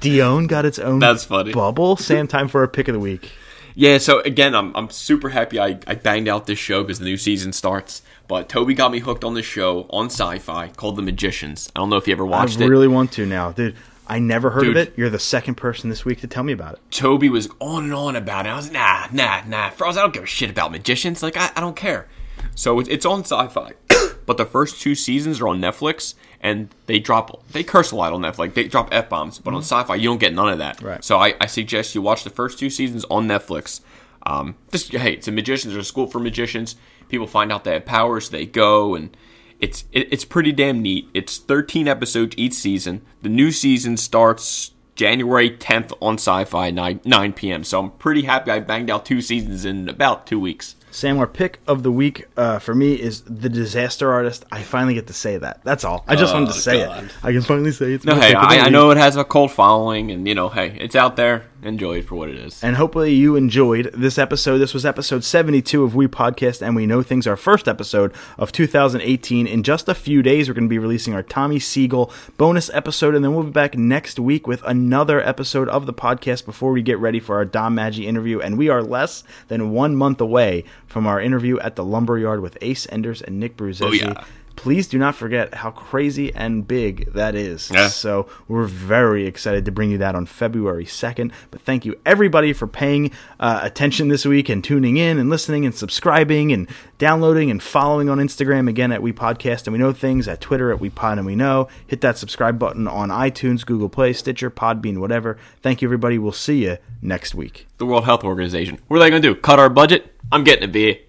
Speaker 1: Dion got its own.
Speaker 2: That's funny.
Speaker 1: Bubble. Same time for our pick of the week.
Speaker 2: Yeah, so again, I'm, I'm super happy I, I banged out this show because the new season starts. But Toby got me hooked on this show on sci fi called The Magicians. I don't know if you ever
Speaker 1: I
Speaker 2: watched it.
Speaker 1: really want to now, dude. I never heard
Speaker 2: Dude.
Speaker 1: of it. You're the second person this week to tell me about it.
Speaker 2: Toby was on and on about it. I was nah, nah, nah. Froze, I don't give a shit about magicians. Like I, I don't care. So it's, it's on sci-fi, but the first two seasons are on Netflix, and they drop they curse a lot on Netflix. They drop f bombs, but on sci-fi you don't get none of that.
Speaker 1: Right.
Speaker 2: So I, I suggest you watch the first two seasons on Netflix. Um, this hey, it's a magicians. There's a school for magicians. People find out they have powers. They go and it's it, it's pretty damn neat. It's 13 episodes each season. The new season starts January 10th on Sci-Fi 9 9 p.m. So I'm pretty happy I banged out two seasons in about two weeks.
Speaker 1: Sam, our pick of the week uh, for me is the disaster artist. I finally get to say that. That's all. I just wanted to
Speaker 3: Oh,
Speaker 1: say
Speaker 3: God.
Speaker 1: it. I can finally say it's
Speaker 2: No,
Speaker 1: my
Speaker 2: hey,
Speaker 1: pick of the
Speaker 2: I, I
Speaker 1: week.
Speaker 2: know it has a cult following, and you know, hey, it's out there. Enjoy it for what it is.
Speaker 1: And hopefully you enjoyed this episode. This was episode 72 of We Podcast and We Know Things, our first episode of 2018. In just a few days, we're going to be releasing our Tommy Siegel bonus episode, and then we'll be back next week with another episode of the podcast before we get ready for our Dom Maggi interview. And we are less than one month away from our interview at the Lumberyard with Ace Enders and Nick Bruzesi.
Speaker 2: Booyah.
Speaker 1: Please do not forget how crazy and big that is.
Speaker 2: Yeah.
Speaker 1: So we're very excited to bring you that on February 2nd. But thank you everybody for paying uh, attention this week and tuning in and listening and subscribing and downloading and following on Instagram again at We Podcast and We Know Things, at Twitter at We Pod and We Know. Hit that subscribe button on iTunes, Google Play, Stitcher, Podbean, whatever. Thank you everybody. We'll see you next week.
Speaker 2: The World Health Organization. What are they going to do? Cut our budget? I'm getting a beer.